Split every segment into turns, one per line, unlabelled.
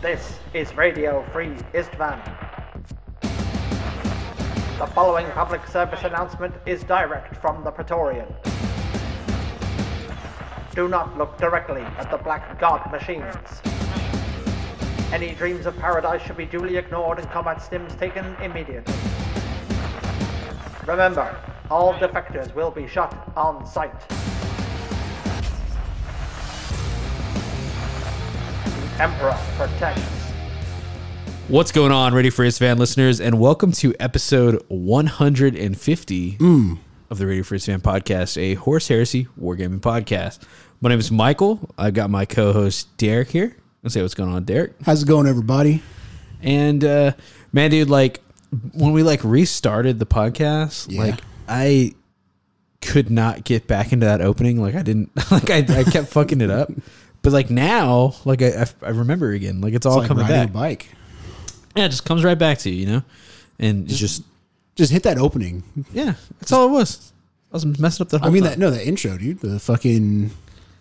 This is Radio Free Istvan. The following public service announcement is direct from the Praetorian. Do not look directly at the black god machines. Any dreams of paradise should be duly ignored and combat stims taken immediately. Remember, all defectors will be shot on sight. The Emperor protects.
What's going on, Ready for Istvan listeners, and welcome to episode 150 of the Ready for Istvan podcast, a horse heresy wargaming podcast. My name is Michael. I've got my co-host Derek here. Let's say what's going on, Derek.
How's it going, everybody?
And uh, man, dude, like when we like restarted the podcast,
Yeah.
like I could not get back into that opening. Like I didn't, like I, I kept fucking it up. But like now, like I, I, I remember again. Like it's all
like
coming
riding
back.
a bike.
Yeah, it just comes right back to you, you know. And it's just
Just hit that opening.
Yeah, that's all it was. I was messing up the whole
I mean
time.
that no, that intro, dude. The fucking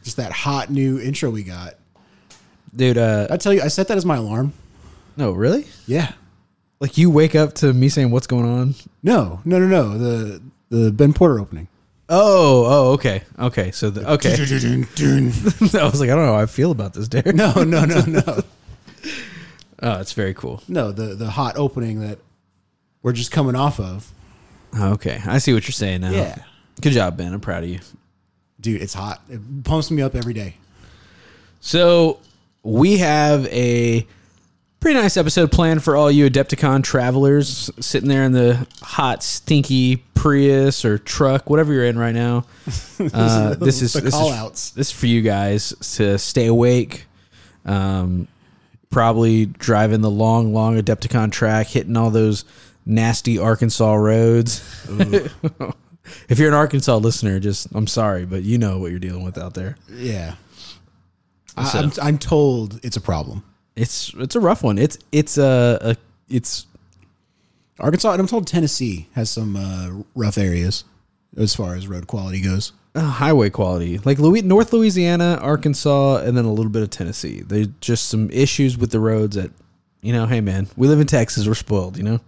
just that hot new intro we got.
dude. Uh,
I tell you, I set that as my alarm.
no, really?
Yeah.
Like you wake up to me saying what's going on?
No, no, no, no. The the Ben Porter opening.
Oh, oh, okay, okay. So the, okay,
no,
I was like, I don't know how I feel about this, Derek.
no, no, no.
Oh, it's very cool.
No, the the hot opening that we're just coming off of.
Okay, I see what you're saying now.
Yeah.
Good job, Ben. I'm proud of you.
Dude, it's hot. It pumps me up every day.
So we have a pretty nice episode planned for all you Adepticon travelers sitting there in the hot, stinky Prius or truck, whatever you're in right now. Uh, this is
The
this
call-outs.
is this is for you guys to stay awake. Um, probably driving the long, long Adepticon track, hitting all those nasty Arkansas roads. if you're an Arkansas listener, just I'm sorry, but you know what you're dealing with out there.
Yeah. I, I'm, I'm told it's a problem.
It's it's a rough one. It's it's a, a it's
Arkansas, and I'm told Tennessee has some uh, rough areas as far as road quality goes.
a highway quality. Like Louis, North Louisiana, Arkansas, and then a little bit of Tennessee. There's just some issues with the roads that you know, hey man, we live in Texas, we're spoiled, you know.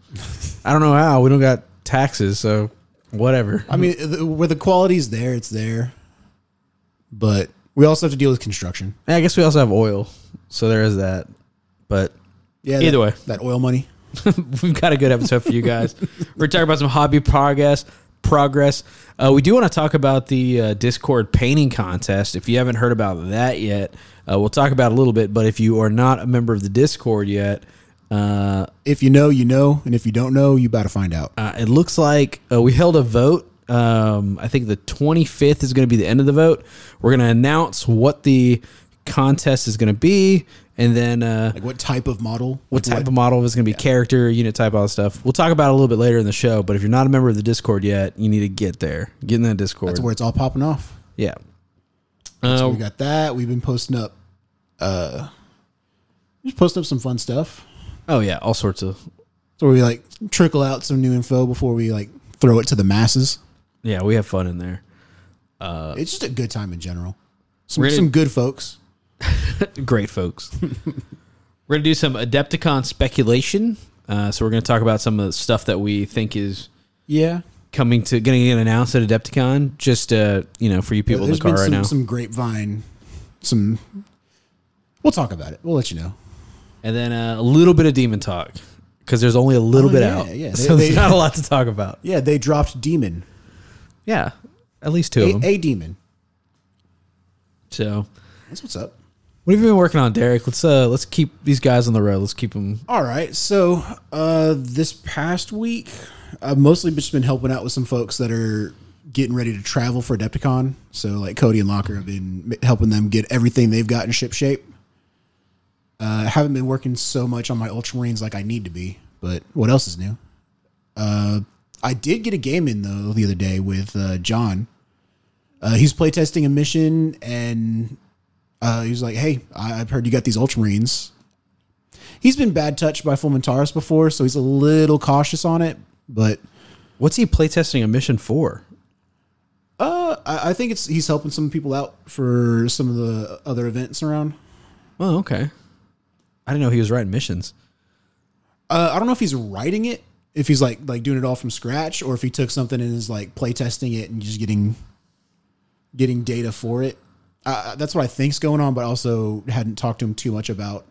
I don't know how. We don't got taxes, so whatever.
I mean, the- where the quality's there, it's there. But we also have to deal with construction.
And I guess we also have oil. So there is that. But
Yeah,
Either
that,
way.
that oil money.
we've got a good episode for you guys. We're talking about some hobby progress. Progress. Uh, we do want to talk about the uh, Discord painting contest. If you haven't heard about that yet, uh, we'll talk about it a little bit. But if you are not a member of the Discord yet, uh,
If you know, you know, and if you don't know, you better find out.
uh, it looks like uh, we held a vote. Um, I think the 25th is going to be the end of the vote. We're going to announce what the contest is going to be, and then uh,
Like what type of model?
what type of model is going to be character unit type all that stuff we'll talk about it a little bit later in the show but if you're not a member of the discord yet you need to get there get in that discord
That's where it's all popping off.
yeah
So
uh,
we got that. We've been posting up, uh, just posting up some fun stuff.
oh yeah all sorts of
So we like trickle out some new info before we like throw it to the masses.
yeah we have fun in there
it's just a good time in general. Some,
Really-
some good folks.
great folks we're going to do some adepticon speculation uh, so we're going to talk about some of the stuff that we think is
Yeah.
coming to going to get announced at adepticon just uh, you know for you people in the
There's
car
been
right
some,
now
some grapevine, some. We'll talk about it. We'll let you know.
and then uh, a little bit of demon talk because there's only a little
Oh,
bit
yeah,
out
yeah.
so
They-
there's
they-
not a lot to talk about
Yeah, they dropped Demon.
yeah at least two of
A,
them
a Demon.
So,
That's what's up.
what have you been working on, Derek? Let's uh, let's keep these guys on the road. Let's keep them.
All right. So uh, this past week, I've mostly just been helping out with some folks that are getting ready to travel for Adepticon. So like Cody and Locker have been m- helping them get everything they've got in ship shape. Uh, I haven't been working so much on my Ultramarines like I need to be, but what else is new? Uh, I did get a game in though the other day with uh, John. Uh, he's playtesting a mission, and uh, he was like, "Hey, I- I've heard you got these Ultramarines he's been bad touched by Fulmentaris before, so he's a little cautious on it. But
What's he playtesting a mission for?
uh, I, I think it's he's helping some people out for some of the other events around.
Oh, okay. I didn't know he was writing missions.
Uh, I don't know if he's writing it, if he's like like doing it all from scratch, or if he took something and is like playtesting it and just getting getting data for it. Uh, that's what I think's going on, but also hadn't talked to him too much about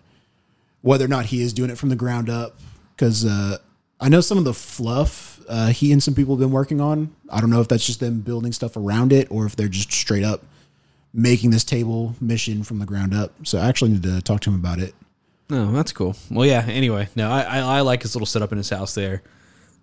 whether or not he is doing it from the ground up. Because uh, I know some of the fluff uh, he and some people have been working on. I don't know if that's just them building stuff around it, or if they're just straight up making this table mission from the ground up. So I actually need to talk to him about it.
No, that's cool. Well, yeah. Anyway, no, I I, I like his little setup in his house there.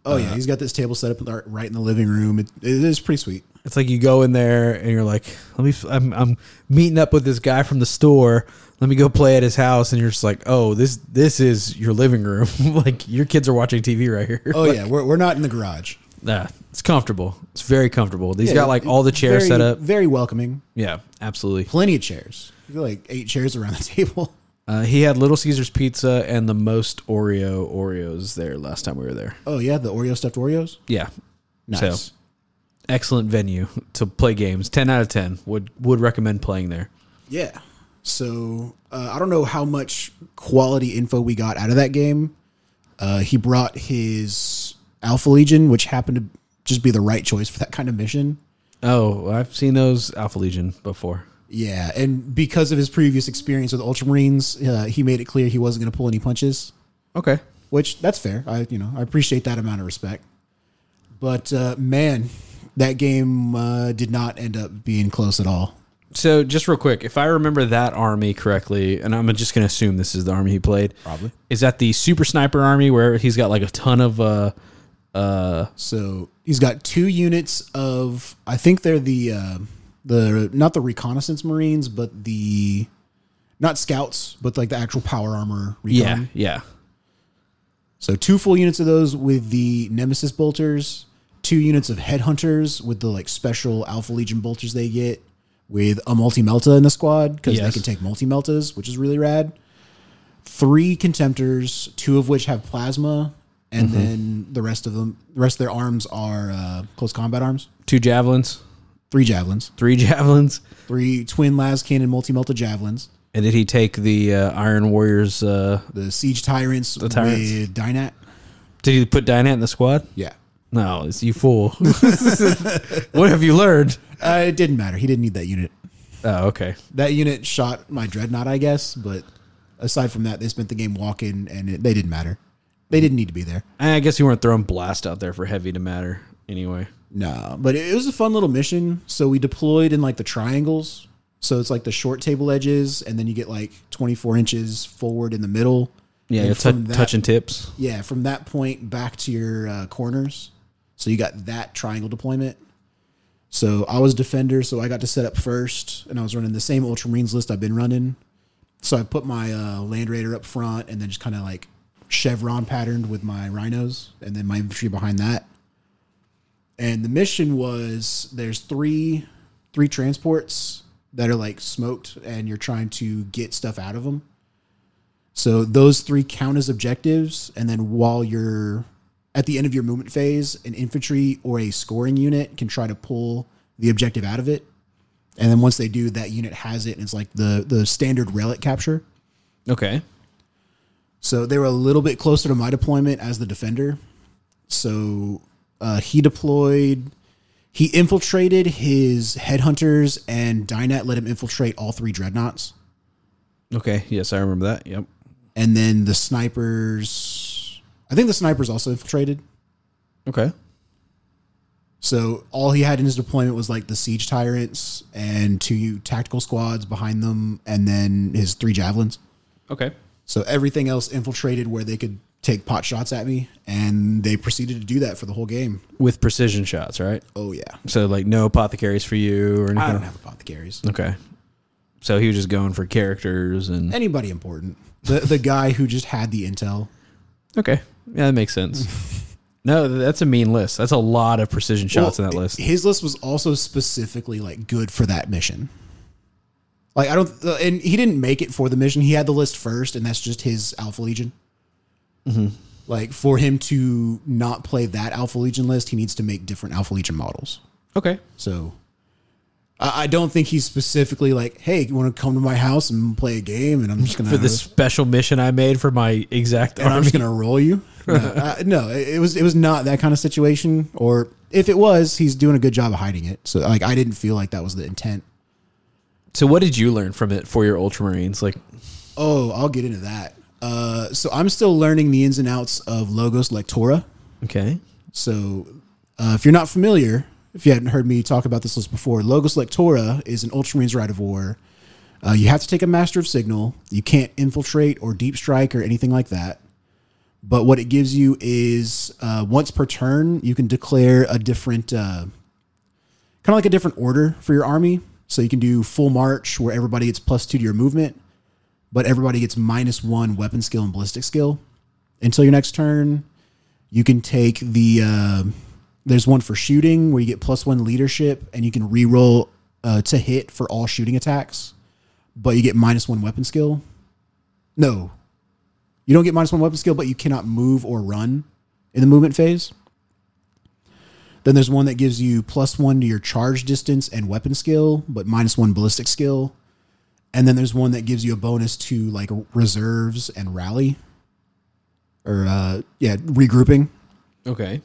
Oh yeah, he's got this table set up right- right in the living room. It, it is pretty sweet.
It's like you go in there and you're like, let me. f- I'm I'm meeting up with this guy from the store. Let me go play at his house, and you're just like, oh, this this is your living room. like your kids are watching TV right here.
Oh yeah, we're, we're not in the garage.
yeah, it's comfortable. It's very comfortable. He's got like
it-
all the chairs
very-
set up.
Very welcoming.
Yeah, absolutely.
Plenty of chairs. There's, Like eight chairs around the table.
Uh, he had Little Caesars pizza and the most Oreo Oreos there last time we were there.
Oh yeah, the Oreo stuffed Oreos.
Yeah,
Nice.
So, excellent venue to play games. Ten out of ten would would recommend playing there.
Yeah. So uh, I don't know how much quality info we got out of that game. Uh, he brought his Alpha Legion, which happened to just be the right choice for that kind of mission.
Oh, I've seen those Alpha Legion before.
Yeah, and because of his previous experience with Ultramarines, uh, he made it clear he wasn't going to pull any punches.
Okay.
which that's fair. I you know I appreciate that amount of respect, but uh, man, that game uh, did not end up being close at all.
So just real quick, if I remember that army correctly, and I'm just gonna assume this is the army he played.
Probably.
Is that the Super Sniper Army where he's got like a ton of uh uh
So he's got two units of I think they're the uh, the not the reconnaissance marines, but the not scouts, but like the actual power armor. Recon.
Yeah, yeah.
So two full units of those with the Nemesis bolters, two units of headhunters with the like special Alpha Legion bolters they get, with a multi melta in the squad because they
Yes.
can take multi meltas, which is really rad. Three contemptors, two of which have plasma, and
Mm-hmm.
then the rest of them, the rest of their arms are uh, close combat arms.
Two javelins,
Three javelins,
three javelins.
three twin las cannon multi melta javelins.
And did he take the uh, Iron Warriors uh
The siege tyrants,
tyrants.
with Dynat.
did he put Dinant in the squad?
Yeah,
No, it's you fool. what have you learned?
uh, it didn't matter. He didn't need that unit.
Oh, okay.
that unit shot my dreadnought, I guess. But aside from that, they spent the game walking, and it, they didn't matter. They didn't need to be there.
I guess you weren't throwing blast out there for heavy to matter anyway.
No, but it, it was a fun little mission. So we deployed in like the triangles. So it's like the short table edges, and then you get like 24 inches forward in the middle.
Yeah,
And
you're
from
tou-
that-
touching tips.
Yeah, from that point back to your uh, corners. So you got that triangle deployment. So I was defender, so I got to set up first, and I was running the same Ultramarines list I've been running. So I put my uh, Land Raider up front, and then just kind of like chevron patterned with my rhinos, and then my infantry behind that. And the mission was there's three three transports that are like smoked, and you're trying to get stuff out of them. So those three count as objectives, and then while you're at the end of your movement phase, an infantry or a scoring unit can try to pull the objective out of it. And then once they do, that unit has it, and it's like the the standard relic capture.
Okay.
So they were a little bit closer to my deployment as the defender. So uh, he deployed, he infiltrated his headhunters, and Dynat let him infiltrate all three dreadnoughts.
Okay. Yes, I remember that. Yep.
and then the snipers i think the snipers also infiltrated
Okay.
so all he had in his deployment was like the siege tyrants and two tactical squads behind them and then his three javelins
Okay.
so everything else infiltrated where they could take pot shots at me and they proceeded to do that for the whole game
With precision shots, right?
oh yeah
So like no apothecaries for you or anything.
i don't have apothecaries
Okay. So he was just going for characters and
anybody important the, the guy who just had the intel
Okay. Yeah, that makes sense. no, th- that's a mean list. That's a lot of precision shots
Well,
in that list.
His list was also specifically like good for that mission. Like I don't, uh, and he didn't make it for the mission. He had the list first, and that's just his Alpha Legion.
Mm-hmm.
Like for him to not play that Alpha Legion list, he needs to make different Alpha Legion models.
Okay.
So I, I don't think he's specifically like, hey, you want to come to my house and play a game? And I'm just gonna
for this special mission I made for my exact
and I'm
army.
just gonna roll you. No, uh, no, it it was it was not that kind of situation. Or if it was, he's doing a good job of hiding it. So like, I didn't feel like that was the intent.
so, what did you learn from it for your Ultramarines? Like,
Oh, I'll get into that. Uh, so I'm still learning the ins and outs of Logos Lectora.
okay,
So uh, if you're not familiar, if you hadn't heard me talk about this list before, Logos Lectora is an Ultramarines Rite of War. Uh, you have to take a Master of Signal. You can't infiltrate or deep strike or anything like that. But what it gives you is uh, once per turn, you can declare a different, uh, kind of like a different order for your army. So you can do full march where everybody gets plus two to your movement, but everybody gets minus one weapon skill and ballistic skill until your next turn. You can take the uh, there's one for shooting where you get plus one leadership and you can reroll uh, to hit for all shooting attacks, but you get minus one weapon skill. No, you don't get minus one weapon skill, but you cannot move or run in the movement phase. Then there's one that gives you plus one to your charge distance and weapon skill, but minus one ballistic skill. And then there's one that gives you a bonus to like reserves and rally, or uh, yeah, regrouping
okay,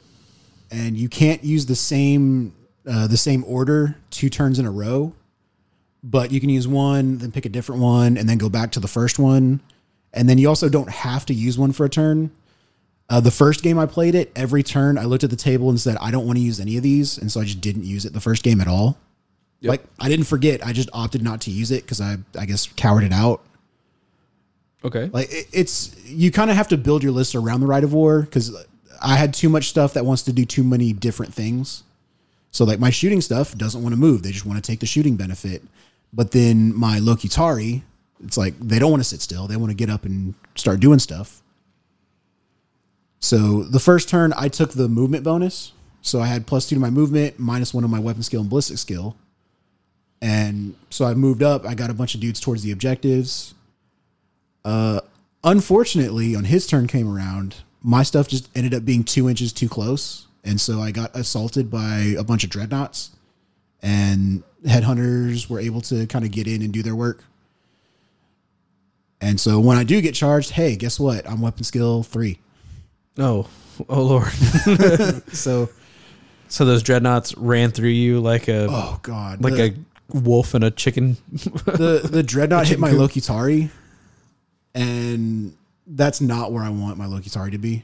and you can't use the same uh, the same order two turns in a row, but you can use one, then pick a different one, and then go back to the first one. And then you also don't have to use one for a turn. Uh, the first game I played it, every turn I looked at the table and said, I don't want to use any of these. And so I just didn't use it the first game at all. Like, I didn't forget. I just opted not to use it because I, I guess, cowered it out.
okay,
Like it, it's you kind of have to build your list around the right of war because I had too much stuff that wants to do too many different things. So like my shooting stuff doesn't want to move; they just want to take the shooting benefit. But then my Lokitari, it's like they don't want to sit still; they want to get up and start doing stuff. So the first turn, I took the movement bonus, so I had plus two to my movement, minus one to my weapon skill and ballistic skill. And so I moved up. I got a bunch of dudes towards the objectives unfortunately, on his turn came around, my stuff just ended up being two inches too close, and so I got assaulted by a bunch of dreadnoughts, and headhunters were able to kind of get in and do their work. And so when I do get charged, hey, guess what? I'm weapon skill three.
oh, oh lord.
So,
so those dreadnoughts ran through you like a
oh god,
like
the,
a wolf and a chicken.
the the dreadnought hit my Lokitari, and that's not where I want my Lokitari to be.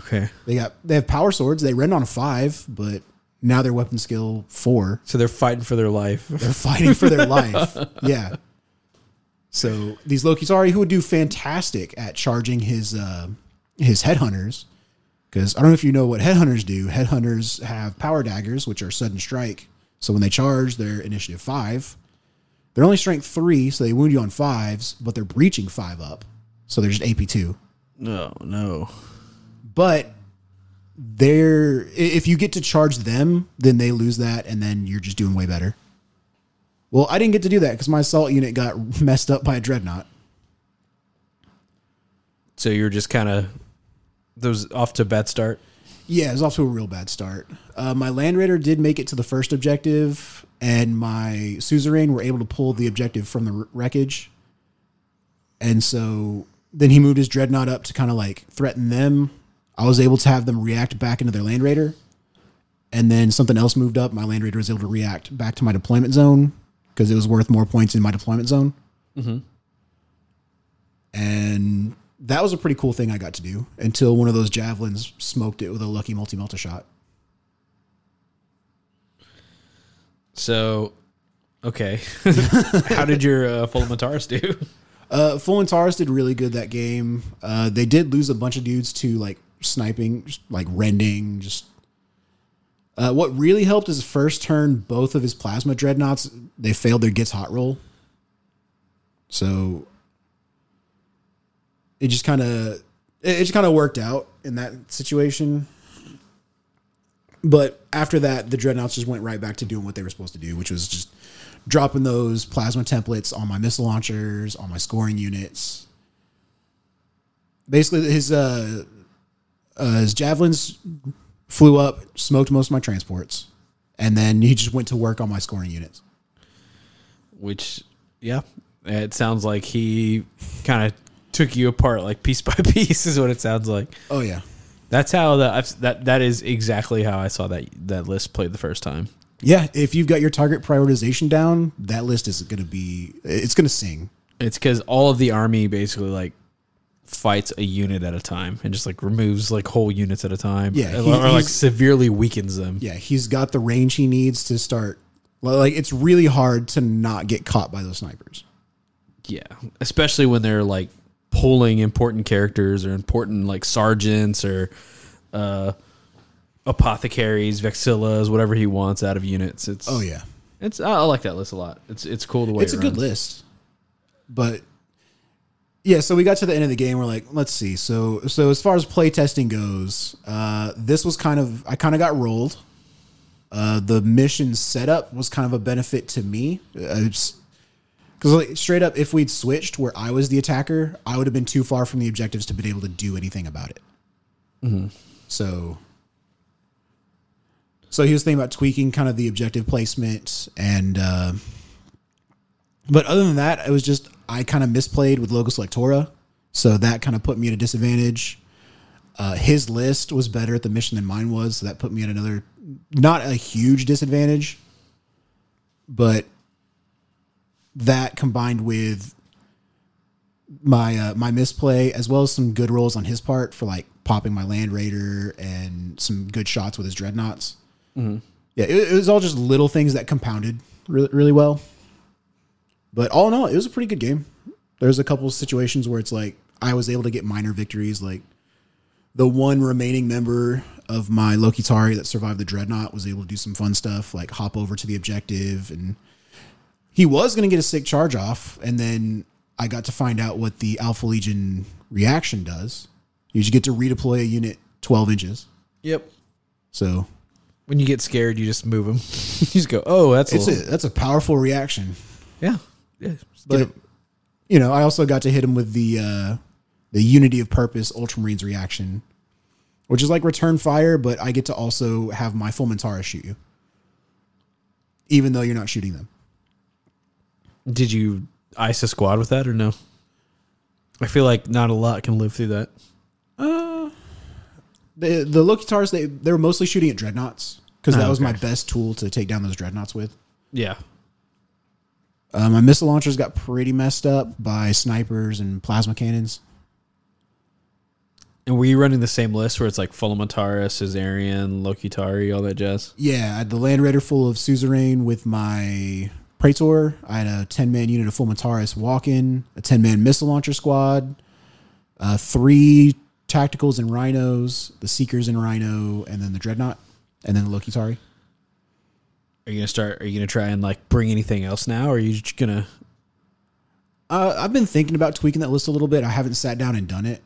okay,
They got they have power swords. They rend on a five, but now their weapon skill four.
so they're fighting for their life.
They're fighting for their life. Yeah. So these Lokitari who would do fantastic at charging his uh, his headhunters, because I don't know if you know what headhunters do. Headhunters have power daggers, which are sudden strike. So when they charge, they're initiative five. They're only strength three, so they wound you on fives, but they're breaching five up, so they're just AP two.
No, no.
but they're i- if you get to charge them, then they lose that, and then you're just doing way better. Well, I didn't get to do that because my assault unit got messed up by a dreadnought.
So you're just kind of those off to a bad start.
Yeah, it was off to a real bad start. Uh, my Land Raider did make it to the first objective, and my Suzerain were able to pull the objective from the wr- wreckage. And so then he moved his Dreadnought up to kind of like threaten them. I was able to have them react back into their Land Raider. And then something else moved up. My Land Raider was able to react back to my deployment zone because it was worth more points in my deployment zone. And that was a pretty cool thing I got to do until one of those javelins smoked it with a lucky multi melta shot.
So, okay, how did your uh, Fulmataris do?
Uh, Full and Taurus did really good that game. Uh, they did lose a bunch of dudes to like sniping, just, like rending. Just uh, what really helped is first turn both of his plasma dreadnoughts they failed their gets hot roll, so it just kind of it it just kind of worked out in that situation. But after that, the dreadnoughts just went right back to doing what they were supposed to do, which was just dropping those plasma templates on my missile launchers, on my scoring units. Basically, his uh, uh, his javelins flew up, smoked most of my transports, and then he just went to work on my scoring units.
which yeah, it sounds like he kind of took you apart like piece by piece is what it sounds like.
Oh yeah,
That's how the I've, that that is exactly how I saw that that list played the first time.
yeah. If you've got your target prioritization down, that list is going to be it's going to sing.
It's because all of the army basically like fights a unit at a time and just like removes like whole units at a time.
Yeah,
or,
he-
or, like
he's-
severely weakens them.
Yeah, he's got the range he needs to start. li- Like it's really hard to not get caught by those snipers.
Yeah, especially when they're like pulling important characters or important like sergeants or uh apothecaries, vexillas, whatever he wants out of units. It's
Oh yeah,
it's I, I like that list a lot. It's it's cool the way
it's
it
a good
runs.
list, but yeah. So we got to the end of the game. We're like, let's see. So so as far as play testing goes, uh, this was kind of I kind of got rolled. Uh, the mission setup was kind of a benefit to me. Because like, straight up, if we'd switched where I was the attacker, I would have been too far from the objectives to been able to do anything about it.
Mm-hmm.
So so he was thinking about tweaking kind of the objective placement and uh, but other than that, it was just I kind of misplayed with Logos Lectora, so that kind of put me at a disadvantage. Uh, his list was better at the mission than mine was, so that put me at another not a huge disadvantage, but that combined with my uh, my misplay as well as some good rolls on his part for like popping my land raider and some good shots with his dreadnoughts. Yeah, it, it was all just little things that compounded really, really well. But all in all, it was a pretty good game. There's a couple situations where it's like I was able to get minor victories. Like the one remaining member of my Lokitari that survived the Dreadnought was able to do some fun stuff, like hop over to the objective. And he was going to get a sick charge off. And then I got to find out what the Alpha Legion reaction does. You just get to redeploy a unit 12 inches.
Yep.
So
When you get scared, you just move them. you just go, "Oh, that's a
it's a,
little-
that's a powerful reaction.
Yeah. Yeah.
but you know, I also got to hit him with the uh, the unity of purpose Ultramarines reaction, which is like return fire, but I get to also have my Fulmentara shoot you, even though you're not shooting them.
Did you ice a squad with that or no? I feel like not a lot can live through that.
The the Lokitars they they were mostly shooting at dreadnoughts because that
Oh,
was my
okay.
best tool to take down those dreadnoughts with.
Yeah.
Uh, my missile launchers got pretty messed up by snipers and plasma cannons.
And were you running the same list where it's like Fulmatara, Caesarian, Lokitari, all that jazz?
Yeah, I had the Land Raider full of suzerain with my Praetor. I had a 10 man unit of full Mataris walk in, a 10 man missile launcher squad, uh, three tacticals and rhinos, the Seekers and Rhino, and then the Dreadnought, and then the Lokitari.
Are you gonna start? Are you gonna try and like bring anything else now, or are you just gonna?
Uh, I've been thinking about tweaking that list a little bit. I haven't sat down and done it.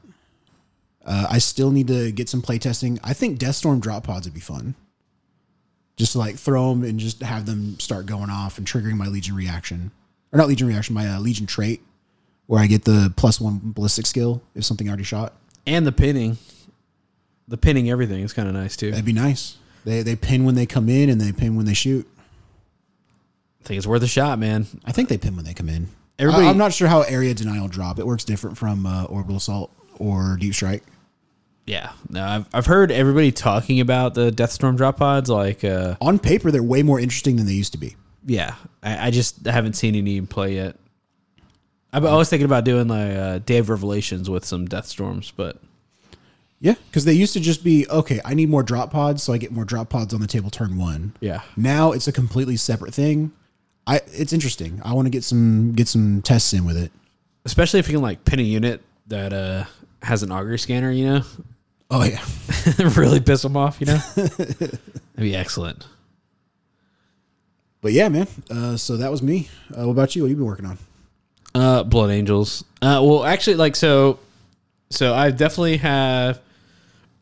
Uh, I still need to get some playtesting. I think Deathstorm drop pods would be fun. Just to, like throw them and just have them start going off and triggering my Legion reaction, or not Legion reaction, my uh, Legion trait, where I get the plus one ballistic skill if something already shot.
And the pinning, the pinning everything is kind of nice too. I
That'd be nice. They they pin when they come in and they pin when they shoot.
think it's worth a shot, man.
I think they pin when they come in.
Everybody-
I, am not sure how area denial drop. It works different from uh, orbital assault or deep strike.
Yeah. No, I've I've heard everybody talking about the Deathstorm drop pods. Like, uh,
On paper, they're way more interesting than they used to be.
yeah, I, I just haven't seen any in play yet. I, I was thinking about doing like uh, Day of Revelations with some Deathstorms, but
Yeah, because they used to just be okay. I need more drop pods, so I get more drop pods on the table turn one.
yeah,
Now it's a completely separate thing. I it's interesting. I want to get some get some tests in with it.
especially if you can like pin a unit that uh has an auger scanner, you know,
Oh yeah,
really piss them off, you know. That'd be excellent.
but yeah, man. Uh, so that was me. Uh, what about you? What have you been working on?
Uh, Blood Angels. Uh, well, actually, like so, so I definitely have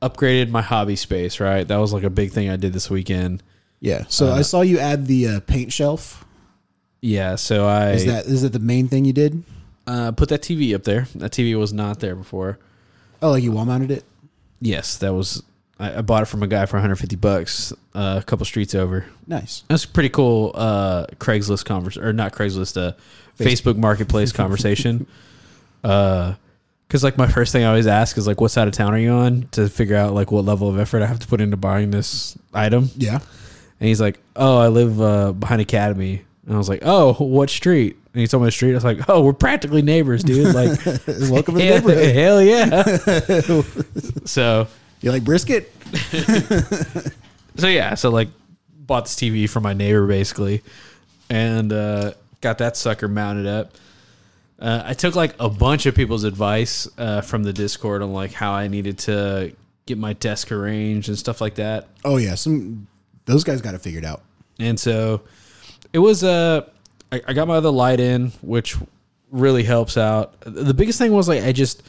upgraded my hobby space. Right, that was like a big thing I did this weekend.
Yeah. uh, So I saw you add the uh, paint shelf.
Yeah, so I
Is that is that the main thing you did?
uh, put that TV up there. That TV was not there before.
Oh, like you wall mounted it.
Yes, that was I, I bought it from a guy for 150 bucks, uh, a couple streets over.
Nice.
That's a pretty cool uh, Craigslist converse or not Craigslist, uh, Facebook Marketplace conversation. Because like my first thing I always ask is like, what side of town are you on to figure out like what level of effort I have to put into buying this item.
Yeah.
And he's like, "Oh, I live uh, behind Academy." And I was like, "Oh, what street?" And he told me the street. I was like, "Oh, we're practically neighbors, dude." Like,
Welcome to the
hell,
neighborhood.
hell yeah. so,
You like brisket?
so yeah, so like, bought this TV from my neighbor basically, and uh, got that sucker mounted up. Uh, I took like a bunch of people's advice uh, from the Discord on like how I needed to get my desk arranged and stuff like that.
Oh yeah. Some those guys got it figured out.
And so it was uh I, I got my other light in, which really helps out. The biggest thing was like I just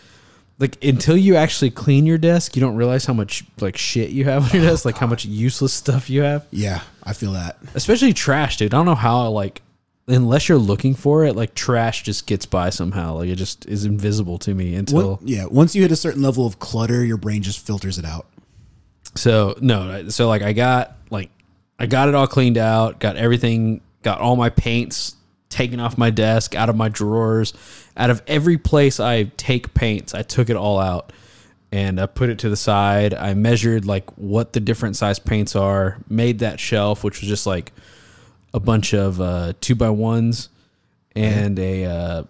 like until you actually clean your desk, you don't realize how much like shit you have on your desk, like how much useless stuff you have.
Yeah, I feel that.
Especially trash, dude. I don't know how like unless you're looking for it, like trash just gets by somehow. Like it just is invisible to me until
What- yeah, once you hit a certain level of clutter, your brain just filters it out.
So no, so like I got like I got it all cleaned out, got everything, got all my paints taken off my desk, out of my drawers, out of every place I take paints, I took it all out and I put it to the side. I measured like what the different size paints are, made that shelf, which was just like a bunch of uh, two by ones and a, uh,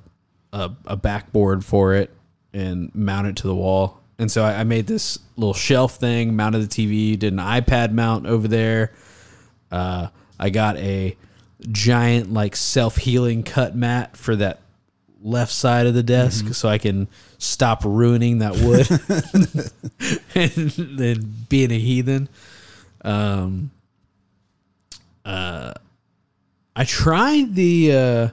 a a backboard for it and mount it to the wall. And so I, I made this little shelf thing, mounted the TV, did an iPad mount over there. Uh, I got a giant like self healing cut mat for that left side of the desk so I can stop ruining that wood and then being a heathen. Um, I tried the uh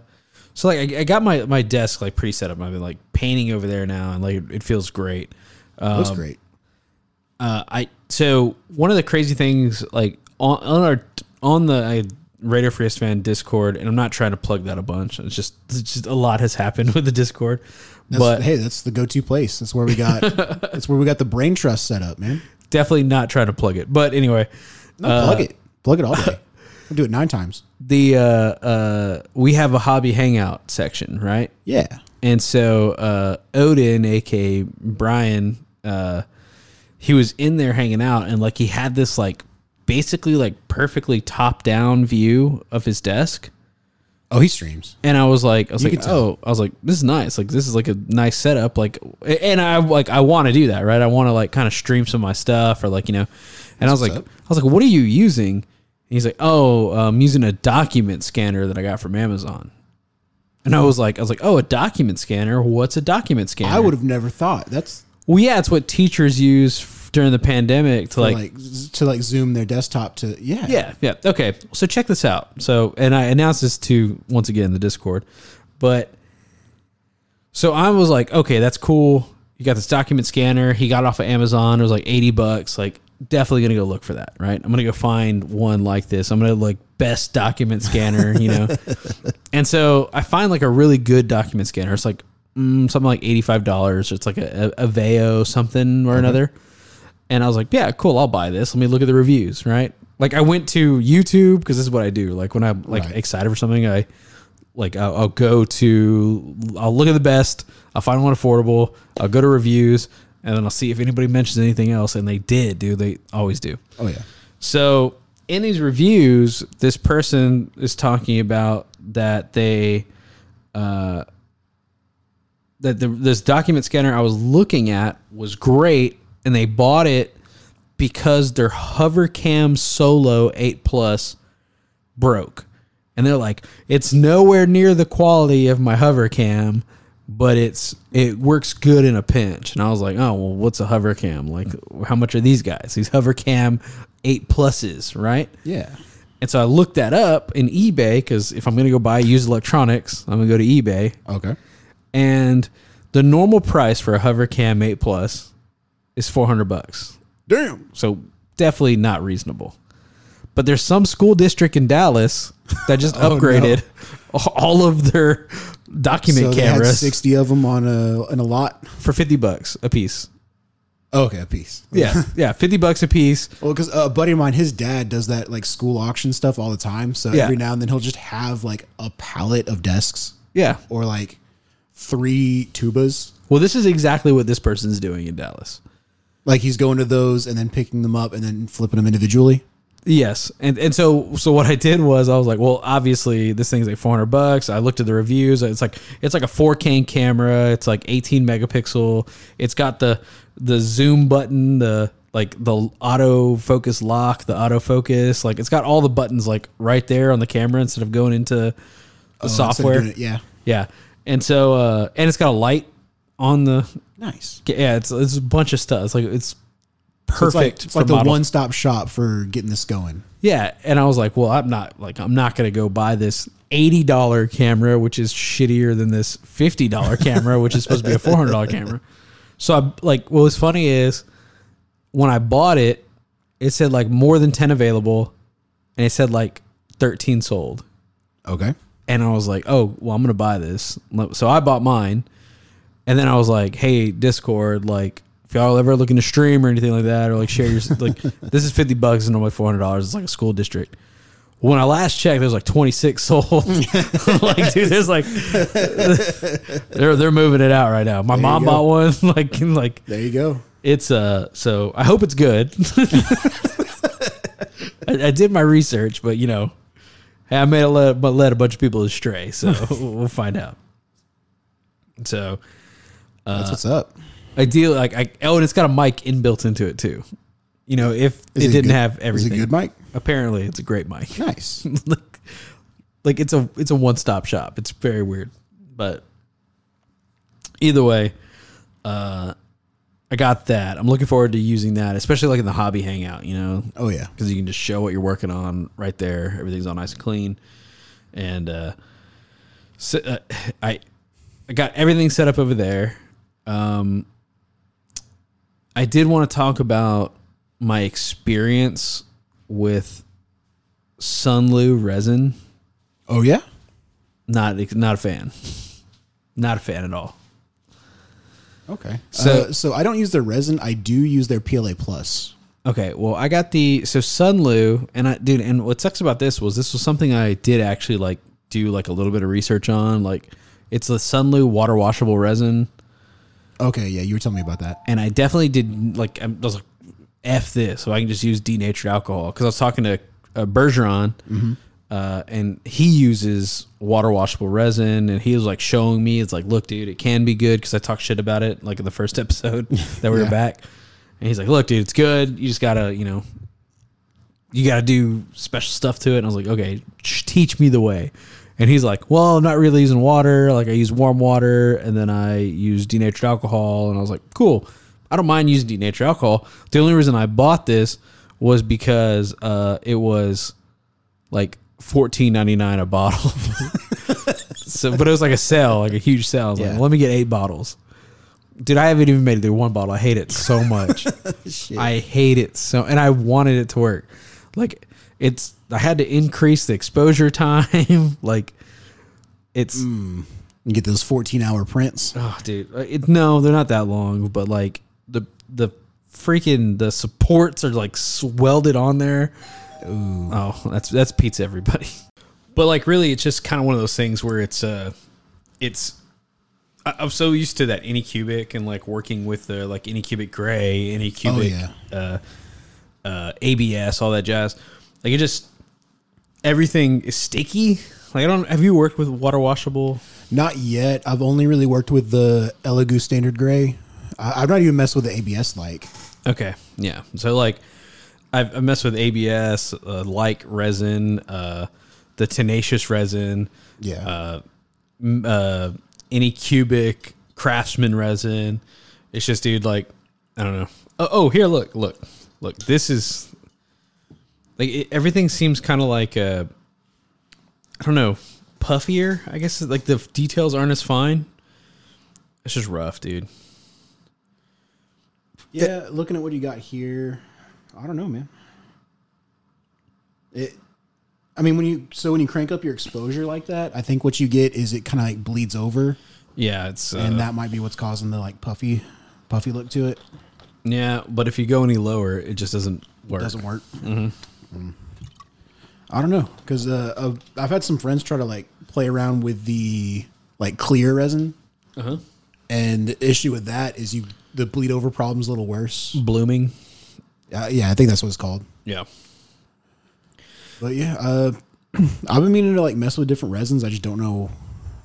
so like I, I got my my desk like pretty set up. I've been like painting over there now, and like it, it feels great.
Looks
Um,
great.
Uh, I so one of the crazy things like on, on our on the I, Radar Free Fan Discord, and I'm not trying to plug that a bunch. It's just it's just a lot has happened with the Discord,
That's,
but
hey, that's the go-to place. That's where we got. that's where we got the brain trust set up, man.
definitely not trying to plug it. But anyway,
No,
Uh,
plug it, plug it all day. I'll do it nine times.
the uh, uh, we have a hobby hangout section, right?
Yeah,
And so uh, Odin, aka Brian, uh, he was in there hanging out, and like he had this like basically like perfectly top down view of his desk.
Oh, he streams.
And I was like, I was
can
like,
tell.
oh, I was like, this is nice. Like this is like a nice setup. Like, and I like I want to do that, right? I want to like kind of stream some of my stuff or like you know. And I was like,
what's up.
I was like, what are you using? And he's like, oh, I'm using a document scanner that I got from Amazon. And I was like, I was like, oh, a document scanner. What's a document scanner?
I would have never thought that's
Well, yeah, it's what teachers use f- during the pandemic to
like,
like,
z- to like zoom their desktop to yeah
yeah, yeah. Okay, so check this out. So, and I announced this to once again the Discord, but so I was like, okay, that's cool. You got this document scanner. He got it off of Amazon. It was like eighty bucks. Like, definitely gonna go look for that. Right? I'm gonna go find one like this. I'm gonna like best document scanner. You know. and so I find like a really good document scanner. It's like mm, something like eighty five dollars. It's like a, a Aveo something or another. And I was like, yeah, cool, I'll buy this. Let me look at the reviews, right? Like I went to YouTube because this is what I do. Like when I'm like
Right.
excited for something, I like I'll, I'll go to I'll look at the best. I'll find one affordable. I'll go to reviews, and then I'll see if anybody mentions anything else. And they did, dude. They always do.
oh yeah
So in these reviews, this person is talking about that they, uh, that the, this document scanner I was looking at was great, and they bought it because their Hovercam Solo Eight Plus broke, and they're like, it's nowhere near the quality of my Hovercam. But it's it works good in a pinch, and I was like, oh well, what's a hovercam? Like, how much are these guys? These hovercam eight pluses, right?
yeah
And so I looked that up in eBay because if I'm going to go buy used electronics, I'm going to go to eBay.
okay
And the normal price for a Hovercam 8 Plus is 400 bucks.
damn
So definitely not reasonable. But there's some school district in Dallas that just
Oh,
upgraded all of their document
so they had
cameras
sixty of them on a in a lot Oh,
for 50 bucks a piece.
Okay, a piece.
Yeah, yeah, fifty bucks a piece.
Well, because a buddy of mine, his dad does that like school auction stuff all the time. So
Yeah.
every now and then he'll just have like a pallet of desks
Yeah.
or like three tubas.
Well, this is exactly what this person's doing in Dallas.
Like he's going to those and then picking them up and then flipping them individually.
Yes, and and so so what I did was I was like, well, obviously this thing's like four hundred bucks. I looked at the reviews. It's like it's like a four K camera. It's like eighteen megapixel. It's got the the zoom button, the like the auto focus lock, the auto focus. Like it's got all the buttons like right there on the camera instead of going into the
Instead of
software.
doing it- yeah.
Yeah, and so uh, and it's got a light on the
Nice.
yeah. It's it's a bunch of stuff. It's like it's
So
perfect.
it's like, it's
for
like the
model.
one stop shop for getting this going.
Yeah, and I was like, well, I'm not like I'm not gonna go buy this eighty dollar camera, which is shittier than this fifty dollar camera, which is supposed to be a four hundred dollar camera. So I like what was funny is when I bought it, it said like more than ten available, and it said like thirteen sold,
Okay.
and I was like, oh, well, I'm gonna buy this. So I bought mine, and then I was like, hey, Discord, like. If y'all ever looking to stream or anything like that, or like share your like, this is fifty bucks and only four hundred dollars. It's like a school district when I last checked, there was like 26 sold. like, dude, there's like they're they're moving it out right now. My mom
go.
bought one. Like, and, like
There you go.
it's uh. So I hope it's good. I, I did my research, but you know, I may have led, but led a bunch of people astray. So we'll find out. So Uh,
That's what's up.
ideally, like I oh, and it's got a mic inbuilt into it too. You know, if
Is
it, didn't
good-
have everything,
Is it good, Mike?
apparently it's a great mic.
Nice.
like, like it's a it's a one stop shop. It's very weird, but either way, uh, I got that. I'm looking forward to using that, especially like in the hobby hangout. You know,
Oh, yeah.
because you can just show what you're working on right there. Everything's all nice and clean, and uh, so, uh, I I got everything set up over there. Um, I did want to talk about my experience with Sunlu resin.
Oh, yeah.
Not not a fan. Not a fan at all.
Okay.
So-
So, uh, so I don't use their resin. I do use their PLA Plus.
Okay, well, I got the so Sunlu, and I dude, and what sucks about this was this was something I did actually like do like a little bit of research on. Like, it's the Sunlu water washable resin,
Okay. Yeah. You were telling me about that.
and I definitely did like I was like, f this, so I can just use denatured alcohol because I was talking to uh, Bergeron, uh, and he uses water washable resin, and he was like showing me, it's like, look, dude, it can be good because I talked shit about it like in the first episode that we were
Yeah.
back, and he's like, look, dude, it's good. You just gotta, you know, you got to do special stuff to it. And I was like, okay, sh- teach me the way. And he's like, well, I'm not really using water. Like I use warm water and then I use denatured alcohol. And I was like, cool. I don't mind using denatured alcohol. The only reason I bought this was because uh, it was like fourteen ninety nine a bottle. so, but it was like a sale, like a huge sale. I was like,
Yeah.
let me get eight bottles. Dude, I haven't even made it through one bottle. I hate it so much. I hate it so, and I wanted it to work. Like it's, I had to increase the exposure time. like it's,
You get those 14 hour prints.
oh, dude, it, no, they're not that long, but like the the freaking the supports are like s- welded on there. Oh, that's that's pizza, everybody. But like, really, it's just kind of one of those things where it's uh, it's I- I'm so used to that AnyCubic and like working with the like AnyCubic gray, AnyCubic
Oh, yeah.
uh, uh, ABS, all that jazz. Like it just everything is sticky. Like I don't have you worked with water washable?
Not yet. I've only really worked with the Elegoo Standard Gray. I, I've not even messed with the ABS like.
Okay, yeah. So like I've I messed with ABS, uh, like resin, uh, the tenacious resin,
Yeah.
m- uh, any cubic craftsman resin. It's just, dude, like, I don't know. Oh, oh here, look, look, look. This is like it, everything seems kind of like uh I don't know, puffier. I guess like the f- details aren't as fine. It's just rough, dude.
yeah. Looking at what you got here, I don't know, man. It. I mean, when you so when you crank up your exposure like that, I think what you get is it kind of like bleeds over,
Yeah, it's uh,
and that might be what's causing the like puffy, puffy look to it.
Yeah, but if you go any lower, it just doesn't work.
doesn't work. Mm. I don't know because uh, uh, I've had some friends try to like play around with the like clear resin, and the issue with that is you the bleed over problem's a little worse.
Blooming.
Uh, yeah, I think that's what it's called.
Yeah.
But yeah, uh, I've been meaning to like mess with different resins. I just don't know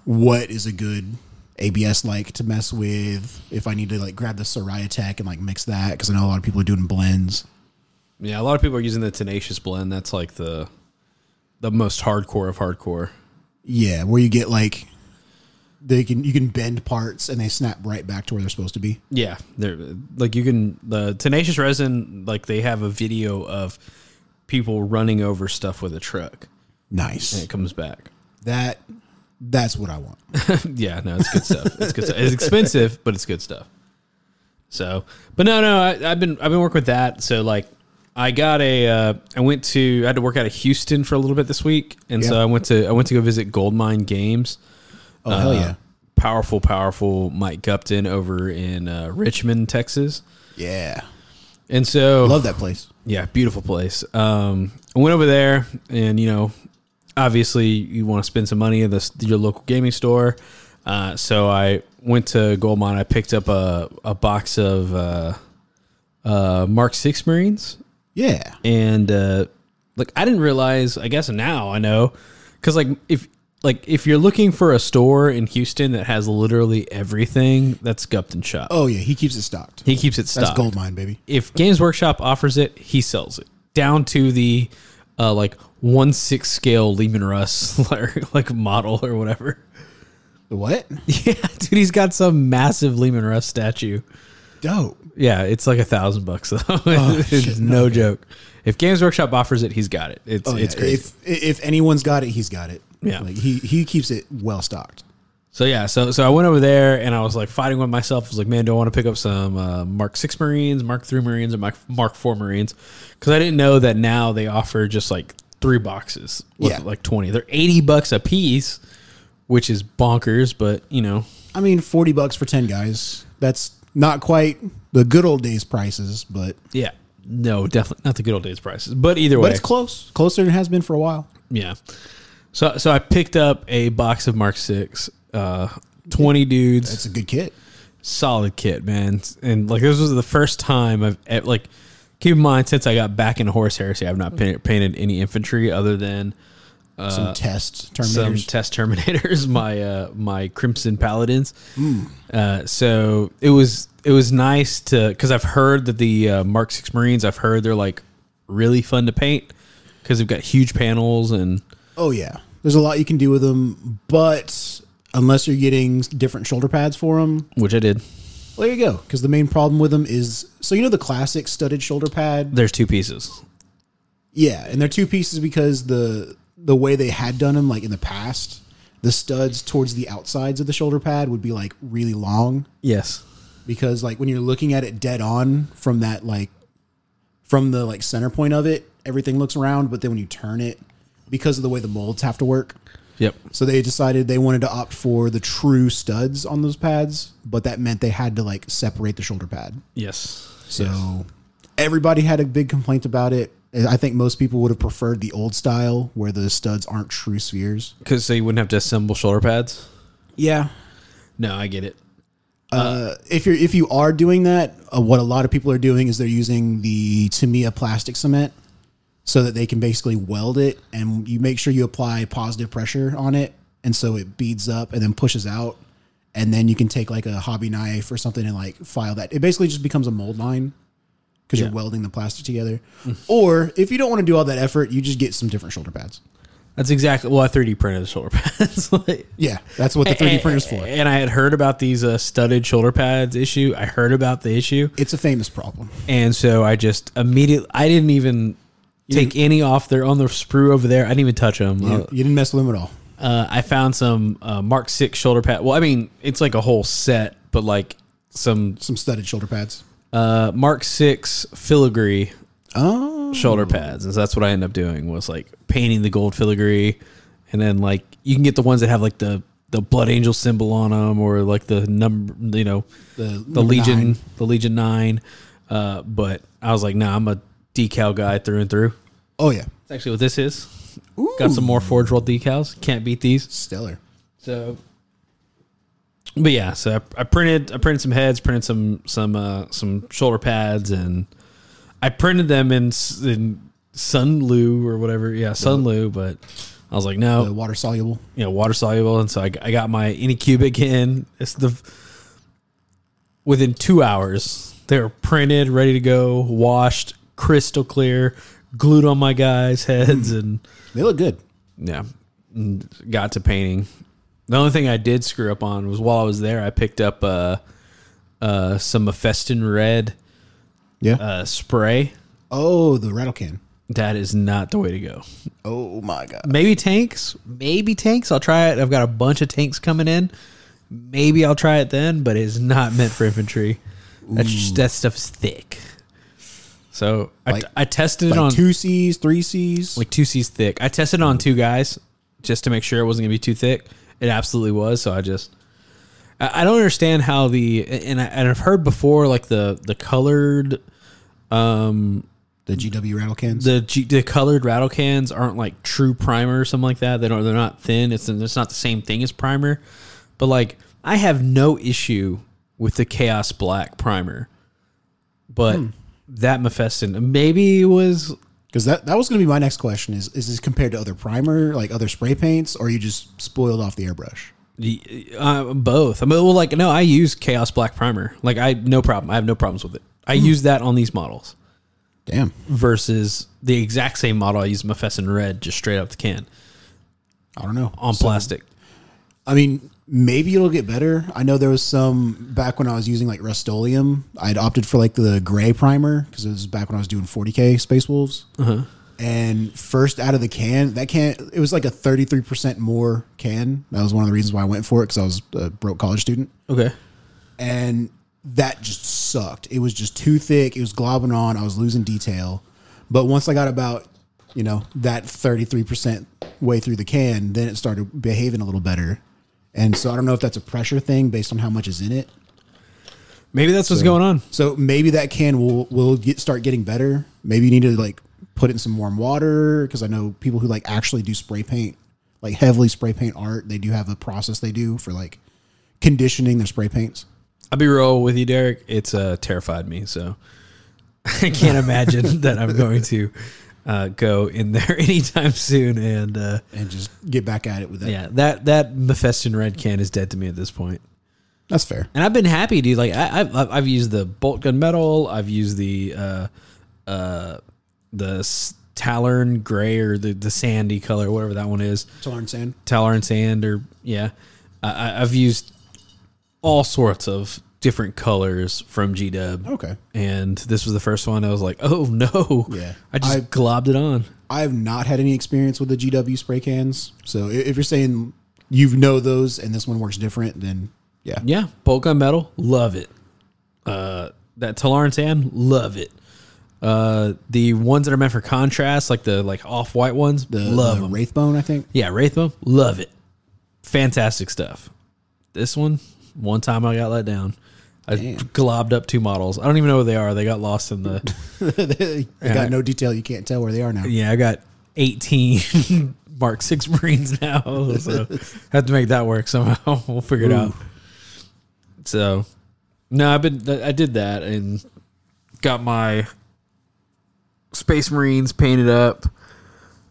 what is a good ABS like to mess with. If I need to like grab the Soraya Tech and like mix that because I know a lot of people are doing blends.
Yeah, a lot of people are using the tenacious blend. That's like the the most hardcore of hardcore.
Yeah, where you get like they can you can bend parts and they snap right back to where they're supposed to be.
Yeah, they're like you can the tenacious resin. Like they have a video of people running over stuff with a truck, and
Nice.
it comes back.
That that's what I want.
yeah, no, it's good stuff. It's good stuff. It's expensive, but it's good stuff. So, but no, no, I, I've been I've been working with that. So like, I got a uh, I went to I had to work out of Houston for a little bit this week, and so
Yeah.
I went to I went to go visit Goldmine Games.
Oh hell
Uh,
yeah.
Powerful, powerful Mike Gupton over in uh, Richmond, Texas,
Yeah.
and so
Love that place.
yeah, beautiful place. Um, I went over there, and you know, obviously, you want to spend some money at this your local gaming store. Uh, so I went to Goldmine. I picked up a a box of uh, uh, Mark Six Marines,
Yeah.
and uh, like I didn't realize. I guess now I know, because like if like if you're looking for a store in Houston that has literally everything, that's Gupton Shop.
Oh yeah, he keeps it stocked.
He keeps it
That's
stocked
gold mine, baby.
if Games Workshop offers it, he sells it down to the uh, like one six scale Lehman Russ like, like model or whatever.
The what?
Yeah, dude, he's got some massive Lehman Russ statue.
Dope.
Yeah, it's like a thousand bucks though. it's
shit,
no joke. If Games Workshop offers it, he's got it. It's
Oh,
it's
yeah.
crazy.
If if anyone's got it, he's got it.
Yeah.
Like he he keeps it well stocked.
So yeah, so so I went over there and I was like fighting with myself. I was like, man, do I want to pick up some uh, Mark Six Marines, Mark Three Marines, and Mark Mark Four Marines? Because I didn't know that now they offer just like three boxes with
Yeah.
like twenty. They're eighty bucks a piece, which is bonkers. But you know,
I mean, forty bucks for ten guys. That's not quite the good old days prices, but
yeah, no, definitely not the good old days prices. But either way,
but it's close, closer than it has been for a while.
Yeah. So so I picked up a box of Mark Six, uh, twenty dudes.
It's a good kit.
solid kit, man. And like this was the first time I've eh, like keep in mind since I got back into horse heresy, I've not pa- painted any infantry other than
Some test
some
terminators.
test terminators, my uh, my crimson paladins. Uh, so it was it was nice to because I've heard that the uh, Mark Six Marines, I've heard they're like really fun to paint because they've got huge panels and
oh yeah, there's a lot you can do with them, but unless you're getting different shoulder pads for them,
which I did.
well, there you go. Because the main problem with them is so you know the classic studded shoulder pad.
There's two pieces.
Yeah, and they're two pieces because the the way they had done them, like in the past, the studs towards the outsides of the shoulder pad would be like really long.
Yes.
because like when you're looking at it dead on from that like from the like center point of it everything looks round but then when you turn it because of the way the molds have to work
Yep.
so they decided they wanted to opt for the true studs on those pads but that meant they had to like separate the shoulder pad
Yes.
so everybody had a big complaint about it And i think most people would have preferred the old style where the studs aren't true spheres
Because so you wouldn't have to assemble shoulder pads.
yeah
No, I get it.
if you're if you are doing that, uh, what a lot of people are doing is they're using the Tamiya plastic cement so that they can basically weld it, and you make sure you apply positive pressure on it, and so it beads up and then pushes out, and then you can take like a hobby knife or something and like file that. It basically just becomes a mold line because
Yeah.
you're welding the plastic together. or if you don't want to do all that effort, you just get some different shoulder pads.
That's exactly well. I 3D printed shoulder pads. like,
Yeah, that's what the 3D printer's for.
And I had heard about these uh, studded shoulder pads issue. I heard about the issue,
It's a famous problem.
and so I just immediately. I didn't even take any off. They're on the sprue over there. I didn't even touch them.
You, you didn't mess with them at all.
Uh, I found some uh, Mark Six shoulder pad. Well, I mean, it's like a whole set, but like some
Some studded shoulder pads.
uh, Mark Six filigree
Oh.
shoulder pads, and so that's what I ended up doing was like painting the gold filigree, and then like you can get the ones that have like the the blood angel symbol on them, or like the number, you know,
The
the
number
legion,
nine.
the legion nine. Uh, but I was like, nah, I'm a decal guy through and through.
Oh yeah,
That's actually what this is. Got some more Forge World decals. Can't beat these.
stellar.
So, but yeah, so I, I printed I printed some heads, printed some some uh, some shoulder pads, and I printed them in s- in Sunlu or whatever. Yeah, Sunlu. But I was like, no,
The water soluble.
you know water soluble and so I, I got my anycubic in it's the within two hours they were printed ready to go washed crystal clear glued on my guys heads and
They look good.
yeah and got to painting the only thing i did screw up on was while i was there i picked up uh uh some Mephiston red
Yeah.
uh spray
oh, the rattle can.
that is not the way to go
Oh my god.
maybe tanks maybe tanks i'll try it i've got a bunch of tanks coming in maybe i'll try it then but it's not meant for infantry That's, that stuff's thick so I
Like-
I tested it
Like
on
two C's, three C's.
like two c's thick i tested it on two guys just to make sure it wasn't gonna be too thick it absolutely was so i just i, I don't understand how the and, I, and i've heard before like the the colored
the GW rattle cans.
the G, the colored rattle cans aren't like true primer or something like that. They don't. They're not thin. It's it's not the same thing as primer. But like I have no issue with the chaos black primer, but that Mephiston maybe it was
Because that, that was going to be my next question: is is this compared to other primer, like other spray paints, or you just spoiled off the airbrush?
uh, both. I mean, well, like no, I use chaos black primer. Like I no problem. I have no problems with it. I use that on these models
Damn,
versus the exact same model I use Mephiston red just straight out the can
I don't know.
on plastic.
I mean, maybe it'll get better. I know there was some back when I was using like Rust-Oleum. I'd opted for like the gray primer because it was back when I was doing 40k Space Wolves. And first out of the can, that can it was like a 33% more can. That was one of the reasons why I went for it because I was a broke college student.
Okay.
and that just sucked. It was just too thick. It was globbing on. I was losing detail. But once I got about, you know, that 33% way through the can, then it started behaving a little better. And so I don't know if that's a pressure thing based on how much is in it.
Maybe that's what's going on.
So maybe that can will will get start getting better. Maybe you need to like put it in some warm water because I know people who like actually do spray paint, like heavily spray paint art, they do have a process they do for like conditioning their spray paints.
I'll be real with you, Derek. It's uh, terrified me, so I can't imagine that I'm going to uh, go in there anytime soon. And uh,
and just get back at it with that.
yeah, that that Mephiston red can is dead to me at this point.
That's fair.
And I've been happy, dude. Like I, I've I've- I've used the bolt gun metal. I've used the uh, uh, the s- Talern gray or the the sandy color, whatever that one is.
Torn sand.
Tolerance and or yeah, I, I- I've used all sorts of different colors from G Dub.
Okay.
and this was the first one. I was like, oh no,
Yeah.
I just
I-
globbed it on.
I've not had any experience with the GW spray cans. So i- if you're saying you know those and this one works different, then yeah.
Yeah, bolt gun metal, love it. Uh, that Tolerance and love it. Uh, the ones that are meant for contrast, like the like off white ones,
The,
love
the
them.
Wraithbone, I think.
Yeah, Wraithbone, love it. Fantastic stuff. This one, one time I got let down. I globbed up two models. I don't even know where they are. They got lost in the.
they got no detail. You can't tell where they are now.
yeah, I got 18 Mark 6 Marines now. So have to make that work somehow. We'll figure it out. So, no, I've been, I did that and got my Space Marines painted up.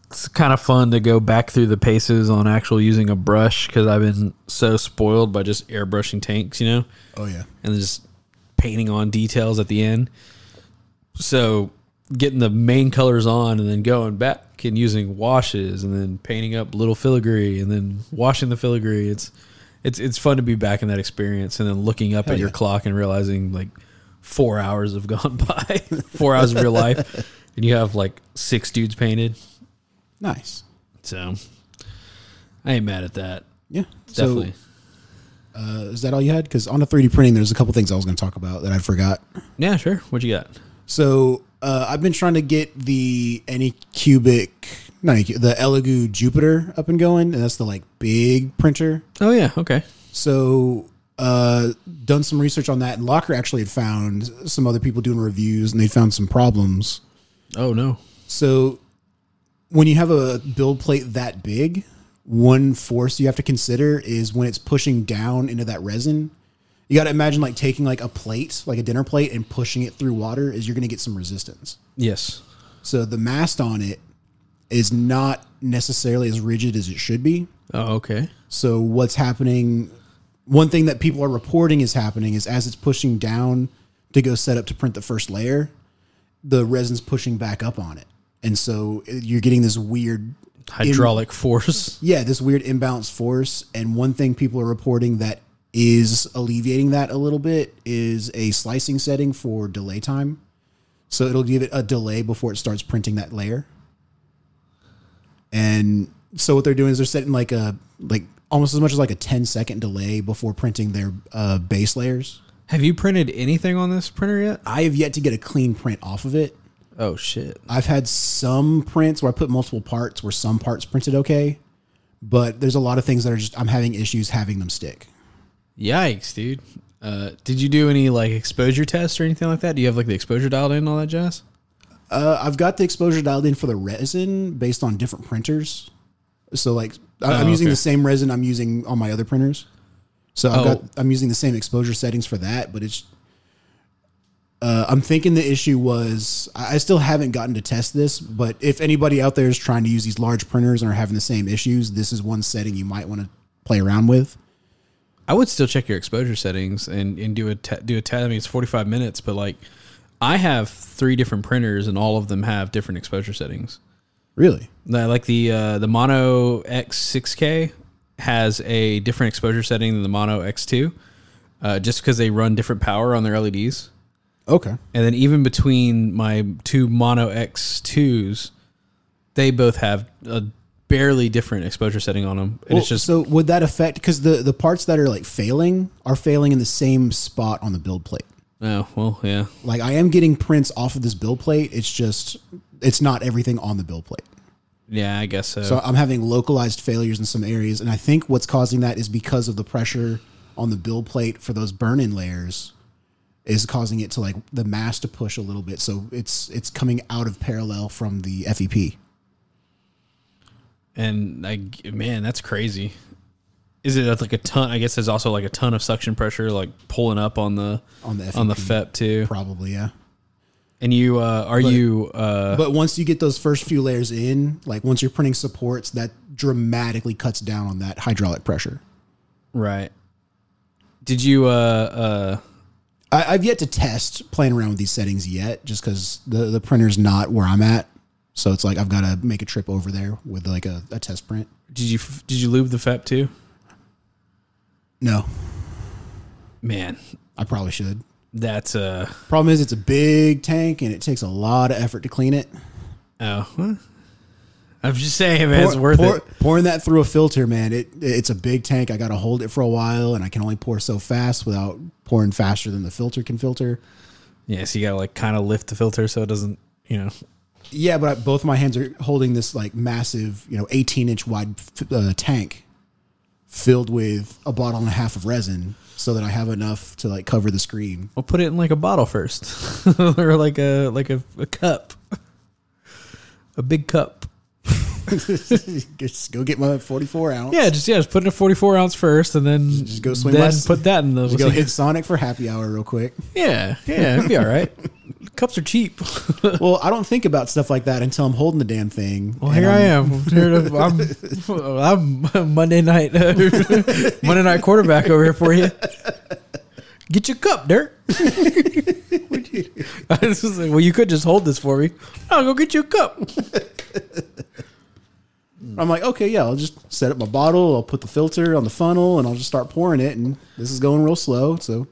It's kind of fun to go back through the paces on actual using a brush because I've been so spoiled by just airbrushing tanks, you know?
Oh, yeah.
and just painting on details at the end. So getting the main colors on and then going back and using washes and then painting up little filigree and then washing the filigree. It's it's it's fun to be back in that experience and then looking up at your
yeah.
clock and realizing like four hours have gone by, four hours of your life, and you have like six dudes painted.
Nice.
So I ain't mad at that.
Yeah.
Definitely.
So uh, is that all you had? Because on the 3D printing, there's a couple things I was going to talk about that I forgot.
yeah, sure. What you got?
So uh, I've been trying to get the any cubic, not any, the Elegoo Jupiter up and going, and that's the like big printer.
Oh yeah, okay.
So uh, done some research on that, and Locker actually had found some other people doing reviews, and they found some problems.
Oh no.
So when you have a build plate that big, one force you have to consider is when it's pushing down into that resin. You got to imagine like taking like a plate, like a dinner plate, and pushing it through water. Is you're going to get some resistance.
Yes.
So the mast on it is not necessarily as rigid as it should be.
Oh okay.
So what's happening? One thing that people are reporting is happening is as it's pushing down to go set up to print the first layer, the resin's pushing back up on it, and so eh, you're getting this weird,
Hydraulic force.
yeah, this weird imbalanced force. And one thing people are reporting that is alleviating that a little bit is a slicing setting for delay time, so it'll give it a delay before it starts printing that layer. And so what they're doing is they're setting like a like almost as much as like a 10 second delay before printing their uh, base layers.
Have you printed anything on this printer yet?
I have yet to get a clean print off of it.
Oh shit.
I've had some prints where I put multiple parts where some parts printed okay, but there's a lot of things that are just I'm having issues having them stick.
Yikes, dude. Uh, did you do any like exposure tests or anything like that? Do you have like the exposure dialed in and all that jazz?
Uh, I've got the exposure dialed in for the resin based on different printers. So like I- I'm
Oh,
using
okay.
the same resin I'm using on my other printers. So I've
Oh.
got I'm using the same exposure settings for that, but it's uh, I'm thinking the issue was I I still haven't gotten to test this, but if anybody out there is trying to use these large printers and are having the same issues, this is one setting you might want to play around with.
I would still check your exposure settings and, and do a te- do a test. I mean, it's forty five minutes, but like I have three different printers and all of them have different exposure settings.
Really?
Li- Like the uh, the Mono X six K has a different exposure setting than the Mono X two, uh, just because they run different power on their E LEDs.
Okay.
And then even between my two Mono X2s, they both have a barely different exposure setting on them. And
Well,
it's just
so would that affect because the the parts that are like failing are failing in the same spot on the build plate.
oh, well, yeah.
Like I am getting prints off of this bill plate. It's just it's not everything on the bill plate.
Yeah, I guess so.
So I'm having localized failures in some areas, and I think what's causing that is because of the pressure on the bill plate for those burn-in layers is causing it to like the mass to push a little bit. So it's it's coming out of parallel from the E FEP.
and I g- man, that's crazy. Is it that's like a ton? I guess there's also like a ton of suction pressure, like pulling up on the
On the E
on the
FEP.
FEP too.
Probably, yeah.
And you uh, are you uh,
But once you get those first few layers in, like once you're printing supports, that dramatically cuts down on that hydraulic pressure.
right? Did you uh, uh,
I, I've yet to test playing around with these settings yet, just because the the printer's not where I'm at. So it's like I've got to make a trip over there with like a, a test print.
did you f- did you lube the FEP too?
No,
Man,
I probably should.
that's uh
Problem is, it's a big tank and it takes a lot of effort to clean it.
Oh, huh. I'm just saying, man, it's worth
pour-
it.
Pouring that through a filter, man, it it's a big tank. I got to hold it for a while, and I can only pour so fast without pouring faster than the filter can filter.
Yeah, so you gotta like kind of lift the filter so it doesn't, you know.
Yeah, but I, both my hands are holding this like massive, you know, 18 inch wide f- uh, tank filled with a bottle and a half of resin so that I have enough to like cover the screen.
I'll put it in like a bottle first, or like a like a, a cup, a big cup.
just go get my 44 ounce.
Yeah, just yeah, just put it in a 44 ounce first, and then just
go swing
Then
left.
put that in the
Just go hit Sonic for happy hour real quick.
yeah, yeah, it'd be all right. Cups are cheap.
well, I don't think about stuff like that until I'm holding the damn thing.
Well,
and
here
I'm-
I am. Here it is. I'm, I'm Monday night Monday night quarterback over here for you. Get your cup, Dirk. this is like, well, you could just hold this for me. I'll go get you a cup.
I'm like, okay, yeah, I'll just set up my bottle. I'll put the filter on the funnel and I'll just start pouring it. And this is going real slow. So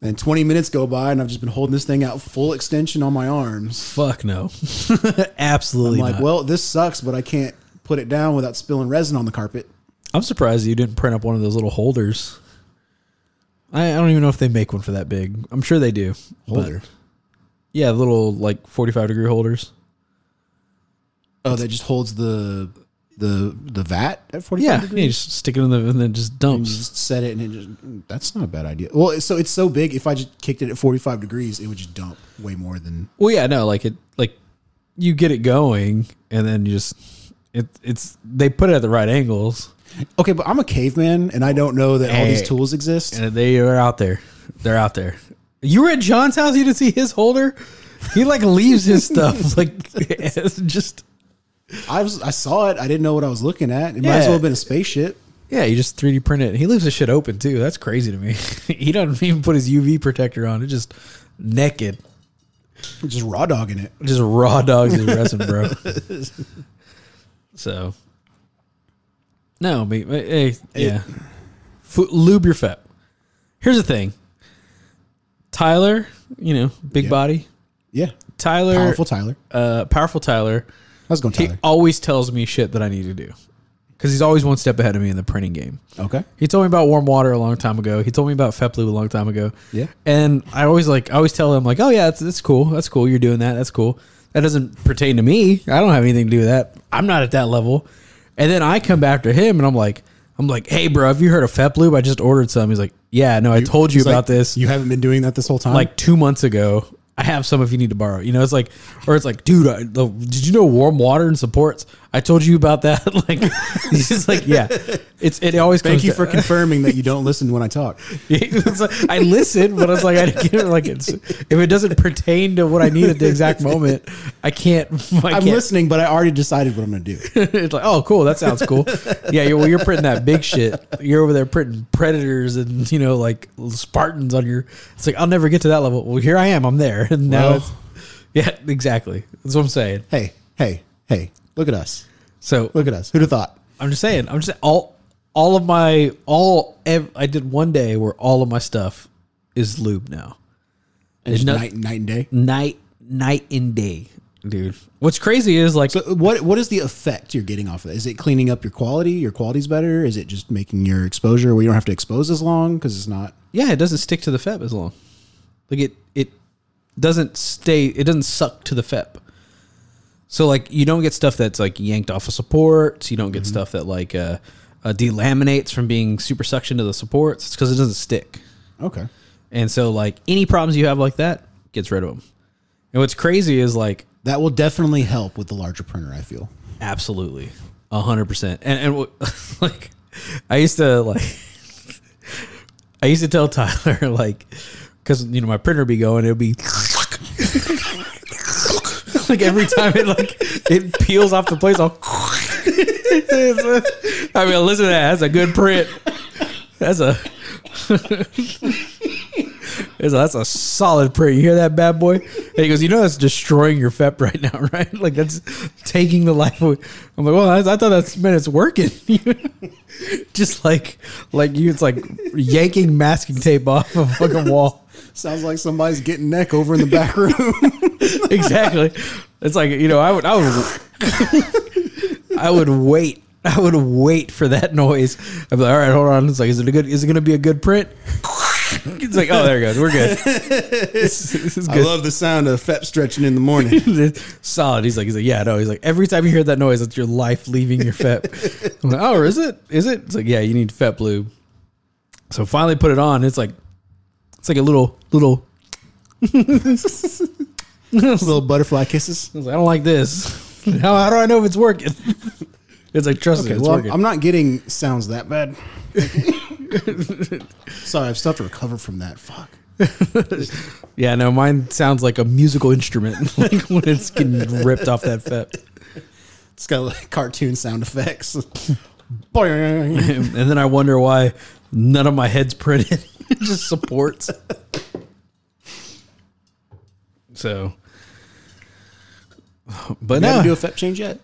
then 20 minutes go by and I've just been holding this thing out full extension on my arms.
Fuck no. Absolutely
I'm like,
not.
well, this sucks, but I can't put it down without spilling resin on the carpet.
I'm surprised you didn't print up one of those little holders. I, I don't even know if they make one for that big. I'm sure they do. but- yeah, little like 45 degree holders.
Oh, that just holds the the the vat at 45
Yeah,
degrees?
yeah, you just stick it in the and then just dumps.
just set it and it just that's not a bad idea. Well, it's- so it's so big. If I just kicked it at 45 degrees, it would just dump way more than
Well, yeah, no, like it, like you get it going, and then you just it, it's they put it at the right angles,
okay. But I'm a caveman and I don't know that all these
Hey.
tools exist.
and they are out there. They're out there. You were at John's house. You didn't see his holder. He like leaves his stuff like it's just
I was I saw it. I didn't know what I was looking at. It might as
Yeah.
well have been a spaceship.
yeah. You just three D print it. He leaves his shit open too. That's crazy to me. he doesn't even put his UV protector on. It just naked.
Just raw dogging it.
Just raw dogs is resin, bro. so, no, but, but, hey, yeah. Fu- lube your fat. Here's the thing. Tyler, you know, big
Yeah.
body.
Yeah,
Tyler,
powerful Tyler.
uh, powerful Tyler.
I was going
He
Tyler.
always tells me shit that I need to do because he's always one step ahead of me in the printing game.
Okay.
He told me about warm water a long time ago. He told me about FEPLU a long time ago.
Yeah.
And I always like I always tell him like, oh yeah, that's, that's cool. That's cool. You're doing that. That's cool. That doesn't pertain to me. I don't have anything to do with that. I'm not at that level. And then I come back to him and I'm like, I'm like, hey bro, have you heard of FEPLU? I just ordered some. He's like, yeah, no, I told you
It's like,
about this
You haven't been doing that this whole time.
like two months ago. I have some if you need to borrow. You know, it's like, or it's like, dude, I, the, did you know warm water and supports? I told you about that. like, he's just like, yeah, it's it always.
thank
comes
you
to-
for confirming that you don't listen when I talk.
It's like, I listen, but I was like, I didn't get it. Like, it's, if it doesn't pertain to what I need at the exact moment, I can't. I
I'm
can't.
listening, but I already decided what I'm going to do.
it's like, oh, cool, that sounds cool. yeah, you're, well, you're printing that big shit. You're over there printing predators and you know like Spartans on your. It's like I'll never get to that level. Well, here I am. I'm there, and now
Well.
it's. Yeah, exactly. That's what I'm saying.
hey, hey, hey! Look at us!
So
Look at us! Who'd have thought?
I'm just saying. I'm just all all of my all. Ev- I did one day where all of my stuff is lube now.
And just
no-
night, night and day.
Night, night and day, dude. What's crazy is like
So what what is the effect you're getting off of it? Is it cleaning up your quality? Your quality's better? Is it just making your exposure where you don't have to expose as long because it's not?
Yeah, it doesn't stick to the FEP as long. Like it it doesn't stay it doesn't suck to the FEP. So like you don't get stuff that's like yanked off of supports, you don't get stuff that like uh, uh delaminates from being super suction to the supports. It's cuz it doesn't stick.
Okay.
And so like any problems you have like that gets rid of them. And what's crazy is like
That will definitely help with the larger printer. I feel.
Absolutely, a hundred percent. And and w- like, I used to like, I used to tell Tyler like, because you know my printer be going, it'll be like every time it like it peels off the place. I'll I mean, listen to that. That's a good print. That's a. That's a, that's a solid print. You hear that bad boy? And he goes, you know that's destroying your FEP right now, right? Like that's taking the life away. I'm like, well, I, I thought that's meant it's working. Just like, like you, it's like yanking masking tape off a fucking wall.
Sounds like somebody's getting neck over in the back room.
exactly. It's like you know, I would, I would, I would wait. I would wait for that noise. I'd be like, all right, hold on. It's like, is it a good? Is it going to be a good print? It's like, oh, there it goes. We're good. This, this is
I
good.
love the sound of FEP stretching in the morning.
Solid. He's like, he's like, yeah, no. He's like, every time you hear that noise, that's your life leaving your FEP. I'm like, oh, is it? Is it? It's like, yeah, you need FEP lube. So finally, put it on. It's like, it's like a little, little.
Little butterfly kisses.
I was like, I don't like this. How, how do I know if it's working? It's like, trust me,
Okay,
it's
well, I'm-
working.
I'm not getting sounds that bad. Sorry, I've still have to recover from that. Fuck.
yeah, no, mine sounds like a musical instrument, like when it's getting ripped off that FEP.
It's got like cartoon sound effects. Boing.
And then I wonder why none of my head's printed. it just supports. So, but
Have you
no,
had to do a FEP change yet?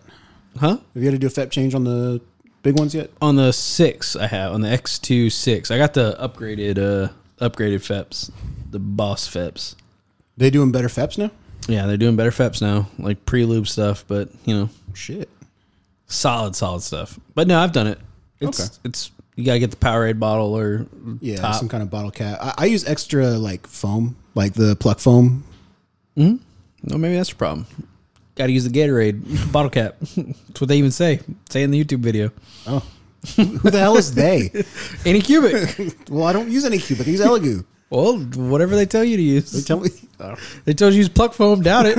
huh?
Have you had to do a FEP change on the big ones yet?
On the six, I have on the X two six. I got the upgraded, uh, upgraded FEPs, the boss FEPs.
They doing better FEPs now?
Yeah, they're doing better FEPs now, like pre lube stuff, but you know,
Shit.
solid, solid stuff. But no, I've done it. It's
Okay.
it's you gotta get the Powerade bottle or
Yeah,
top.
some kind of bottle cap. I, I use extra like foam, like the pluck foam.
no, maybe that's the problem. Got to use the Gatorade bottle cap. That's what they even say. Say in the YouTube video.
Oh. Who the hell is they?
Any cubic.
Well, I don't use any cubic. I use Elegoo.
well, whatever they tell you to
They
use.
tell me. Oh.
They told you to use pluck foam. Doubt it.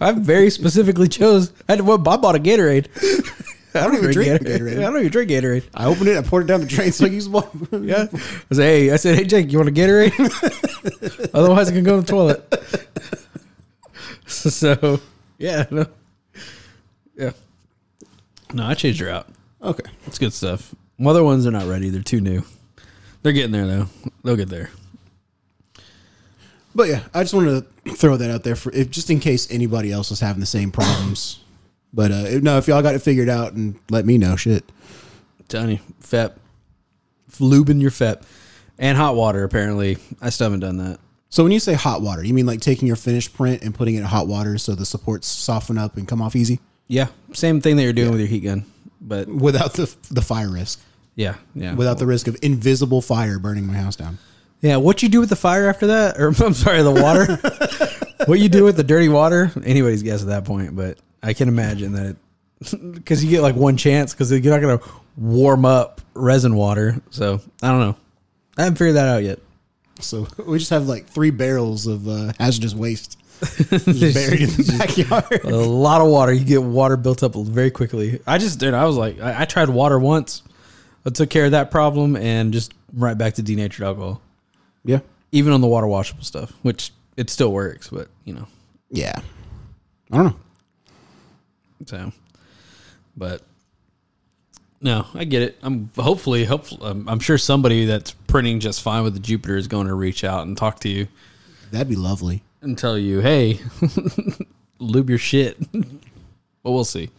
I very specifically chose. I, had, well, I bought a Gatorade. I don't,
even drink Gatorade.
I don't even drink Gatorade.
I opened it. I poured it down the drain, so I used water.
Yeah. I said, hey, I said, hey, Jake, you want a Gatorade? Otherwise, I can go to the toilet. so, yeah. No. Yeah. No, I changed her out.
Okay.
It's good stuff. Well, other ones are not ready. They're too new. They're getting there, though. They'll get there.
But yeah, I just wanted to throw that out there for if just in case anybody else is having the same problems. but uh, if- no, if y'all got it figured out and let me know, shit.
Johnny, FEP. Lubing your FEP. And hot water, apparently. I still haven't done that.
So when you say hot water, you mean like taking your finished print and putting it in hot water so the supports soften up and come off easy
Yeah. Same thing that you're doing with your heat gun. But
without the the fire risk,
yeah. Yeah.
without the risk of invisible fire burning my house down.
Yeah, what you do with the fire after that, or I'm sorry, the water. what you do with the dirty water, anybody's guess at that point, but I can imagine that because you get like one chance because you're not going to warm up resin water. So I don't know. I haven't figured that out yet.
So we just have like three barrels of uh, hazardous waste just buried in the backyard.
A lot of water. You get water built up very quickly. I just did. I was like, I, I tried water once. I took care of that problem and just right back to denatured alcohol,
yeah,
even on the water washable stuff, which it still works, but you know.
yeah. I don't know.
So, but no, I get it. I'm hopefully, hopefully, I'm, I'm sure somebody that's printing just fine with the Jupiter is going to reach out and talk to you
That'd be lovely.
and tell you, hey, lube your shit. but we'll see.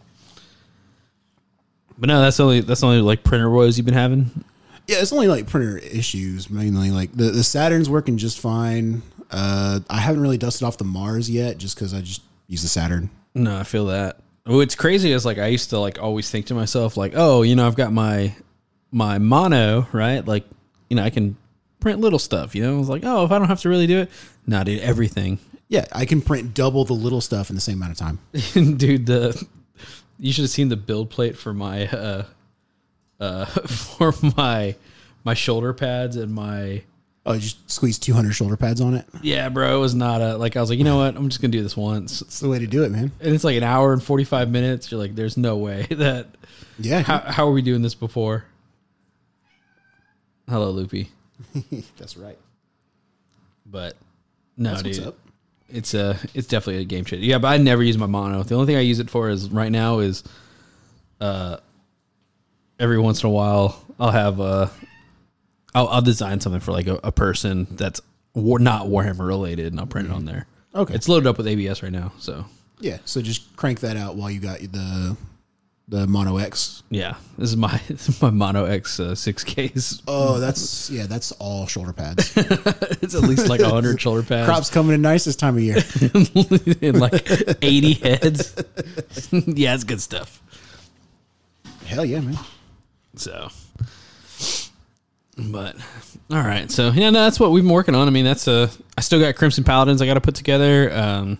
But no, that's only that's only like printer woes you've been having.
Yeah, it's only like printer issues mainly. Like the, the Saturn's working just fine. Uh, I haven't really dusted off the Mars yet, just because I just use the Saturn.
No, I feel that. What's crazy is like I used to like always think to myself like, oh, you know, I've got my my mono right, like you know, I can print little stuff. You know, I was like, oh, if I don't have to really do it, nah, dude, everything,
Yeah, I can print double the little stuff in the same amount of time.
dude. The you should have seen the build plate for my uh uh for my my shoulder pads and my
Oh, just squeeze two hundred shoulder pads on it.
yeah, bro. It was not a like I was like, you know what, I'm just gonna do this once.
That's the way to do it, man.
And it's like an hour and forty five minutes. You're like, there's no way that
Yeah,
How, how are we doing this before? Hello, Loopy.
that's right.
But no,
That's
dude,
what's up.
it's a it's definitely a game changer. Yeah, but I never use my mono. The only thing I use it for is right now is, uh, every once in a while I'll have a, I'll I'll design something for like a, a person that's war, not Warhammer related, and I'll print it on there.
Mm-hmm. Okay.
it's loaded up with ABS right now, so
Yeah, so just crank that out while you got the the Mono X.
yeah, this is my this is my Mono X uh, six Ks.
Oh, that's yeah, that's all shoulder pads.
it's at least like hundred shoulder pads.
Crops coming in nice this time of year.
in like 80 heads. yeah, it's good stuff.
Hell yeah, man.
So, but all right. So yeah, no, that's what we've been working on. I mean, that's a. I still got Crimson Paladins I got to put together. Um,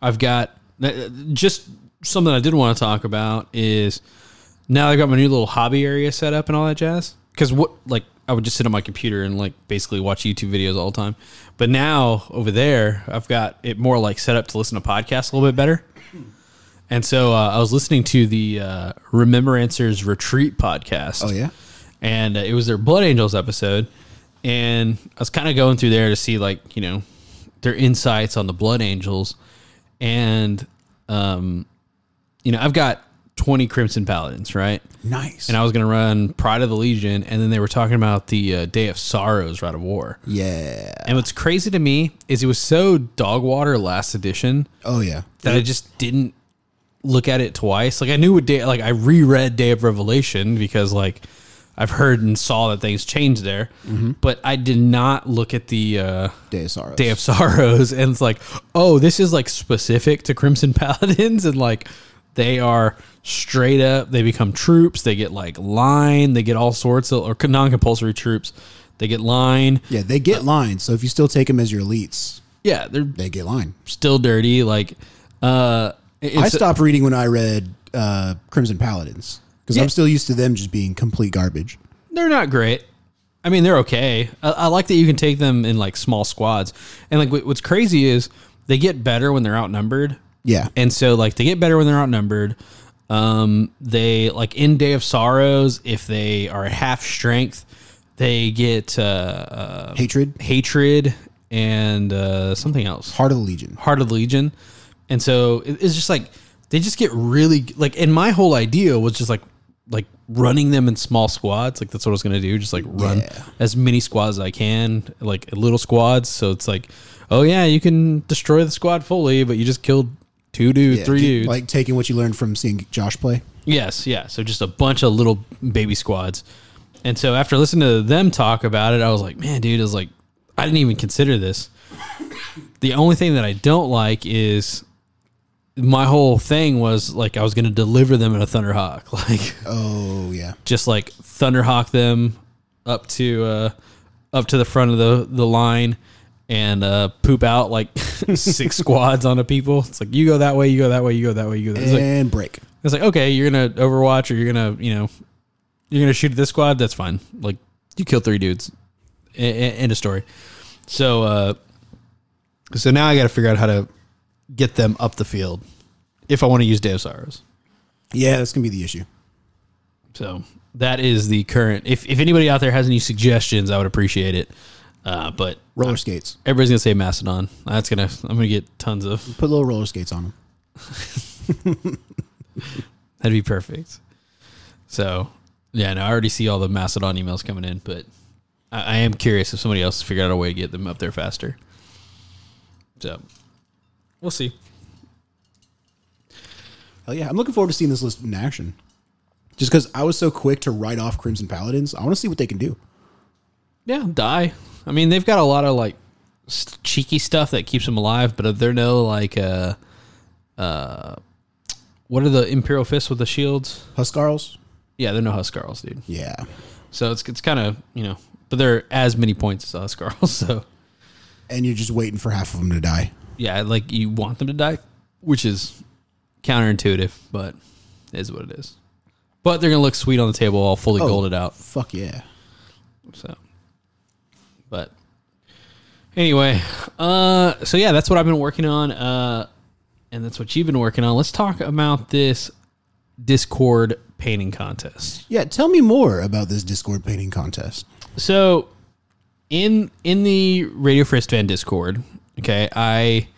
I've got uh, just something I did want to talk about is now I've got my new little hobby area set up and all that jazz. Because what like I would just sit on my computer and like basically watch YouTube videos all the time. But now over there, I've got it more like set up to listen to podcasts a little bit better. And so uh, I was listening to the uh, Remembrancer's Retreat podcast.
Oh yeah.
And uh, it was their Blood Angels episode. And I was kind of going through there to see, like, you know, their insights on the Blood Angels. And, um, you know, I've got 20 Crimson Paladins, right?
Nice.
And I was going to run Pride of the Legion. And then they were talking about the uh, Day of Sorrows, Rite of War.
yeah.
And what's crazy to me is it was so dog water last edition
Oh yeah.
that I just didn't look at it twice. Like I knew what day, like I reread Day of Revelation because like I've heard and saw that things changed there, but I did not look at the uh,
Day of Sorrows.
Day of Sorrows, and it's like, oh, this is like specific to Crimson Paladins, and like they are straight up. They become troops. They get like line. They get all sorts of or non-compulsory troops. They get line.
Yeah, they
Uh,
get line. So if you still take them as your elites,
Yeah, they're
they get line.
still dirty. Like Uh, it's,
I stopped reading when I read uh, Crimson Paladins because
Yeah.
I'm still used to them just being complete garbage.
they're not great. I mean, they're okay. I, I like that you can take them in like small squads. And like, what- what's crazy is they get better when they're outnumbered.
Yeah.
And so, like, they get better when they're outnumbered. Um, they like in Day of Sorrows, if they are at half strength, they get uh,
Hatred,
hatred and uh, something else.
Heart of the Legion.
Heart of the Legion. And so it- it's just like they just get really like and my whole idea was just like like running them in small squads. Like that's what I was gonna do. Just like run
Yeah.
as many squads as I can, like little squads. So it's like, oh yeah, you can destroy the squad fully, but you just killed two dudes,
Yeah,
three
ju-
dudes.
Like taking what you learned from seeing Josh play.
Yes, yeah. So just a bunch of little baby squads. And so after listening to them talk about it, I was like, man, dude, I was like, I didn't even consider this. The only thing that I don't like is my whole thing was like I was going to deliver them in a Thunderhawk, like
Oh yeah,
just like Thunderhawk them up to uh up to the front of the the line and uh poop out like six squads onto people. It's like you go that way, you go that way, you go that way, you go that. It's like,
and break.
it's like, okay, you're gonna Overwatch or you're gonna, you know, you're gonna shoot at this squad. That's fine. Like, you kill three dudes. E- e- End of story. So, uh, so now I got to figure out how to get them up the field if I want to use Day of Sorrows.
Yeah, that's gonna be the issue.
So that is the current. If if anybody out there has any suggestions, I would appreciate it. Uh, but
Roller skates.
everybody's gonna say Mastodon. That's gonna. I'm gonna get tons of.
Put little roller skates on them.
That'd be perfect. So, yeah, no, I already see all the Macedon emails coming in, but I, I am curious if somebody else figured out a way to get them up there faster. So, we'll see.
Hell yeah, I'm looking forward to seeing this list in action. Just because I was so quick to write off Crimson Paladins, I want to see what they can do.
Yeah, die. I mean, they've got a lot of like s- cheeky stuff that keeps them alive, but they're no like, uh, uh, what are the Imperial Fists with the shields?
Huskarls.
Yeah, they're no Huskarls, dude.
Yeah,
So it's it's kind of you know, but they're as many points as the Huskarls. So
and you're just waiting for half of them to die.
yeah, like you want them to die, which is counterintuitive, but it is what it is. But they're gonna look sweet on the table, all fully golded out.
Fuck yeah.
So, but anyway, uh, so yeah, that's what I've been working on, uh, and that's what you've been working on. Let's talk about this Discord painting contest.
Yeah, tell me more about this Discord painting contest.
so in in the Radio Fristvan Discord, okay, I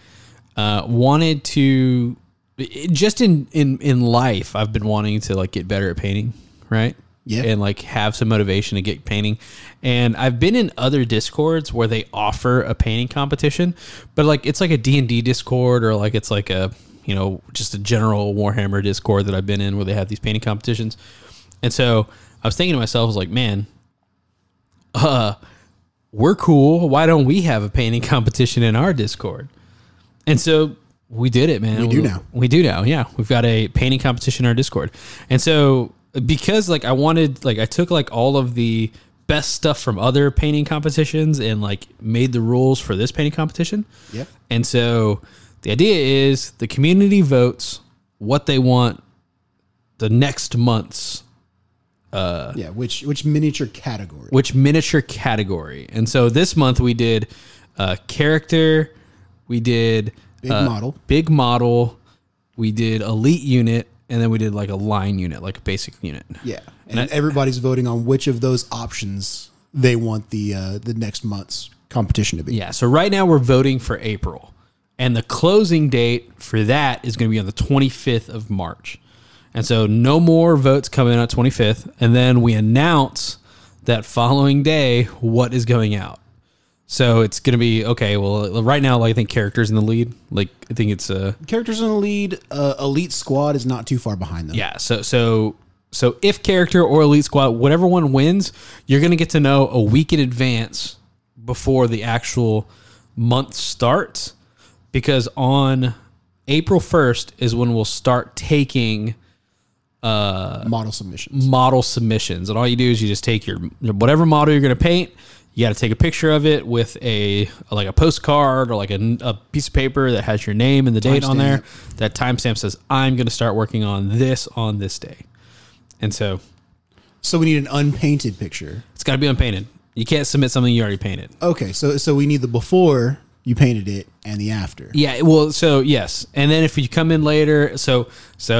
uh, wanted to it- just in in in life, I've been wanting to like get better at painting, right?
Yeah.
and like have some motivation to get painting. And I've been in other discords where they offer a painting competition, but like it's like a D and D discord or like it's like a you know just a general Warhammer discord that I've been in where they have these painting competitions. And so I was thinking to myself, I was like, man, we're cool. Why don't we have a painting competition in our Discord? And so we did it, man. We
do now.
We do now. Yeah, we've got a painting competition in our Discord. And so because like I wanted, like I took like all of the best stuff from other painting competitions and like made the rules for this painting competition.
Yep.
And so the idea is the community votes what they want the next month's
Uh, yeah, which which miniature category?
which miniature category. And so this month we did uh, character, we did
Big
uh,
model.
big model, we did elite unit, and then we did like a line unit, like a basic unit.
Yeah, and, everybody's voting on which of those options they want the uh, the next month's competition to be.
Yeah. So right now we're voting for April, and the closing date for that is going to be on the 25th of March. And so no more votes come in on 25th, and then we announce that following day what is going out. So it's going to be okay. Well, right now, like I think characters in the lead. Like I think it's uh,
Characters in the lead, uh, elite squad is not too far behind them.
yeah. So so so if character or elite squad, whatever one wins, you're gonna get to know a week in advance before the actual month starts, because on April first is when we'll start taking
Uh, model submissions.
model submissions, and all you do is you just take your whatever model you're gonna paint. You You got to take a picture of it with a like a postcard or like a, a piece of paper that has your name and the date on there. That timestamp says I'm going to start working on this on this day, and so
So we need an unpainted picture.
it's got to be unpainted. You can't submit something you already painted.
Okay, so so we need the before you painted it and the after.
Yeah, well, so yes, and then if you come in later, so so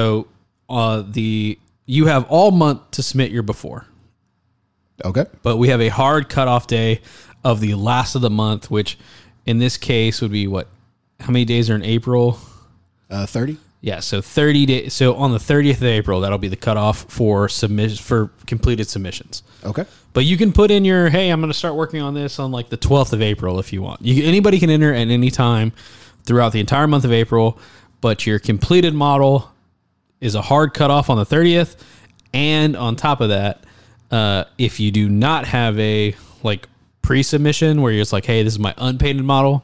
uh, the you have all month to submit your before,
Okay.
but we have a hard cutoff day of the last of the month, which in this case would be what? How many days are in April?
Uh, 30.
Yeah, so thirty days. So on the thirtieth of April, that'll be the cutoff for submission for completed submissions.
Okay.
But you can put in your hey, I'm going to start working on this on like the 12th of April if you want. You, anybody can enter at any time throughout the entire month of April, but your completed model is a hard cutoff on the 30th. And on top of that, uh, if you do not have a like pre-submission where you're just like, hey, this is my unpainted model,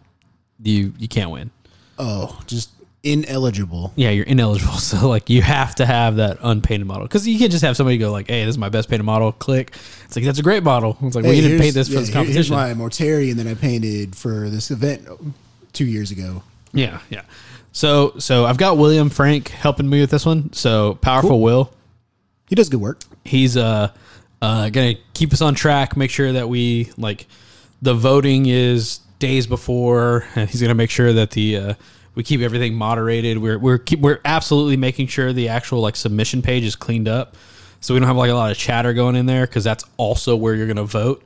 you you can't win.
Oh, just ineligible.
Yeah, you're ineligible. So like you have to have that unpainted model because you can't just have somebody go like, hey, this is my best painted model. Click. It's like that's a great model. It's like well,
Hey,
you didn't
here's-
paint this for
yeah,
this
here-
competition.
Here's my Mortarian that I painted for this event two years ago.
Yeah, yeah. So so I've got William Frank helping me with this one. So powerful Will.
He does good work.
He's uh uh gonna keep us on track, make sure that we like the voting is days before and he's gonna make sure that the uh we keep everything moderated. We're we're keep, we're absolutely making sure the actual like submission page is cleaned up. So we don't have like a lot of chatter going in there because that's also where you're gonna vote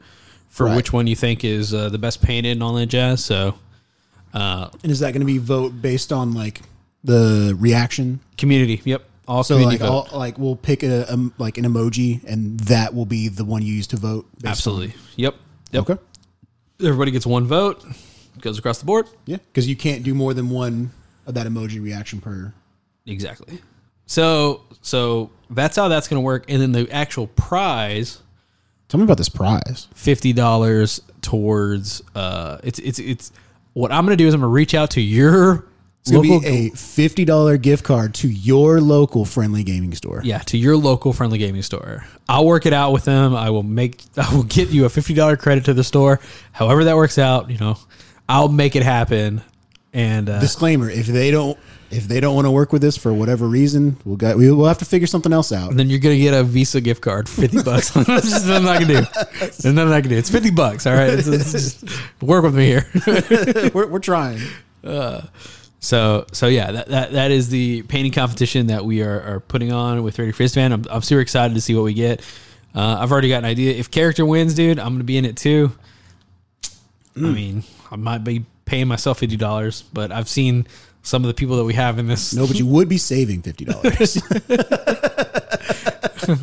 for
Right.
which one you think is uh, the best painted and all that jazz. So
And is that going to be vote based on like the reaction?
community, yep. All
So
community
like,
vote.
all, like we'll pick a, um, like an emoji, and that will be the one you use to vote. based on-
Absolutely. Yep. Yep.
Okay.
Everybody gets one vote. Goes across the board.
Yeah, because you can't do more than one of that emoji reaction per.
Exactly. So so that's how that's gonna work. And then the actual prize,
Tell me about this prize.
fifty dollars towards uh it's it's it's what I'm gonna do is I'm gonna reach out to your
It's going to be a fifty dollar gift card to your local friendly gaming store.
Yeah, to your local friendly gaming store. I'll work it out with them. I will make I will get you a fifty dollar credit to the store. However that works out, you know, I'll make it happen. And uh,
Disclaimer: If they don't, if they don't want to work with this for whatever reason, we'll get we will have to figure something else out.
And then you're gonna get a Visa gift card, fifty bucks. That's just nothing I can do. There's nothing I can do. It's fifty bucks. All right, It's- it's just- work with me here.
we're, we're trying.
so, so yeah, that, that that is the painting competition that we are, are putting on with Ready for Van. I'm, I'm super excited to see what we get. Uh, I've already got an idea. If character wins, dude, I'm gonna be in it too. I mean, I might be paying myself fifty dollars, but I've seen some of the people that we have in this.
No, but you would be saving fifty dollars.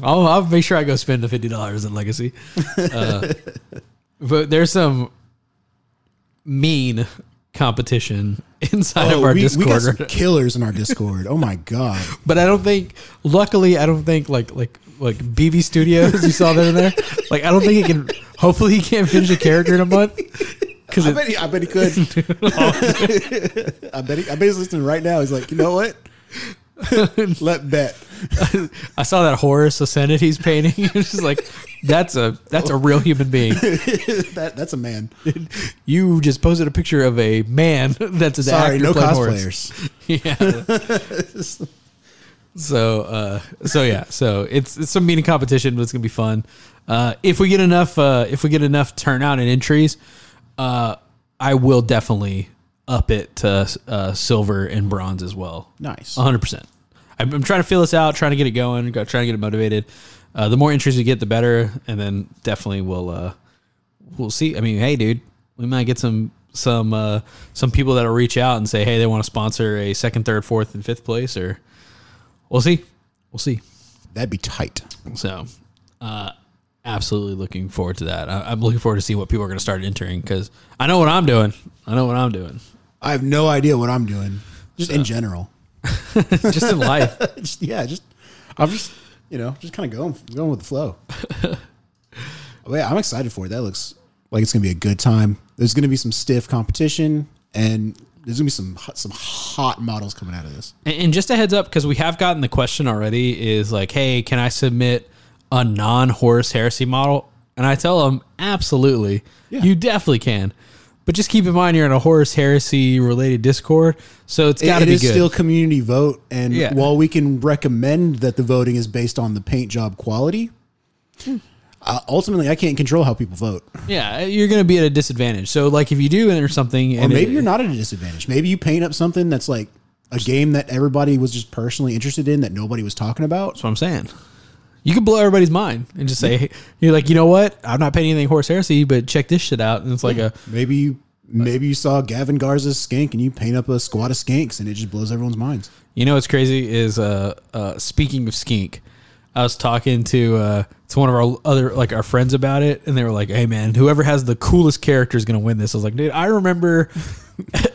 I'll, I'll make sure I go spend the fifty dollars in Legacy. Uh, but there's some mean competition inside of our
Oh, we, we got
Discord,
some killers in our Discord. Oh my god!
but I don't think. Luckily, I don't think like like like BB Studios. You saw that in there. Like I don't think he can. Hopefully, he can't finish a character in a month. Because
I bet he, I bet he could. I bet he, I bet he's listening right now. He's like, you know what? Let bet.
I saw that Horus Ascended he's painting. it's just like that's a that's a real human being.
That that's a man.
You just posted a picture of a man that's an
Sorry,
actor
no
playing Horus.
cosplayers.
yeah. so uh so yeah so it's it's some meeting competition but it's gonna be fun uh if we get enough uh if we get enough turnout and entries uh i will definitely up it to uh silver and bronze as well
Nice.
100% i'm, I'm trying to feel this out trying to get it going go- trying to get it motivated uh the more entries we get the better and then definitely we'll uh we'll see. I mean, hey, dude, we might get some some uh, some people that'll reach out and say, hey, they want to sponsor a second, third, fourth, and fifth place, or we'll see, we'll see.
That'd be tight.
So, uh, absolutely looking forward to that. I, I'm looking forward to see what people are going to start entering because I know what I'm doing. I know what I'm doing.
I have no idea what I'm doing. Just in general.
Just in life,
Just, yeah, just I'm just you know just kind of going going with the flow. Oh, yeah, I'm excited for it. That looks like it's gonna be a good time. There's gonna be some stiff competition, and there's gonna be some hot, some hot models coming out of this.
And, and just a heads up, because we have gotten the question already, is like, hey, can I submit a non Horus Heresy model? And I tell them, absolutely, you definitely can. But just keep in mind you're in a Horus Heresy related Discord, so it's got to
it
be
is
good.
still community vote, and
Yeah.
while we can recommend that the voting is based on the paint job quality,
Hmm.
uh, ultimately I can't control how people vote.
yeah, you're going to be at a disadvantage. So like if you do enter something,
Or
and
maybe
it-
you're not at a disadvantage. Maybe you paint up something that's like a game that everybody was just personally interested in that nobody was talking about.
That's what I'm saying. You could blow everybody's mind and just say, hey, you're like, you know what? I'm not paying anything horse heresy, but check this shit out. And it's like a,
Maybe you maybe you saw Gavin Garza's skink and you paint up a squad of skinks and it just blows everyone's minds.
you know, what's crazy is, uh, uh, speaking of skink, I was talking to, uh, to one of our other, like our friends about it. And they were like, Hey man, whoever has the coolest character is going to win this. I was like, dude, I remember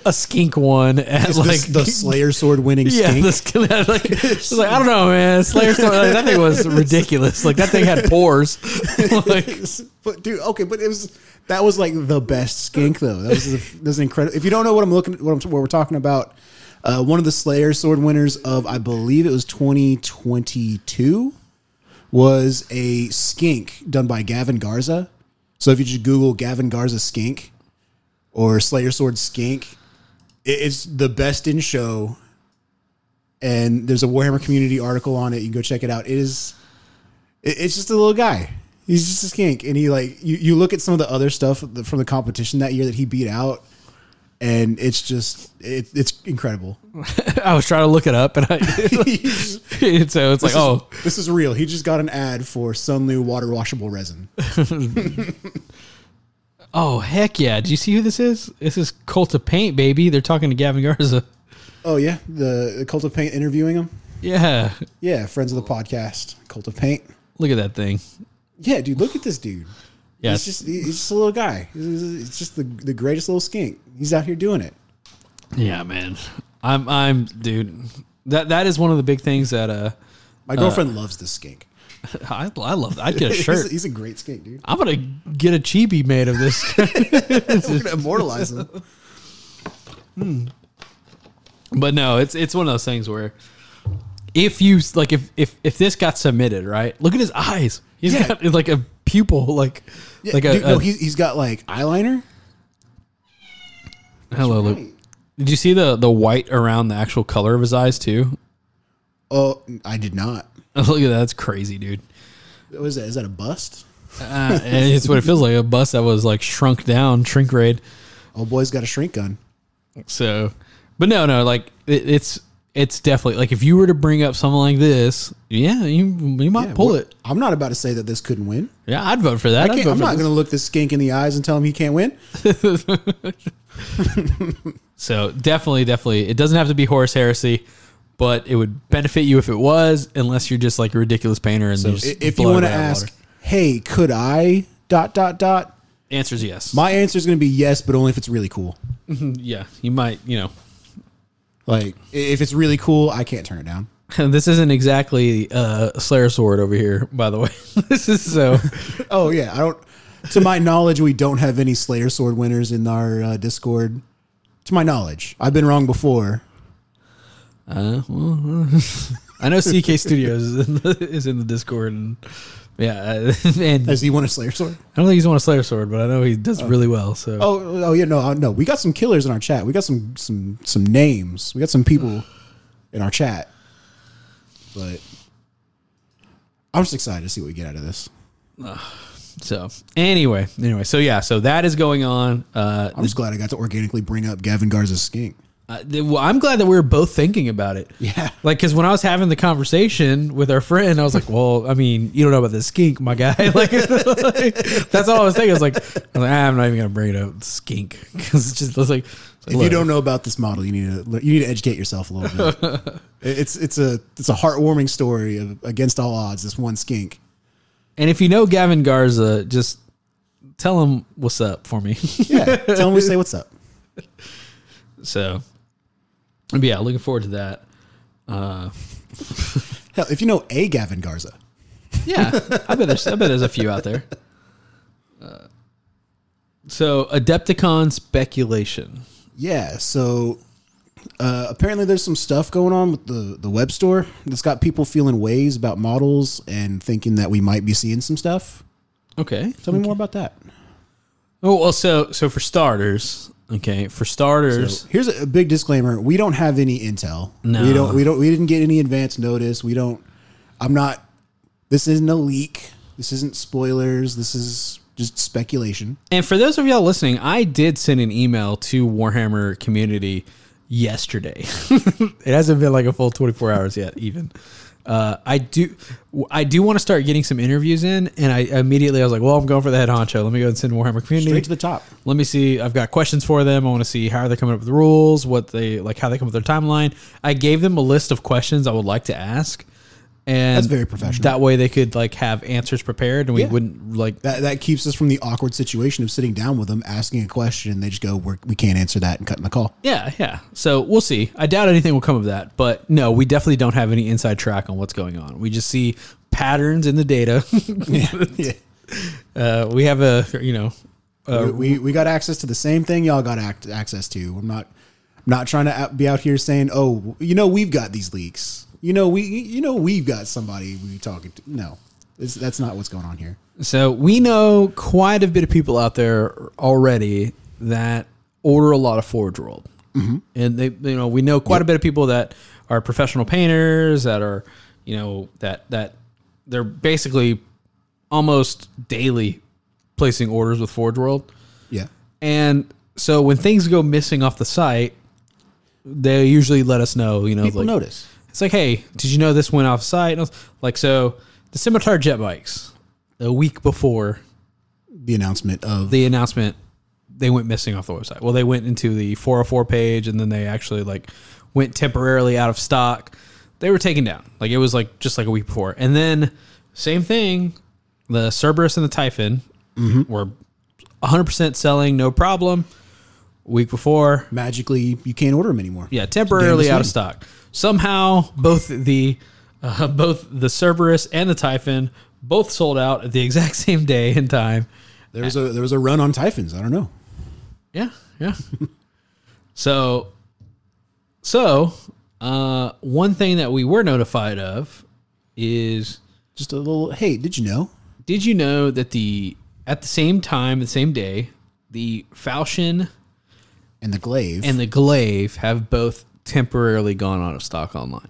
a skink one at
Like
like
the Slayer sword winning
Yeah,
skink.
the skin, like, I was like, I don't know, man. Slayer Storm, like, that thing was ridiculous. Like that thing had pores. like,
but dude, okay, but it was that was like the best skink though. That was the, that was incredible. If you don't know what I'm looking, what, I'm, what we're talking about, uh, one of the Slayer Sword winners of I believe it was 2022 was a skink done by Gavin Garza. So if you just Google Gavin Garza skink or Slayer Sword skink, it, it's the best in show. And there's a Warhammer community article on it. You can go check it out. It is it- it's just a little guy. He's just a skink, and he like you, you. look at some of the other stuff from the competition that year that he beat out, and it's just it, it's incredible.
I was trying to look it up, and I
He's-
and so it's like, oh,
this is real. He just got an ad for Sunlu water washable resin.
oh, heck yeah! Do you see who this is? This is Cult of Paint, baby. They're talking to Gavin Garza.
Oh yeah, the, the Cult of Paint interviewing him.
Yeah,
Yeah, friends of the podcast, Cult of Paint.
look at that thing.
Yeah, dude, look at this dude.
Yeah,
He's just he's just a little guy. He's, he's just the the greatest little skink. He's out here doing it.
yeah, man. I'm, I'm, dude. That that is one of the big things that uh,
My girlfriend loves this skink.
I, I love. I'd get a
He's-
shirt.
He's, a great skink, dude.
I'm gonna get a chibi made of this.
We're gonna immortalize him.
But no, it's it's one of those things where if you like if if if this got submitted, right? Look at his eyes. He's
Yeah.
got like a pupil, like like a,
Dude, no,
a-
he's, he's got like eyeliner.
hello. Luke. Did you see the the white around the actual color of his eyes too?
Oh, I did not.
Look at that. That's crazy, dude.
What is that? Is that a bust?
Uh, and it's what it feels like a bus that was like shrunk down, shrink raid.
Old boy's got a shrink gun.
So, but no, no, like it, it's it's definitely like if you were to bring up something like this, yeah, you you might
Yeah,
pull
what-
it.
I'm not about to say that this couldn't win.
Yeah, I'd vote for that.
I
I'd
can't,
vote
I'm
for
not
this.
going to look this skink in the eyes and tell him he can't win.
So definitely, definitely, it doesn't have to be horse heresy, but it would benefit you if it was, unless you're just like a ridiculous painter and you
I-
just
If you
blow
want to
it out of
ask,
water.
hey, could I? Dot dot dot.
answers yes.
My answer is going to be yes, but only if it's really cool.
yeah, you might, you know,
Like i- if it's really cool, I can't turn it down.
this isn't exactly uh, Slayer sword over here, by the way. this is so.
Oh yeah, I don't. To my knowledge, we don't have any Slayer Sword winners in our uh, Discord. To my knowledge, I've been wrong before.
Uh, well, I know CK Studios is in the, is in the Discord, and yeah, and I
Does he want a Slayer Sword?
don't think he's won a Slayer sword, but I know he does really well. So
Oh, oh yeah, no, uh, no. We got some killers in our chat. We got some some some names. We got some people in our chat. But I'm just excited to see what we get out of this.
so anyway, anyway, so yeah, so that is going on. Uh,
I'm just glad I got to organically bring up Gavin Garza's skink.
Uh, th- well, I'm glad that we were both thinking about it.
Yeah.
Like, because when I was having the conversation with our friend, I was like, well, I mean, you don't know about the skink, my guy. like, that's all I was thinking. I was like, I was like "Ah, I'm not even going to bring it up, skink. Because it's just, it's like,
If you don't know about this model, you need to le- you need to educate yourself a little bit. It- it's it's a it's a heartwarming story of against all odds. This one skink.
And if you know Gavin Garza, just tell him what's up for me.
Yeah, tell him we say what's up.
so, but yeah, looking forward to that.
Hell, if you know a Gavin Garza,
Yeah, I bet there's I bet there's a few out there. Uh, so, Adepticon speculation.
Yeah, so uh, apparently there's some stuff going on with the, the web store that's got people feeling ways about models and thinking that we might be seeing some stuff.
Okay.
Tell me more about that.
Oh well, so so for starters, okay, for starters,
Here's a, a big disclaimer: we don't have any intel.
No.
we don't. We don't. We didn't get any advance notice. We don't. I'm not. This isn't a leak. This isn't spoilers. This is just speculation.
And for those of y'all listening, I did send an email to Warhammer community yesterday. it hasn't been like a full 24 hours yet, even. Uh, I do, I do want to start getting some interviews in, and I immediately I was like, "Well, I'm going for the head honcho. Let me go and send Warhammer community
Straight to the top.
Let me see. I've got questions for them. I want to see how they're coming up with the rules, what they like, how they come up with their timeline. I gave them a list of questions I would like to ask, and
That's very professional.
That way, they could like have answers prepared, and we
Yeah.
wouldn't like
That that keeps us from the awkward situation of sitting down with them, asking a question, and they just go, We're, "We can't answer that," and cutting the call.
Yeah, yeah. So we'll see. I doubt anything will come of that, but no, we definitely don't have any inside track on what's going on. We just see patterns in the data.
yeah.
uh, we have a, you know,
we,
Uh,
we we got access to the same thing y'all got act, access to. I'm not I'm not trying to out- be out here saying, "Oh, you know, we've got these leaks. You know, we you know, we've got somebody we talking to." No, it's, that's not what's going on here.
so we know quite a bit of people out there already that order a lot of Forge World, mm-hmm. and they, you know, we know quite a bit of people that are professional painters that are, you know, that that they're basically almost daily placing orders with Forge World.
Yeah,
And so when things go missing off the site, they usually let us know. You know,
people
like,
notice.
It's like, hey, did you know this went off site? And I was- Like, so the Scimitar jet bikes a week before
The announcement of
the announcement, they went missing off the website. Well, they went into the 404 page, and then they actually like went temporarily out of stock. They were taken down. Like it was like just like a week before, and then same thing. The Cerberus and the Typhon
Mm-hmm.
were 100 percent selling, no problem. Week before,
magically you can't order them anymore.
yeah, temporarily
Damn,
out of
this
stock. Somehow, both the uh, both the Cerberus and the Typhon both sold out at the exact same day and time.
there was a there was a run on Typhons. I don't know.
Yeah, yeah. so, so uh, one thing that we were notified of is
Just a little. Hey, did you know?
did you know that the at the same time, the same day, the Falchion
And the glaive.
and the Glaive have both temporarily gone out of stock online.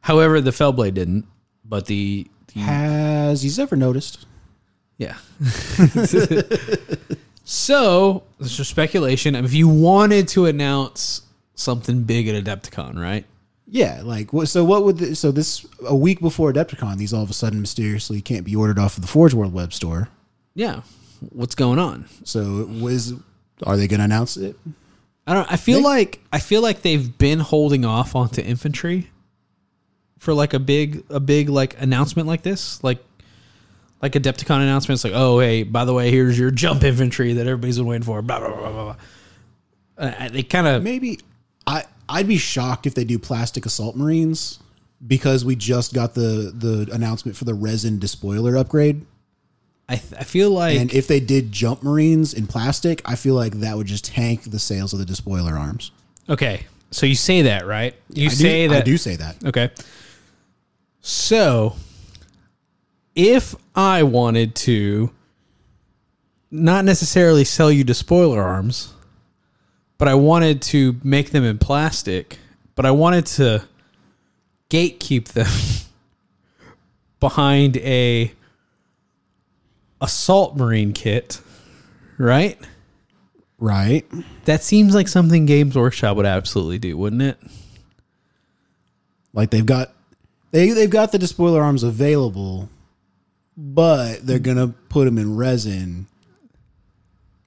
However, the Fellblade didn't, but the, the
has he's ever noticed?
Yeah. so this is speculation. If you wanted to announce something big at Adepticon, right?
Yeah, like what? So what would? The, so this a week before Adepticon, these all of a sudden mysteriously can't be ordered off of the Forge World web store.
Yeah. What's going on?
So it was are they going to announce it?
I don't. I feel like I feel like they've been holding off onto infantry for like a big a big like announcement like this, like like Adepticon announcement. It's like, oh hey, by the way, here's your jump infantry that everybody's been waiting for. Blah blah blah blah blah. Uh, they kind of
Maybe I I'd be shocked if they do plastic assault marines because we just got the the announcement for the resin despoiler upgrade.
I, th- I feel like
And if they did jump marines in plastic, I feel like that would just tank the sales of the despoiler arms.
Okay, so you say that, right? You
I do-
say
I
that.
do say that.
Okay. So, if I wanted to, not necessarily sell you to spoiler arms, but I wanted to make them in plastic, but I wanted to gatekeep them behind a assault marine kit, right?
Right.
That seems like something Games Workshop would absolutely do, wouldn't it?
Like they've got they they've got the despoiler arms available, but they're gonna put them in resin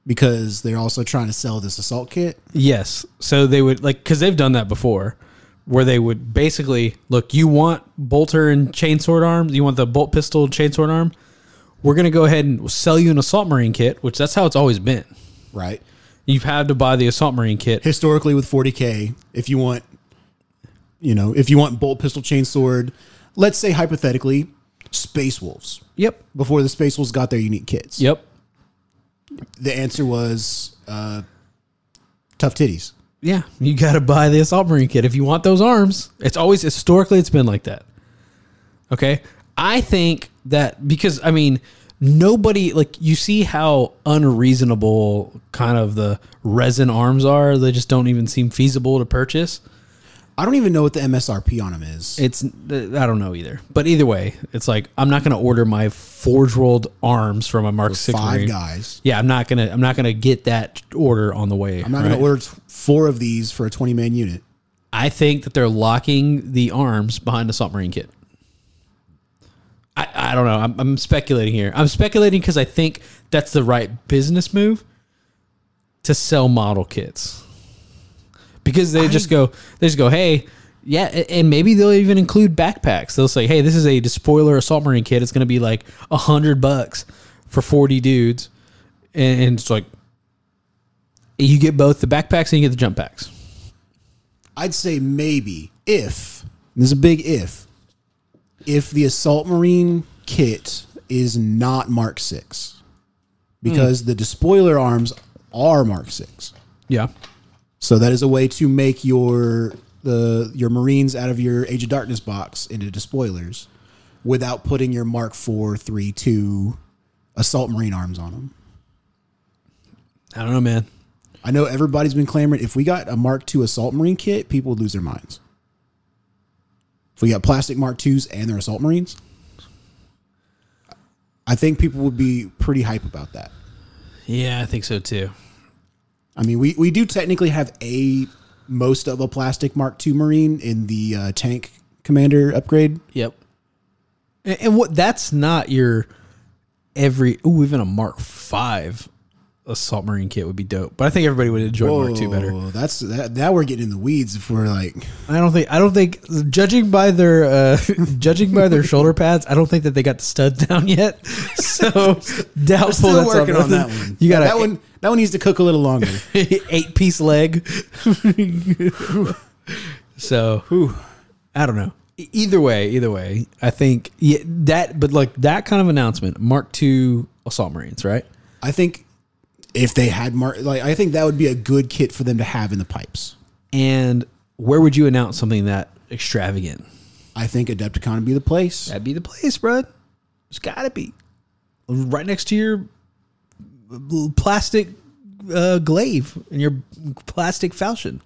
because they're also trying to sell this assault kit.
Yes. So they would like because they've done that before, where they would basically look. You want bolter and chainsword arm. You want the bolt pistol and chainsword arm. We're gonna go ahead and we'll sell you an assault marine kit, which that's how it's always been.
Right.
You've had to buy the assault marine kit.
Historically, with 40k, if you want, you know, if you want bolt pistol chainsword, let's say hypothetically, space wolves.
Yep.
Before the space wolves got their unique kits,
Yep.
the answer was uh, tough titties.
Yeah. You gotta buy the assault marine kit if you want those arms. It's always historically it's been like that. Okay. I think that because I mean nobody like you see how unreasonable kind of the resin arms are. They just don't even seem feasible to purchase.
I don't even know what the MSRP on them is.
It's I don't know either. But either way, it's like I'm not going to order my forge rolled arms from a Mark Six
Five
Marine.
guys.
Yeah, I'm not gonna I'm not gonna get that order on the way.
I'm not going to order t- four of these for a 20 man unit.
I think that they're locking the arms behind the submarine kit. I, I don't know. I'm, I'm speculating here. I'm speculating because I think that's the right business move to sell model kits because they just go they just go hey yeah a- and maybe they'll even include backpacks they'll say hey this is a despoiler assault marine kit it's going to be like a hundred bucks for 40 dudes and, and it's like you get both the backpacks and you get the jump packs
I'd say maybe if there's a big if if the assault marine kit is not Mark Six because the despoiler arms are Mark Six,
yeah
so that is a way to make your the your Marines out of your Age of Darkness box into despoilers without putting your Mark Four, Three, Two assault marine arms on them.
i don't know man
I know everybody's been clamoring. If we got a Mark II assault marine kit, people would lose their minds. If we got plastic Mark IIs and their assault marines, I think people would be pretty hype about that.
yeah i think so too
I mean, we, we do technically have a most of a plastic Mark II marine in the uh, tank commander upgrade.
Yep. And, and what that's not your every ooh even a Mark Five assault marine kit would be dope. But I think everybody would enjoy Mark Two better.
Whoa, Oh, That's that, that we're getting in the weeds if we're like
I don't think I don't think judging by their uh, judging by their shoulder pads, I don't think that they got the studs down yet. So doubtful
still
that's
working
something.
on that one.
You got
that one. That one needs to cook a little longer.
eight piece leg. so I don't know. E- Either way, either way, I think yeah, that. But like that kind of announcement, Mark II assault marines, right?
I think if they had Mark, like I think that would be a good kit for them to have in the pipes.
And where would you announce something that extravagant?
I think Adepticon would be the place.
That'd be the place, bro. It's gotta be right next to your l- plastic uh, glaive and your plastic falchion.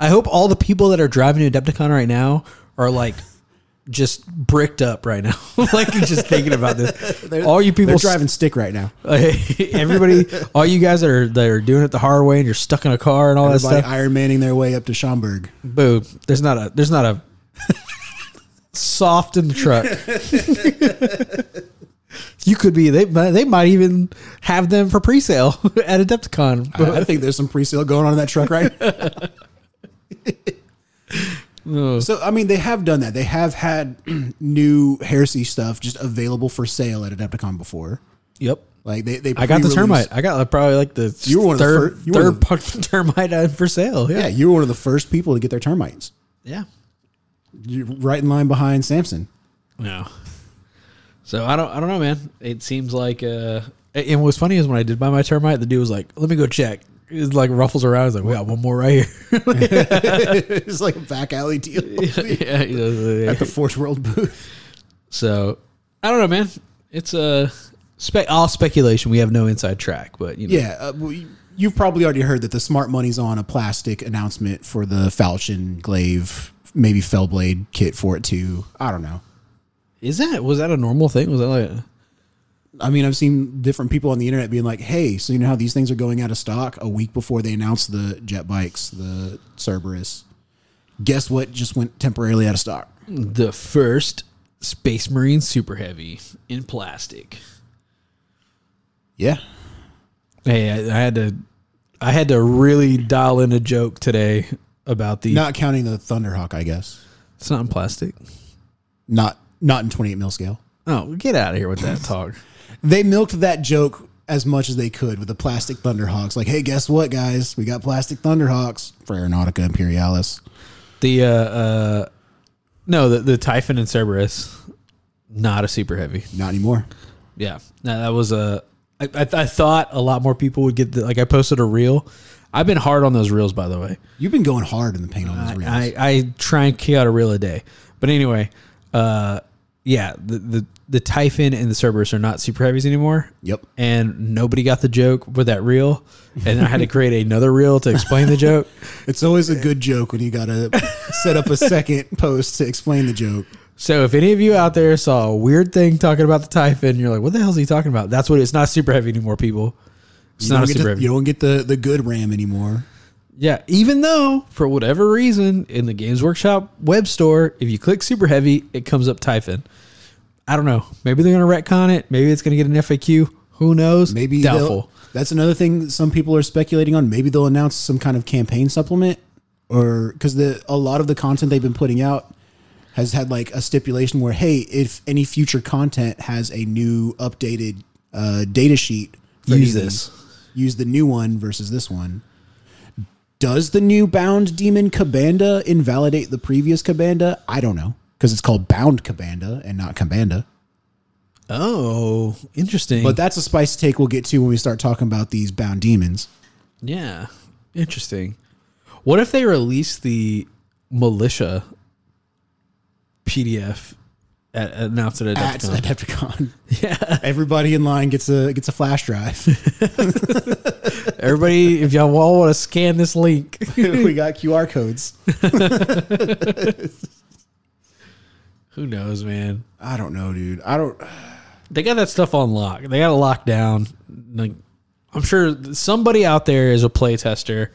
I hope all the people that are driving to Adepticon right now are like just bricked up right now, like just thinking about this. all you people
They're driving stick right now.
everybody, all you guys that are that are doing it the hard way and you're stuck in a car and all that
Everybody
stuff.
Iron Manning their way up to Schaumburg.
Boo. There's not a there's not a soft in the truck. you could be they might- they might even have them for pre-sale at Adepticon.
I I think there's some pre-sale going on in that truck right now. so I mean, they have done that. They have had new heresy stuff just available for sale at Adepticon before.
Yep.
Like they, they
I got the
pre-released-
termite. I got like, probably like the
You were one of the
third
fir- you were
third
one of the-
part termite uh, for sale.
Yeah,
Yeah.
you were one of the first people to get their termites.
Yeah.
You're right in line behind Samson.
No. So I don't I don't know, man. It seems like uh and what's funny is when I did buy my termite, the dude was like, "Let me go check." It like ruffles around. He's like, "We got one more right here."
it's like a back alley deal
yeah, he does, yeah.
at the Forge World booth.
So I don't know, man. It's a spec all speculation. We have no inside track, but you know,
Yeah, uh, well, you- you've probably already heard that the smart money's on a plastic announcement for the Falchion Glaive, maybe Fellblade kit for it too. I don't know.
is that was that a normal thing? Was that like
I mean, I've seen different people on the internet being like, "Hey, so you know how these things are going out of stock a week before they announce the jet bikes, the Cerberus. Guess what? Just went temporarily out of stock.
the first Space Marine Super Heavy in plastic?
Yeah,
Hey, I, I had to, I had to really dial in a joke today about the.
not counting the Thunderhawk, I guess.
It's not in plastic.
Not not in twenty eight mil scale.
Oh, get out of here with that talk.
they milked that joke as much as they could with the plastic thunderhawks. Like, hey, guess what, guys? We got plastic thunderhawks for Aeronautica Imperialis.
The uh, uh no, the the Typhon and Cerberus, not a Super Heavy.
Not anymore.
Yeah, no, that was a. I, I, I thought a lot more people would get the, like I posted a reel. I've been hard on those reels, by the way.
You've been going hard in the paint on those reels.
I, I try and kick out a reel a day, but anyway, uh, yeah, the, the the Typhon and the Cerberus are not super heavies anymore.
Yep.
And nobody got the joke with that reel, and I had to create another reel to explain the joke.
It's always a good joke when you gotta set up a second post to explain the joke.
So if any of you out there saw a weird thing talking about the Typhon, you're like, "What the hell is he talking about?" That's what it's not super heavy anymore, people. It's
You
not
don't
a
get
super
the,
heavy.
you don't get the the good RAM anymore.
Yeah, even though for whatever reason in the Games Workshop web store, if you click Super Heavy, it comes up Typhon. I don't know. Maybe they're going to retcon it. Maybe it's going to get an FAQ. Who knows?
Maybe they'll-
doubtful.
That's another thing that some people are speculating on. Maybe they'll announce some kind of campaign supplement, or because the a lot of the content they've been putting out has had like a stipulation where, hey, if any future content has a new updated uh, data sheet, for
Use
any of
this.
these, use the new one versus this one. Does the new bound demon Kabanda invalidate the previous Kabanda? I don't know because it's called bound Kabanda and not Kabanda.
Oh, interesting.
But that's a spicy take we'll get to when we start talking about these bound demons.
yeah, interesting. What if they release the militia PDF at, announced at
at
Adepticon?
Adepticon. Yeah, everybody in line gets a gets a flash drive.
Everybody, if y'all all want to scan this link,
we got QR codes.
who knows, man?
I don't know, dude. I don't.
they got that stuff on lock. They got it locked down. Like, I'm sure th- somebody out there is a play tester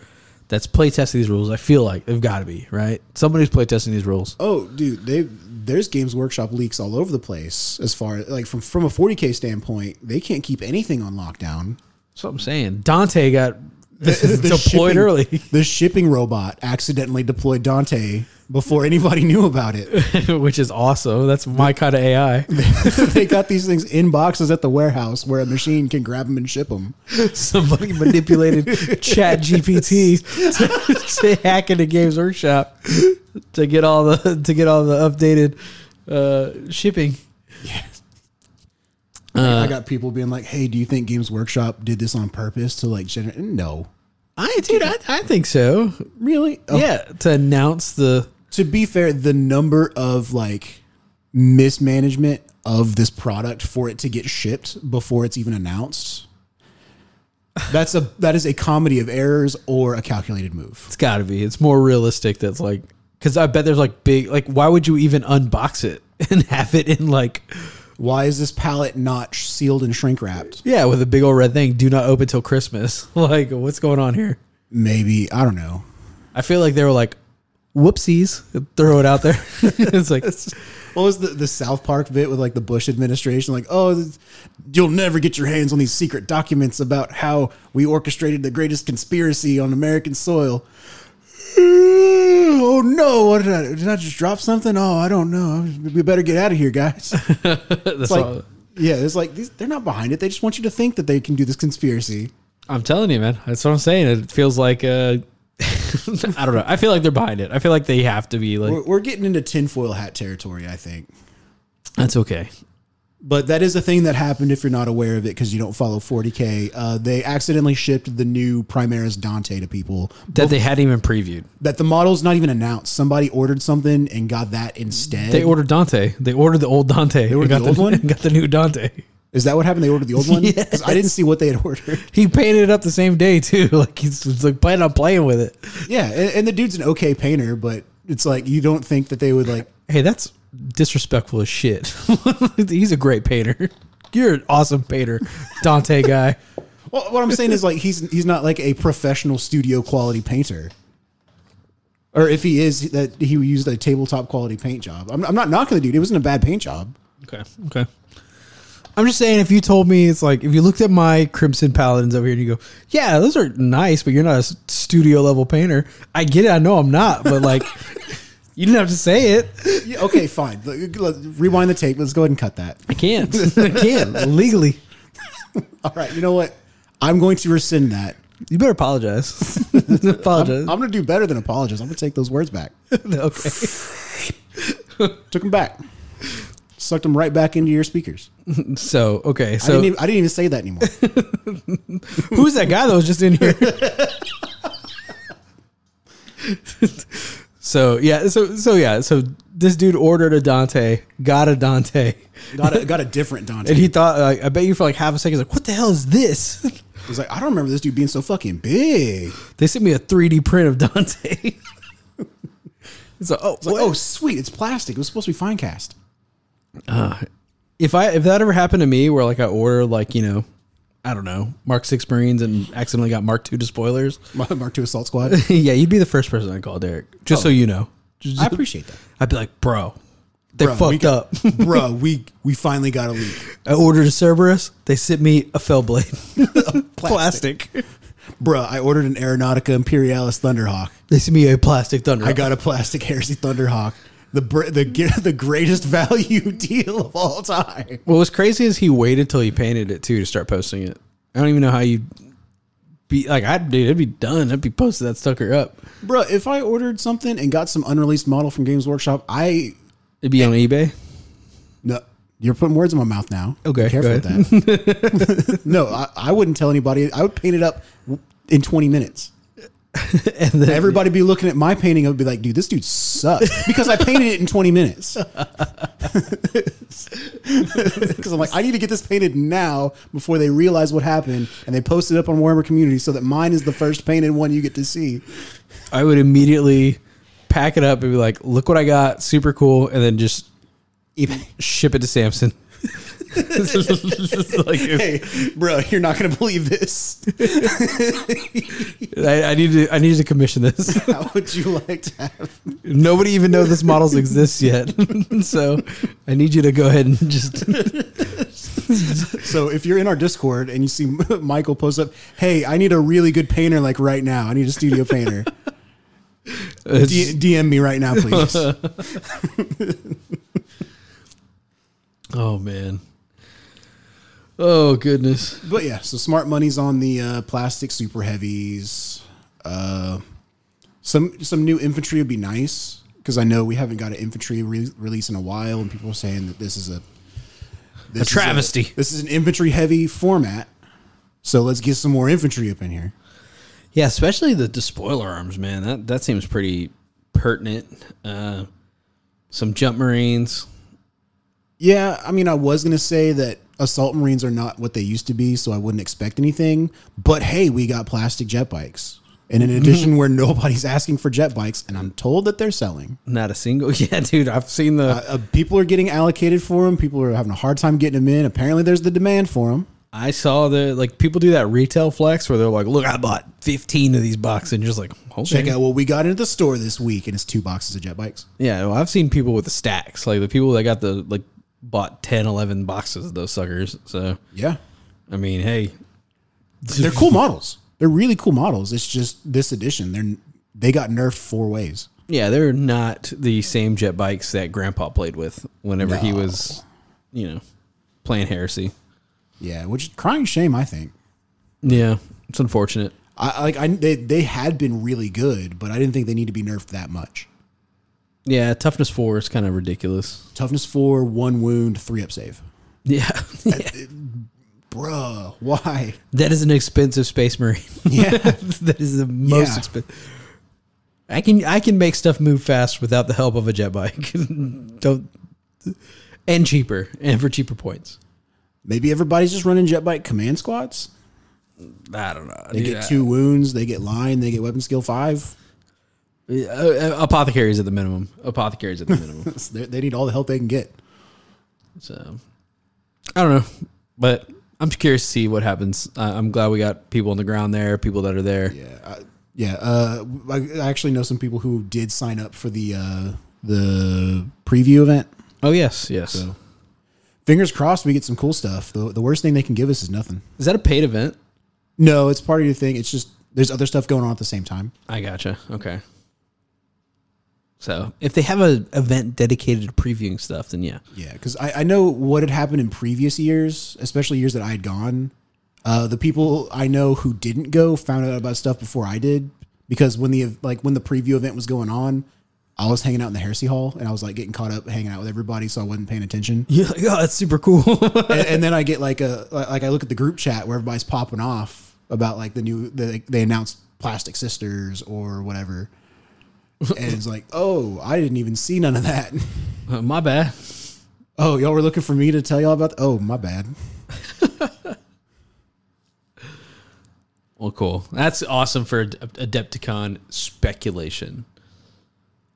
that's play testing these rules. I feel like they've got to be right. Somebody's play testing these rules.
Oh, dude, they there's Games Workshop leaks all over the place. As far like from from a 40k standpoint, they can't keep anything on lockdown.
That's what I'm saying. Dante got
The
deployed
shipping-
early
The shipping robot accidentally deployed Dante before anybody knew about it.
which is awesome. That's my kind of AI.
they got these things in boxes at the warehouse where a machine can grab them and ship them.
Somebody manipulated Chat GPT to, to hack into Games Workshop to get all the to get all the updated uh, shipping.
I got people being like, "Hey, do you think Games Workshop did this on purpose to like generate?" No,
I dude, I, I think so.
really. Oh,
Yeah, to announce the
to be fair, the number of like mismanagement of this product for it to get shipped before it's even announced. That's a that is a comedy of errors or a calculated move.
It's got to be. It's more realistic. That's like because I bet there's like big like why would you even unbox it and have it in like
Why is this pallet not sh- sealed and shrink wrapped?
yeah with a big old red thing? Do not open till Christmas. Like what's going on here?
Maybe I don't know.
I feel like they were like whoopsies throw it out there. it's like
What was the, the South Park bit with like the Bush administration? Like, oh, this- you'll never get your hands on these secret documents about how we orchestrated the greatest conspiracy on American soil. Oh no! What did I? Did I just drop something? Oh, I don't know. We better get out of here, guys. It's
that's all-
like, yeah, it's like these, they're not behind it. They just want you to think that they can do this conspiracy.
I'm telling you, man. That's what I'm saying. It feels like uh I don't know. I feel like they're behind it. I feel like they have to be like
We're, we're getting into tinfoil hat territory, I think.
that's okay.
But that is a thing that happened if you're not aware of it because you don't follow 40K. Uh, they accidentally shipped the new Primaris Dante to people.
That they hadn't even previewed.
That the model's not even announced. Somebody ordered something and got that instead.
They ordered Dante. They ordered the old Dante. They
ordered
got
the old one?
Got the new Dante.
is that what happened? They ordered the old one? 'Cause I didn't see what they had ordered.
He painted it up the same day too. Like he's, he's, like planning on playing with it.
yeah. And, and the dude's an okay painter, but it's like you don't think that they would like.
Hey, that's disrespectful as shit. he's a great painter. You're an awesome painter, Dante guy.
Well, what I'm saying is like he's he's not like a professional studio quality painter. Or if he is, that he used a tabletop quality paint job. I'm, I'm not knocking the dude. It wasn't a bad paint job.
Okay. Okay. I'm just saying, if you told me, it's like if you looked at my Crimson Paladins over here and you go, "Yeah, those are nice, but you're not a s- studio level painter." I get it. I know I'm not, but like, you didn't have to say it.
Yeah, okay, fine. Let- let- Rewind the tape. Let's go ahead and cut that.
I can't. I can't legally.
All right. You know what? I'm going to rescind that.
You better apologize. apologize.
I'm going to do better than apologize. I'm going to take those words back.
okay.
Took them back. Sucked them right back into your speakers.
So okay.
I,
So
didn't even, I didn't even say that anymore.
who's that guy that was just in here? so yeah. So so yeah. So this dude ordered a Dante, got a Dante,
Got a, got a different Dante.
and he thought, like, I bet you for like half a second, he's like, what the hell is this?
He's like, I don't remember this dude being so fucking big.
They sent me a 3D print of Dante. it's like, oh,
It's like,
what?
oh, sweet, it's plastic. It was supposed to be fine cast.
if I if that ever happened to me, where like I order like you know, I don't know, Mark Six Marines and accidentally got Mark Two despoilers.
Mark Two Assault Squad.
yeah, you'd be the first person I call, Derek. Just so you know, Just-
I appreciate that.
I'd be like, bro, they
Bro, we
fucked
got-
up.
Bro, we we finally got a leak.
I ordered a Cerberus. They sent me a Fellblade, plastic.
Bro, I ordered an Aeronautica Imperialis Thunderhawk.
They sent me a plastic Thunder.
I got a plastic Heresy Thunderhawk. The br- the g- the greatest value deal of all time.
What was crazy is he waited till he painted it too to start posting it. I don't even know how you be like I dude. It'd be done. I'd be posted that sucker up.
Bro, if I ordered something and got some unreleased model from Games Workshop, I
It'd be on eBay.
No, you're putting words in my mouth now.
Okay,
Be careful
go
with that. no, I, I wouldn't tell anybody. I would paint it up w- in 20 minutes.
And then
Everybody be looking at my painting and be like, "Dude, this dude sucks," because I painted it in 20 minutes. Because I'm like, I need to get this painted now before they realize what happened and they post it up on Warhammer Community so that mine is the first painted one you get to see.
I would immediately pack it up and be like, "Look what I got! Super cool!" And then just ship it to Samson. like,
Hey, bro, you're not gonna believe this.
I, I need to. I need to commission this.
How would you like to have?
Nobody even knows this models exists yet, so I need you to go ahead and just.
So if you're in our Discord and you see Michael post up, hey, I need a really good painter like right now. I need a studio painter. D- DM me right now, please.
oh man. Oh goodness.
but yeah, so smart money's on the uh, plastic super heavies. Uh, some some new infantry would be nice because I know we haven't got an infantry re- release in a while, and people are saying that this is a this is
travesty.
this is an infantry heavy format. So let's get some more infantry up in here.
Yeah, especially the despoiler arms, man. That that seems pretty pertinent. Uh, some jump marines.
Yeah, I mean, I was gonna say that assault marines are not what they used to be, so I wouldn't expect anything. But hey, we got plastic jet bikes, and in addition, where nobody's asking for jet bikes, and I'm told that they're selling.
Not a single. Yeah, dude. I've seen the.
Uh, uh, people are getting allocated for them. People are having a hard time getting them in. Apparently, there's the demand for them.
I saw the like people do that retail flex where they're like, "Look, I bought 15 of these boxes," and you're just like, okay.
Check out what we got into the store this week, and it's two boxes of jet bikes.
Yeah, well, I've seen people with the stacks, like the people that got the like bought 10, 11 boxes of those suckers. So
Yeah,
I mean, hey,
they're cool models. They're really cool models. It's just this edition. They're they got nerfed four ways.
yeah, they're not the same jet bikes that Grandpa played with whenever he was, you know, playing Heresy.
Yeah, which is crying shame, I think.
Yeah, it's unfortunate.
I I- like I they they had been really good, but I didn't think they need to be nerfed that much.
Yeah, toughness four is kind of ridiculous.
Toughness four, one wound, three up save.
Yeah,
Bruh, why?
that is an expensive Space Marine.
Yeah,
that is the most
Yeah.
expensive. I can I can make stuff move fast without the help of a jet bike. Don't and cheaper and for cheaper points.
maybe everybody's just running jet bike command squads.
I don't know.
They get two wounds, they get line, they get weapon skill five.
Uh, uh, apothecaries at the minimum. Apothecaries at the minimum.
They, they need all the help they can get.
so I don't know, but I'm curious to see what happens. Uh, I'm glad we got people on the ground there, people that are there.
Yeah, I, yeah. Uh, I I actually know some people who did sign up for the uh, the preview event.
Oh yes, yes.
Fingers crossed, we get some cool stuff. The, the worst thing they can give us is nothing.
Is that a paid event?
No, it's part of your thing. It's just there's other stuff going on at the same time.
I gotcha. Okay. So if they have a event dedicated to previewing stuff, then yeah.
Yeah, because I, I know what had happened in previous years, especially years that I had gone. Uh, the people I know who didn't go found out about stuff before I did because when the like when the preview event was going on, I was hanging out in the Heresy Hall and I was like getting caught up hanging out with everybody, so I wasn't paying attention.
Yeah, like, oh, that's super cool.
and, and then I get like a like I look at the group chat where everybody's popping off about like the new the, they announced Plastic Sisters or whatever, and it's like, oh, I didn't even see none of that.
Uh, my bad.
Oh, y'all were looking for me to tell y'all about. oh, my bad.
Well, cool. That's awesome for Adept- Adepticon speculation.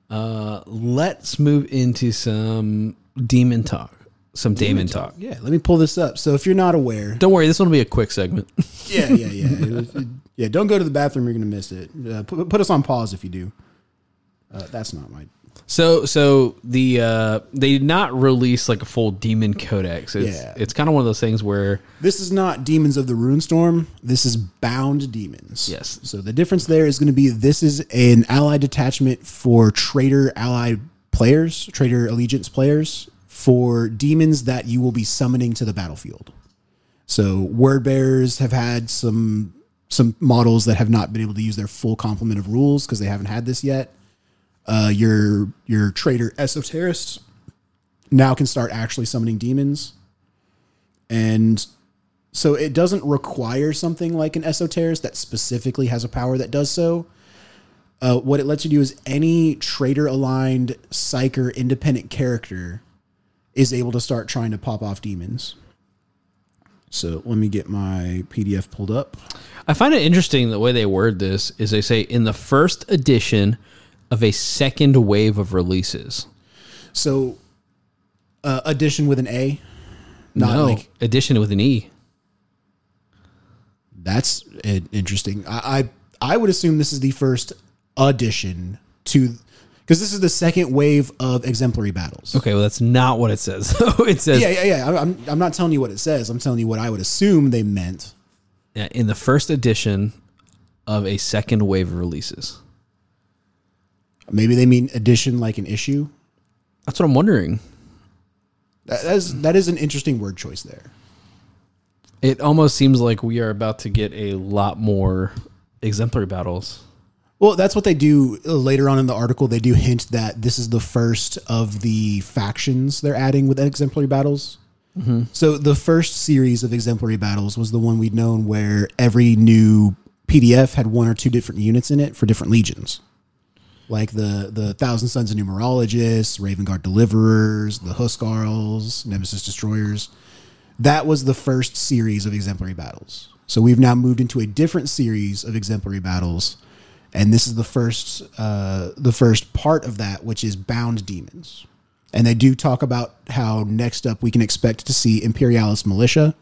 Uh, let's move into some demon talk. Some demon, talk.
Yeah, let me pull this up. So if you're not aware,
Don't worry, this one will be a quick segment.
yeah, yeah, yeah, It was- it- yeah. Don't go to the bathroom; you're gonna miss it. Uh, put, put us on pause if you do. Uh, that's not my.
so, so the uh, they did not release like a full demon codex. It's,
Yeah.
it's kind of one of those things where
This is not Demons of the Runestorm. This is Bound Demons.
Yes.
So the difference there is going to be this is an ally detachment for traitor ally players, traitor allegiance players for demons that you will be summoning to the battlefield. So word bearers have had some some models that have not been able to use their full complement of rules because they haven't had this yet. Uh, your your traitor esoterists now can start actually summoning demons. And so it doesn't require something like an esoterist that specifically has a power that does so. Uh, what it lets you do is any traitor aligned psyker independent character is able to start trying to pop off demons. So let me get my PDF pulled up.
I find it interesting the way they word this is they say in the first edition of a second wave of releases.
So uh, addition with an A, not
no
like
edition with an E.
That's i- interesting. I, I I would assume this is the first addition to because this is the second wave of exemplary battles.
Okay, well that's not what it says. it says
Yeah, yeah, yeah. I'm- I'm I'm not telling you what it says. I'm telling you what I would assume they meant.
uh, in the first edition of a second wave of releases.
Maybe they mean addition like an issue.
That's what I'm wondering.
That, that is that is an interesting word choice there.
It almost seems like we are about to get a lot more exemplary battles.
Well, that's what they do uh, later on in the article. They do hint that this is the first of the factions they're adding with exemplary battles. So the first series of exemplary battles was the one we'd known where every new PDF had one or two different units in it for different legions. Like the the Thousand Sons of Numerologists, Raven Guard Deliverers, the Huskarls, Nemesis Destroyers. That was the first series of exemplary battles. So we've now moved into a different series of exemplary battles, and this is the first uh, the first part of that, which is bound demons. And they do talk about how next up we can expect to see Imperialis militia,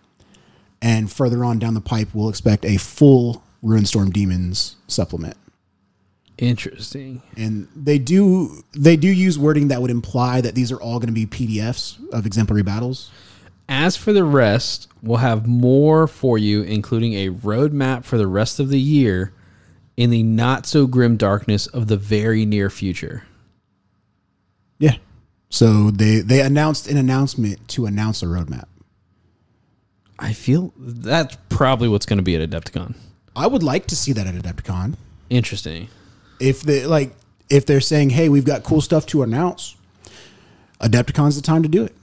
and further on down the pipe we'll expect a full Ruinstorm demons supplement
Interesting.
and they do they do use wording that would imply that these are all going to be PDFs of exemplary battles.
As for the rest, we'll have more for you, including a roadmap for the rest of the year in the not so grim darkness of the very near future.
Yeah. So they they announced an announcement to announce a roadmap.
I feel that's probably what's going to be at Adepticon.
I would like to see that at Adepticon.
Interesting.
If they like if they're saying, "Hey, we've got cool stuff to announce." Adepticon's the time to do it.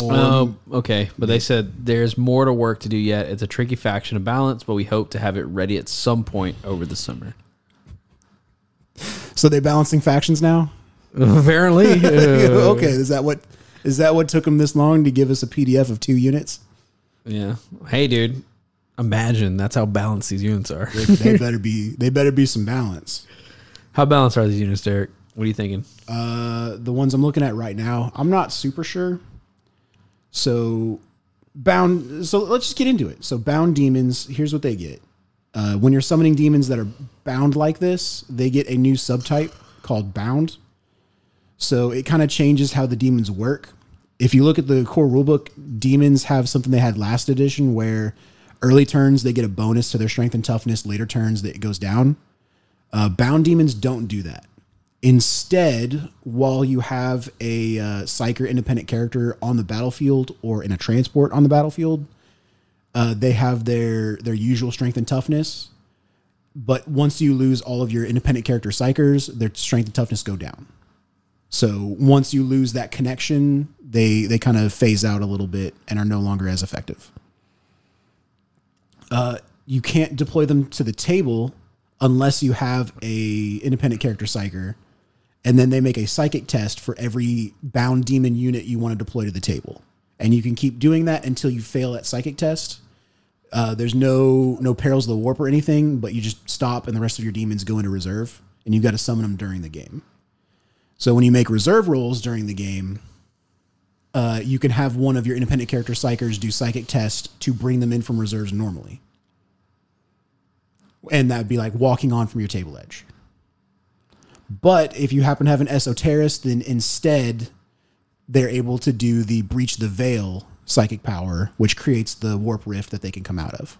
Um,
Oh, okay. But they said there's more to work to do yet. It's a tricky faction to balance, but we hope to have it ready at some point over the summer.
So they're balancing factions now?
Apparently.
okay, is that what is that what took them this long to give us a PDF of two units?
yeah. Hey, dude. Imagine that's how balanced these units are.
They, they better be they better be some balance.
How balanced are these units, Derek? What are you thinking?
uh, the ones I'm looking at right now. I'm not super sure. So bound. So let's just get into it. So bound demons. Here's what they get. Uh, when you're summoning demons that are bound like this, they get a new subtype called bound. So it kind of changes how the demons work. If you look at the core rulebook, demons have something they had last edition where early turns they get a bonus to their strength and toughness, later turns that it goes down. Uh, bound demons don't do that. Instead, while you have a uh, psyker independent character on the battlefield or in a transport on the battlefield, uh, they have their their usual strength and toughness. But once you lose all of your independent character psychers, their strength and toughness go down. So once you lose that connection, they they kind of phase out a little bit and are no longer as effective you can't deploy them to the table unless you have a independent character psyker, and then they make a psychic test for every bound demon unit you want to deploy to the table, and you can keep doing that until you fail that psychic test. Uh, there's no no perils of the warp or anything, but you just stop, and the rest of your demons go into reserve, and you've got to summon them during the game. So when you make reserve rolls during the game, uh, you can have one of your independent character psychers do psychic tests to bring them in from reserves normally. And that'd be like walking on from your table edge. But if you happen to have an esoterist, then instead they're able to do the breach the veil psychic power, which creates the warp rift that they can come out of.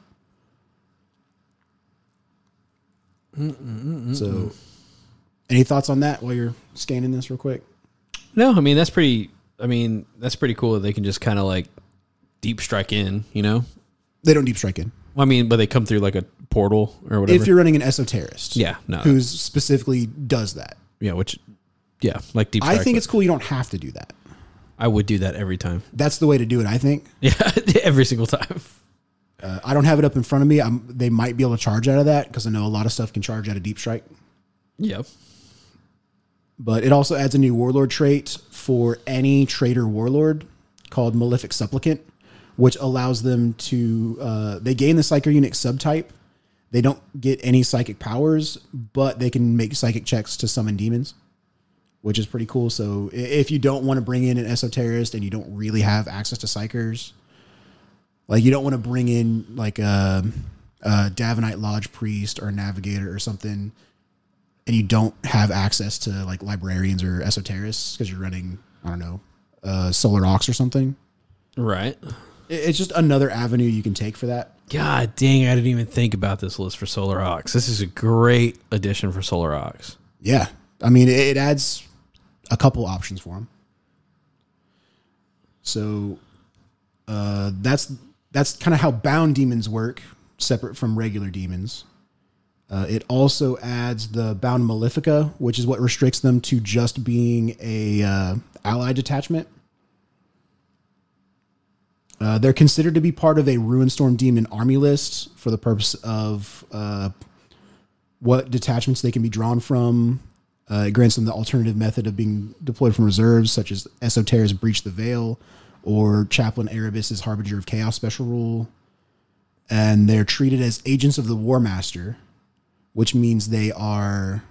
So, any thoughts on that while you're scanning this real quick?
No, I mean that's pretty. I mean that's pretty cool that they can just kind of like deep strike in. You know,
They don't deep strike in.
Well, I mean, but they come through like a portal or whatever.
If you're running an esoterist,
yeah, no,
who specifically does that.
yeah, which yeah, like deep.
I
Strike,
think
but
it's cool. You don't have to do that.
I would do that every time.
That's the way to do it. I think.
Yeah, every single time.
Uh, I don't have it up in front of me. i they might be able to charge out of that because I know a lot of stuff can charge out of deep strike.
Yep.
But it also adds a new warlord trait for any traitor warlord called Malefic Supplicant, which allows them to uh, they gain the psychic unit subtype. They don't get any psychic powers, but they can make psychic checks to summon demons, which is pretty cool. So i- if you don't want to bring in an esoterist and you don't really have access to psychers, like you don't want to bring in like a, a Davenite Lodge priest or a navigator or something and you don't have access to like librarians or esoterists because you're running I don't know uh, Solar Ox or something.
Right.
I- It's just another avenue you can take for that.
God dang, I didn't even think about this list for Solar Ox. This is a great addition for Solar Ox.
Yeah, I mean it, it adds a couple options for them. So uh, that's that's kind of how bound demons work, separate from regular demons. Uh, it also adds the bound malefica, which is what restricts them to just being a uh, allied detachment. Uh, they're considered to be part of a Ruinstorm Demon army list for the purpose of uh, what detachments they can be drawn from. Uh, it grants them the alternative method of being deployed from reserves, such as Esoterra's Breach the Veil or Chaplain Erebus's Harbinger of Chaos special rule. And they're treated as agents of the War Master, which means they are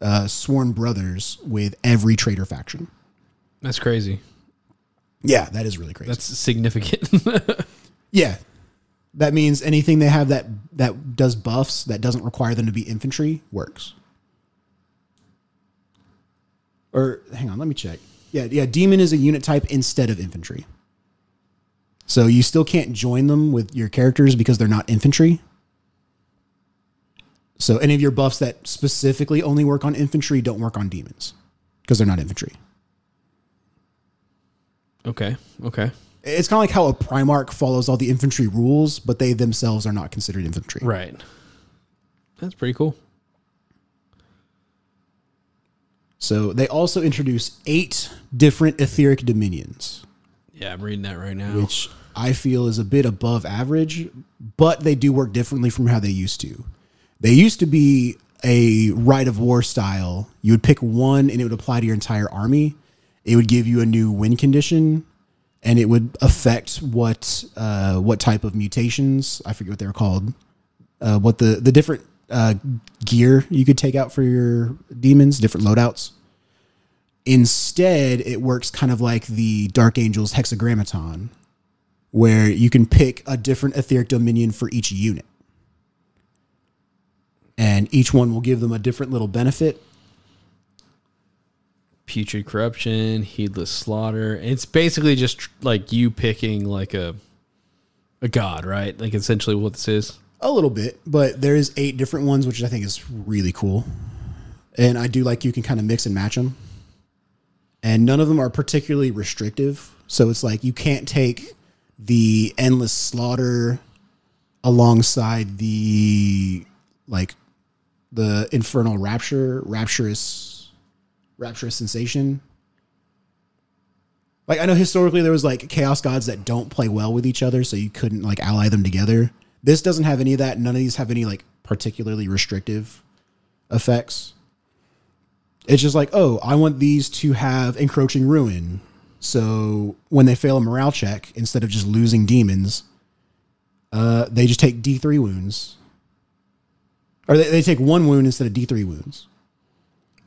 uh, sworn brothers with every traitor faction.
That's crazy.
Yeah, that is really crazy.
That's significant.
Yeah. That means anything they have that that does buffs that doesn't require them to be infantry works. Or hang on, let me check. Yeah, yeah, demon is a unit type instead of infantry. So you still can't join them with your characters because they're not infantry. So any of your buffs that specifically only work on infantry don't work on demons because they're not infantry.
okay. Okay.
It's kind of like how a primarch follows all the infantry rules, but they themselves are not considered infantry.
Right. That's pretty cool.
So they also introduce eight different etheric dominions,
Yeah, I'm reading that right now.
which I feel is a bit above average, but they do work differently from how they used to. They used to be a right of war style. You would pick one and it would apply to your entire army. It would give you a new win condition and it would affect what uh, what type of mutations, I forget what they were called, uh, what the, the different uh, gear you could take out for your demons, different loadouts. Instead, it works kind of like the Dark Angel's hexagrammaton, where you can pick a different etheric dominion for each unit. And each one will give them a different little benefit.
Putrid corruption, heedless slaughter. It's basically just tr- like you picking like a a god, right? Like essentially what this is.
A little bit, but there is eight different ones, which I think is really cool. And I do like you can kind of mix and match them. And none of them are particularly restrictive. So it's like you can't take the endless slaughter alongside the like the infernal rapture, rapturous rapturous sensation. Like I know historically there was like chaos gods that don't play well with each other, so you couldn't like ally them together. This doesn't have any of that. None of these have any like particularly restrictive effects. It's just like, oh, I want these to have encroaching ruin. So when they fail a morale check, instead of just losing demons, uh, they just take D three wounds, or they, they take one wound instead of D three wounds.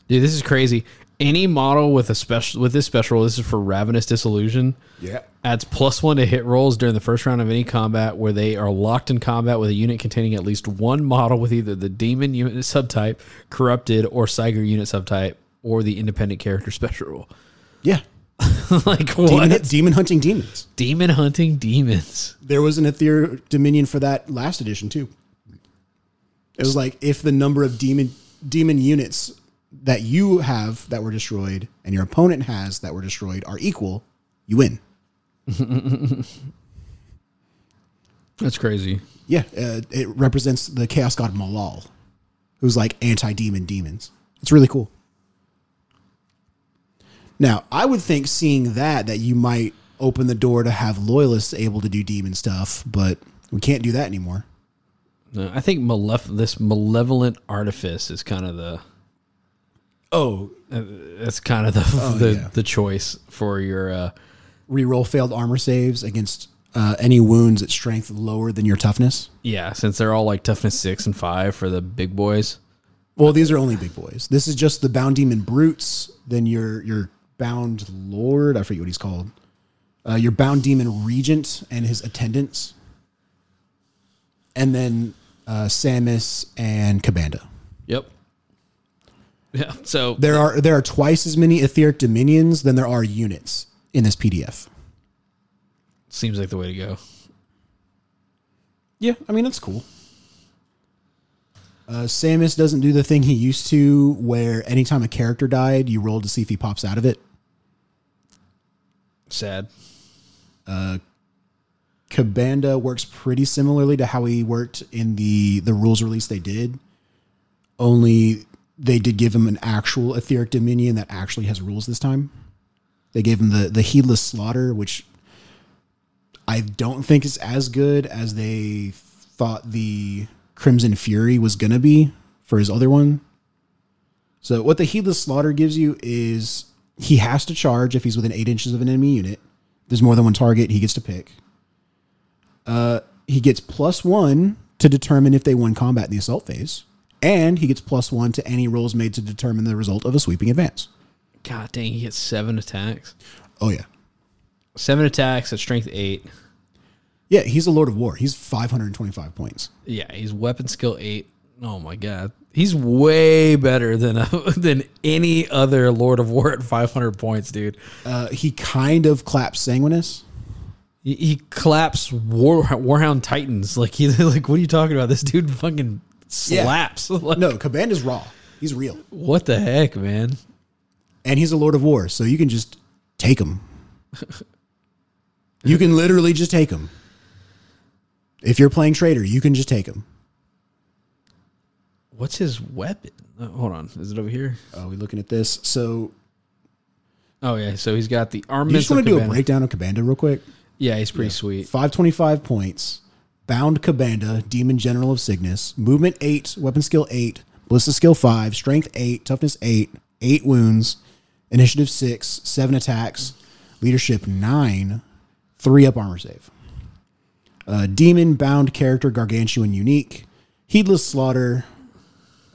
Dude, this is crazy. Any model with a special with this special, this is for Ravenous Disillusion.
Yeah.
Adds plus one to hit rolls during the first round of any combat where they are locked in combat with a unit containing at least one model with either the demon unit subtype, corrupted, or Psyker unit subtype, or the independent character special rule.
Yeah.
like
Demon,
what?
demon hunting demons.
Demon hunting demons.
There was an Ether Dominion for that last edition too. It was like if the number of demon demon units that you have that were destroyed and your opponent has that were destroyed are equal, you win.
That's crazy.
Yeah, uh, it represents the Chaos God Malal, who's like anti demon demons. It's really cool. Now, I would think seeing that that you might open the door to have loyalists able to do demon stuff, but we can't do that anymore.
No, I think malef- this malevolent artifice is kind of the
Oh,
that's kind of the the,
yeah.
the choice for your uh,
reroll failed armor saves against uh, any wounds at strength lower than your toughness.
yeah since they're all like toughness six and five for the big boys.
Well, these are only big boys. This is just the bound demon brutes. Then your your bound lord, I forget what he's called. Uh, your bound demon regent and his attendants, and then uh, Samus and Cabanda.
Yep. Yeah. So
There are there are twice as many etheric dominions than there are units in this PDF.
seems like the way to go.
Yeah, I mean that's cool. Uh, Samus doesn't do the thing he used to, where anytime a character died, you rolled to see if he pops out of it.
Sad.
Cabanda works pretty similarly to how he worked in the the rules release they did. Only they did give him an actual etheric dominion that actually has rules this time. They gave him the the heedless slaughter, which I don't think is as good as they thought the Crimson Fury was gonna be for his other one. So what the heedless slaughter gives you is he has to charge if he's within eight inches of an enemy unit. There's more than one target he gets to pick he gets plus one to determine if they won combat in the assault phase, and he gets plus one to any rolls made to determine the result of a sweeping advance.
God dang, he gets seven attacks.
Oh yeah,
Seven attacks at strength eight.
yeah. He's a Lord of War. He's five hundred and twenty-five points.
Yeah, he's weapon skill eight. Oh my god, he's way better than uh, than any other Lord of War at five hundred points, dude.
Uh, he kind of claps Sanguinus.
He, he claps War, Warhound Titans like he like. What are you talking about? This dude fucking
Yeah.
slaps. Like,
No, Cabanda's raw. He's real,
what the heck, man?
and he's a Lord of War, so you can just take him. you can literally just take him. If you're playing traitor, you can just take him.
What's his weapon? Oh, hold on, is it over here?
Are we Oh, looking at this? So,
Oh yeah, so he's got the
you
armaments.
just want
of
to do a
Cabana.
breakdown of Cabanda real quick?
Yeah, he's pretty sweet.
525 points. Bound Cabanda, Demon General of Cygnus. Movement 8, Weapon Skill 8, Ballista Skill 5, Strength 8, Toughness 8, 8 wounds, Initiative 6, 7 attacks, Leadership 9, 3 up armor save. Uh, Demon, Bound Character, Gargantuan Unique. Heedless Slaughter.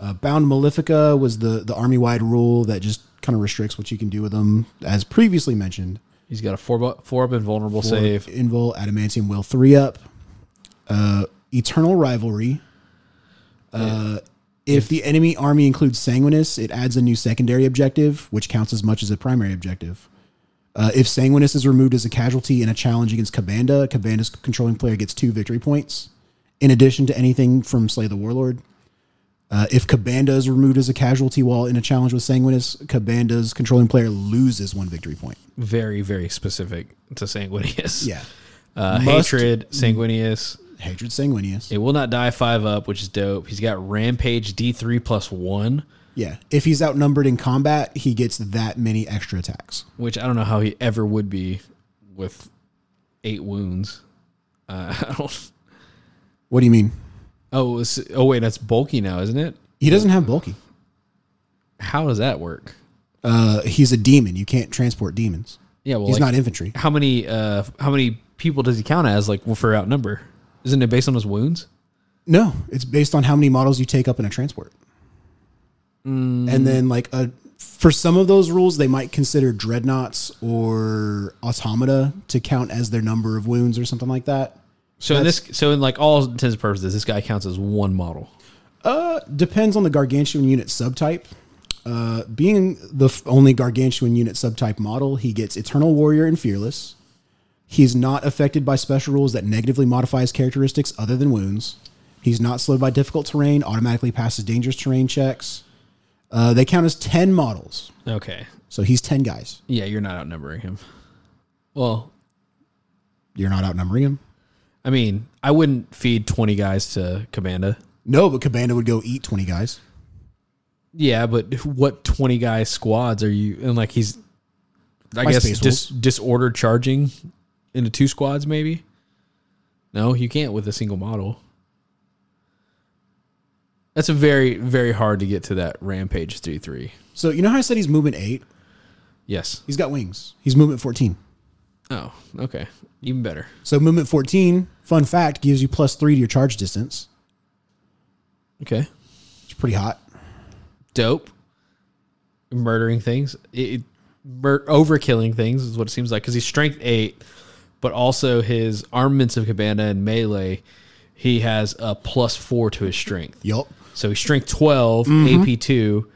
Uh, bound Malefica was the, the army wide rule that just kind of restricts what you can do with them, as previously mentioned.
He's got a four bu- four up invulnerable save.
Invul, Adamantium Will, three up. Uh, Eternal Rivalry. Uh, If the enemy army includes Sanguinus, it adds a new secondary objective, which counts as much as a primary objective. Uh, if Sanguinus is removed as a casualty in a challenge against Cabanda, Cabanda's controlling player gets two victory points, in addition to anything from Slay the Warlord. Uh, if Cabanda is removed as a casualty while in a challenge with Sanguinus, Cabanda's controlling player loses one victory point.
Very very specific to Sanguinius.
Yeah.
uh,
Must-
hatred Sanguinius.
Hatred Sanguinius.
It will not die five up, which is dope. He's got Rampage D three plus one,
Yeah. If he's outnumbered in combat, he gets that many extra attacks.
which I don't know how he ever would be with eight wounds. Uh, I don't.
What do you mean?
Oh, it was- oh wait, that's bulky now, isn't it?
He doesn't have bulky.
How does that work?
Uh, he's a demon. You can't transport demons.
Yeah, well,
he's
like,
not infantry.
How many? Uh, how many people does he count as? Like well, for outnumber? Isn't it based on his wounds?
No, it's based on how many models you take up in a transport.
Mm.
And then, like, a, for some of those rules, they might consider dreadnoughts or automata to count as their number of wounds or something like that.
So in this, so in like all intents and purposes, this guy counts as one model.
Uh, depends on the gargantuan unit subtype. Uh, being the f- only gargantuan unit subtype model, he gets Eternal Warrior and Fearless. He's not affected by special rules that negatively modifies characteristics other than wounds. He's not slowed by difficult terrain, automatically passes dangerous terrain checks. Uh, they count as 10 models.
Okay.
So he's 10 guys.
Yeah, you're not outnumbering him. Well,
You're not outnumbering him?
I mean, I wouldn't feed twenty guys to Commanda.
No, but Cabana would go eat 20 guys.
Yeah, but what twenty guy squads are you? And like he's, I
My
guess
Space
dis, disordered charging into two squads maybe. No, you can't with a single model. That's a very very hard to get to that rampage three three.
So you know how I said he's movement 8?
Yes.
He's got wings. He's movement 14.
Oh, okay, even better.
So movement 14, fun fact, gives you plus three to your charge distance.
Okay,
It's pretty hot.
dope. Murdering things, it, it, mur- overkilling things is what it seems like because he's strength eight, but also his armaments of Cabana and melee, he has a plus four to his strength.
Yup.
So he's strength 12
Mm-hmm.
AP two,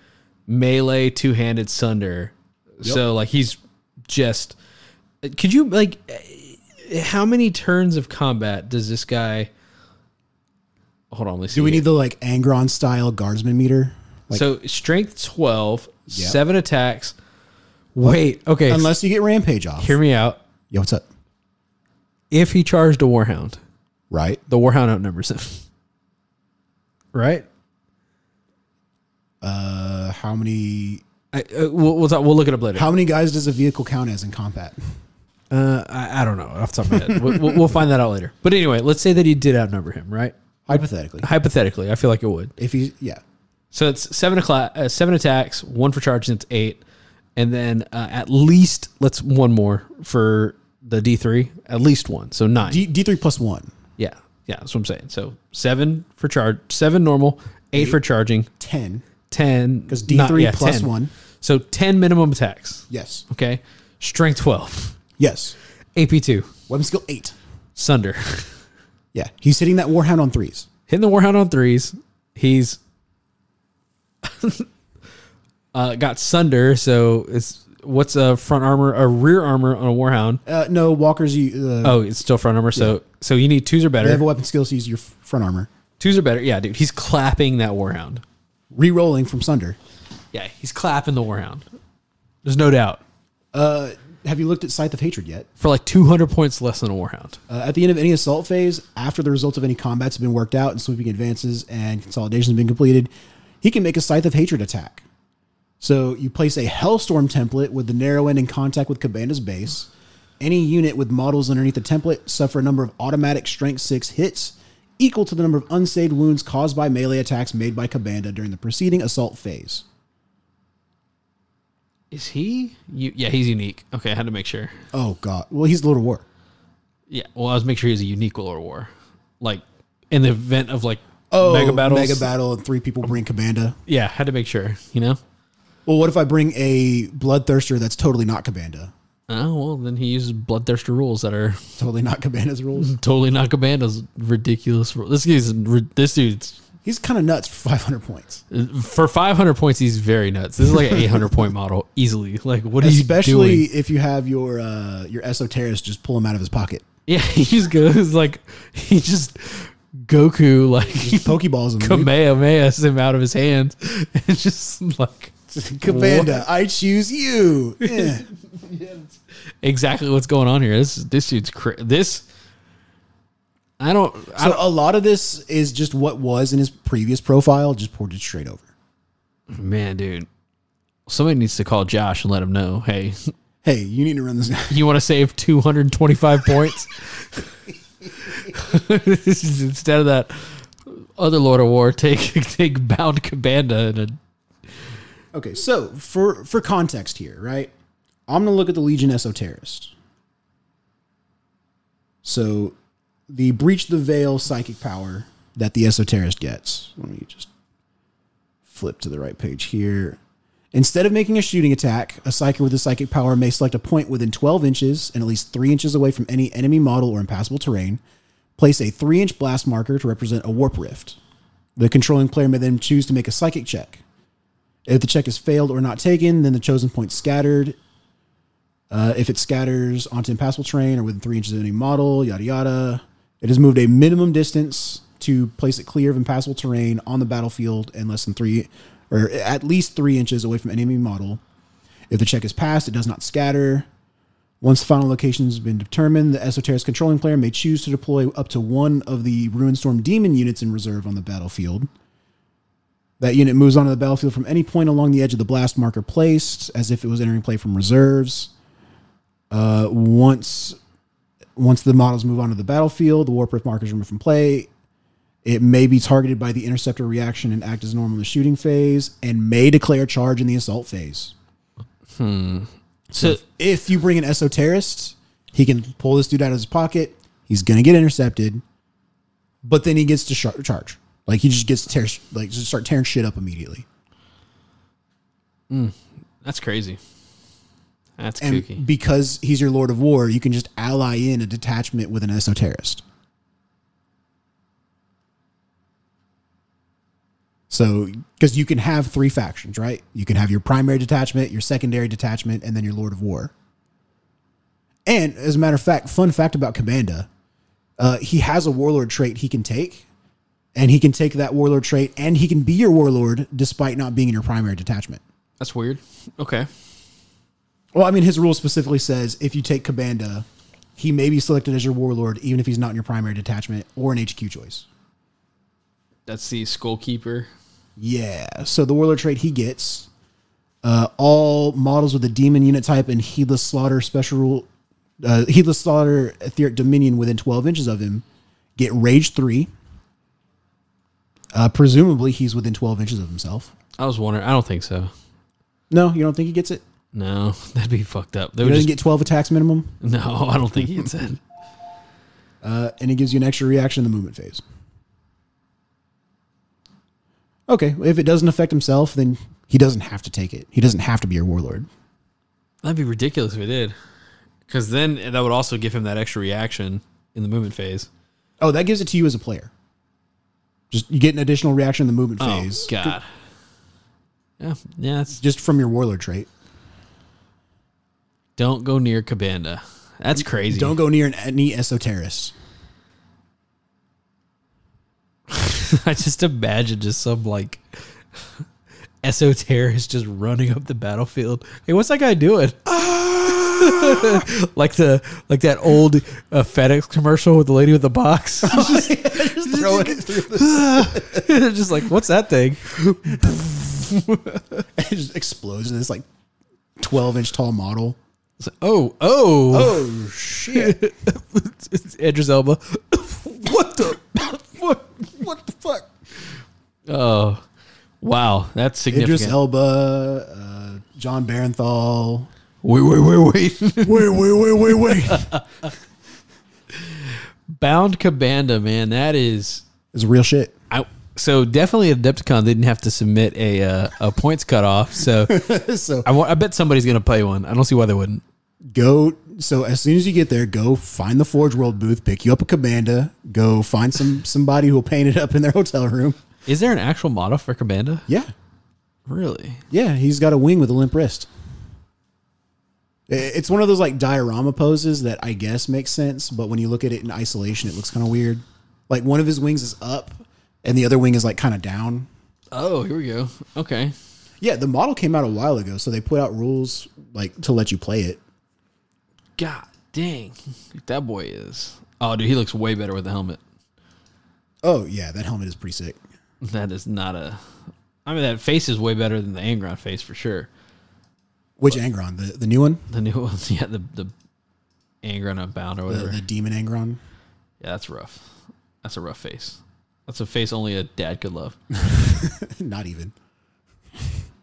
melee two handed sunder. So like he's just. Could you like, eh, how many turns of combat does this guy? Hold on, let's see.
Do we
here.
need the like Angron style guardsman meter? Like,
so strength 12, seven attacks. Wait, okay.
unless you get rampage off.
hear me out.
Yo, what's up?
If he charged a warhound,
Right.
the warhound outnumbers him. right?
Uh, how many
I, uh, we'll, we'll, talk, we'll look it up later.
how many guys does a vehicle count as in combat?
Uh, I, I don't know off the top of my head. we'll, we'll- we'll find that out later. But anyway, let's say that he did outnumber him, right?
Hypothetically,
Hypothetically, I feel like it would.
if he yeah,
So it's seven o'clock, uh, seven attacks, one for charging. It's eight, and then uh, at least let's one more for the D three. At least one, so nine.
D D three plus one.
Yeah. Yeah, that's what I'm saying. So seven for charge, seven normal, eight, for charging,
10.
ten because
D3 plus one.
So ten minimum attacks.
Yes.
Okay, strength twelve,
Yes.
AP two,
Weapon skill eight.
Sunder,
Yeah. He's hitting that warhound on threes.
hitting the warhound on threes. He's uh, got Sunder, so it's what's a front armor, a rear armor on a warhound.
Uh, no walkers. You uh,
Oh, it's still front armor. So so you need twos or
they have a
better.
weapon skill. So use your f- front armor.
Twos or better. Yeah, dude, he's clapping that warhound.
Rerolling from Sunder.
Yeah, he's clapping the warhound. There's no doubt.
Uh, have you looked at Scythe of Hatred yet?
for like 200 points less than a Warhound.
Uh, at the end of any assault phase, after the results of any combats have been worked out and sweeping advances and consolidations have been completed, he can make a Scythe of Hatred attack. So you place a Hellstorm template with the narrow end in contact with Cabana's base. Any unit with models underneath the template suffer a number of automatic Strength 6 hits equal to the number of unsaved wounds caused by melee attacks made by Cabana during the preceding assault phase.
Is he? You, yeah, he's unique. Okay, I had to make sure.
Oh, God. Well, he's Lord of War.
Yeah, well, I was making sure he's a unique Lord of War. Like, in the event of like
Oh,
mega battles.
Mega battle, and three people bring Cabana.
Yeah, had to make sure, you know?
Well, what if I bring a bloodthirster that's totally not Cabanda?
Oh, well, then he uses bloodthirsty rules that are
Totally not Cabanda's rules.
totally not Commando's ridiculous rules. This dude's, ri- this dude's, uh,
He's kind of nuts for 500 points.
for 500 points, he's very nuts. This is like an 800 point model, easily. Like, what are you doing?
Especially if you have your uh, your esoterist just pull him out of his pocket.
Yeah, he just goes like, he just Goku, like,
Just Pokeballs him. dude.
Kamehameha him out of his hands and just like
Cabanda, I choose you. Eh.
exactly what's going on here. This this dude's cra- this. I don't. I
So a lot of this is just what was in his previous profile, just ported straight over.
don't man, dude. Somebody needs to call Josh and let him know. Hey,
Hey, you need to run this.
you want to save 225 points This is- instead of that other Lord of War? Take take bound Cabanda and a,
Okay, so for for context here, right? I'm gonna look at the Legion Esoterist. So, the breach the veil psychic power that the esoterist gets. Let me just flip to the right page here. Instead of making a shooting attack, a psychic with a psychic power may select a point within 12 inches and at least 3 inches away from any enemy model or impassable terrain, place a 3 inch blast marker to represent a warp rift. The controlling player may then choose to make a psychic check. If the check is failed or not taken, then the chosen point scattered. Uh, if it scatters onto impassable terrain or within three inches of any model, yada yada, it has moved a minimum distance to place it clear of impassable terrain on the battlefield and less than three, or at least three inches away from enemy model. If the check is passed, it does not scatter. Once the final location has been determined, the Esoteric's controlling player may choose to deploy up to one of the Ruinstorm Demon units in reserve on the battlefield. That unit moves onto the battlefield from any point along the edge of the blast marker placed, as if it was entering play from reserves. Uh, once, once the models move onto the battlefield, the warp rift marker is removed from play. It may be targeted by the interceptor reaction and act as normal in the shooting phase, and may declare charge in the assault phase.
So
If you bring an esoterist, he can pull this dude out of his pocket. He's gonna get intercepted, but then he gets to char- charge. Like he just gets to tear, like just start tearing shit up immediately.
that's crazy. That's
And
kooky.
because he's your Lord of War, you can just ally in a detachment with an esoterist. So, because you can have three factions, right? You can have your primary detachment, your secondary detachment, and then your Lord of War. And as a matter of fact, fun fact about Commanda, uh, he has a warlord trait he can take, and he can take that warlord trait, and he can be your warlord despite not being in your primary detachment.
That's weird. Okay.
Well, I mean, his rule specifically says if you take Kabanda, he may be selected as your warlord, even if he's not in your primary detachment or an HQ choice.
That's the skull keeper.
Yeah. So the warlord trait he gets, uh, all models with a demon unit type and heedless slaughter special rule, uh, heedless slaughter etheric dominion within twelve inches of him, get rage three. Uh, presumably, he's within twelve inches of himself.
I was wondering. I don't think so.
No, you don't think he gets it?
No, that'd be fucked up. They
He
would
doesn't
just,
get twelve attacks minimum,
no, I don't think he had said.
uh, and it gives you an extra reaction in the movement phase. Okay, if it doesn't affect himself, then he doesn't have to take it. He doesn't have to be your warlord.
That'd be ridiculous if it did. Because then that would also give him that extra reaction in the movement phase.
Oh, that gives it to you as a player. Just you get an additional reaction in the movement phase,
Oh, God. Yeah, yeah. That's,
just from your warlord trait.
don't go near Cabanda. That's crazy.
Don't go near an, any esoterist.
I just imagine just some like esoterist just running up the battlefield. Hey, what's that guy doing? like the like that old uh, FedEx commercial with the lady with the box.
Just throw it through the,
just like what's that thing?
it just explodes in this like twelve inch tall model.
It's like, oh, oh,
Oh shit!
It's Idris Elba. what the?
what? What the fuck?
Oh, wow, that's significant.
Idris Elba, uh, John Barenthal.
wait, wait, wait, wait.
Wait, wait, wait, wait, wait.
Bound Cabanda, man, that is
It's real shit.
I so definitely at Adepticon they didn't have to submit a uh, a points cutoff. So
So
I, wa- I bet somebody's gonna play one. I don't see why they wouldn't.
go. So as soon as you get there, go find the Forge World booth, pick you up a Commanda, go find some somebody who'll paint it up in their hotel room.
Is there an actual motto for Cabanda?
Yeah,
Really?
yeah. He's got a wing with a limp wrist. I- It's one of those like diorama poses that I guess makes sense, but when you look at it in isolation, it looks kind of weird. Like one of his wings is up, and the other wing is like kind of down.
Oh, here we go. Okay.
Yeah, the model came out a while ago, so they put out rules like to let you play it.
God dang, that boy is. Oh, dude, he looks way better with the helmet.
Oh yeah, that helmet is pretty sick.
That is not a. I mean, that face is way better than the Angron face for sure.
Which Angron? The the new one?
The new one, yeah, the the Angron Unbound or
The,
whatever.
the demon Angron?
yeah, that's rough. That's a rough face. That's a face only a dad could love.
Not even.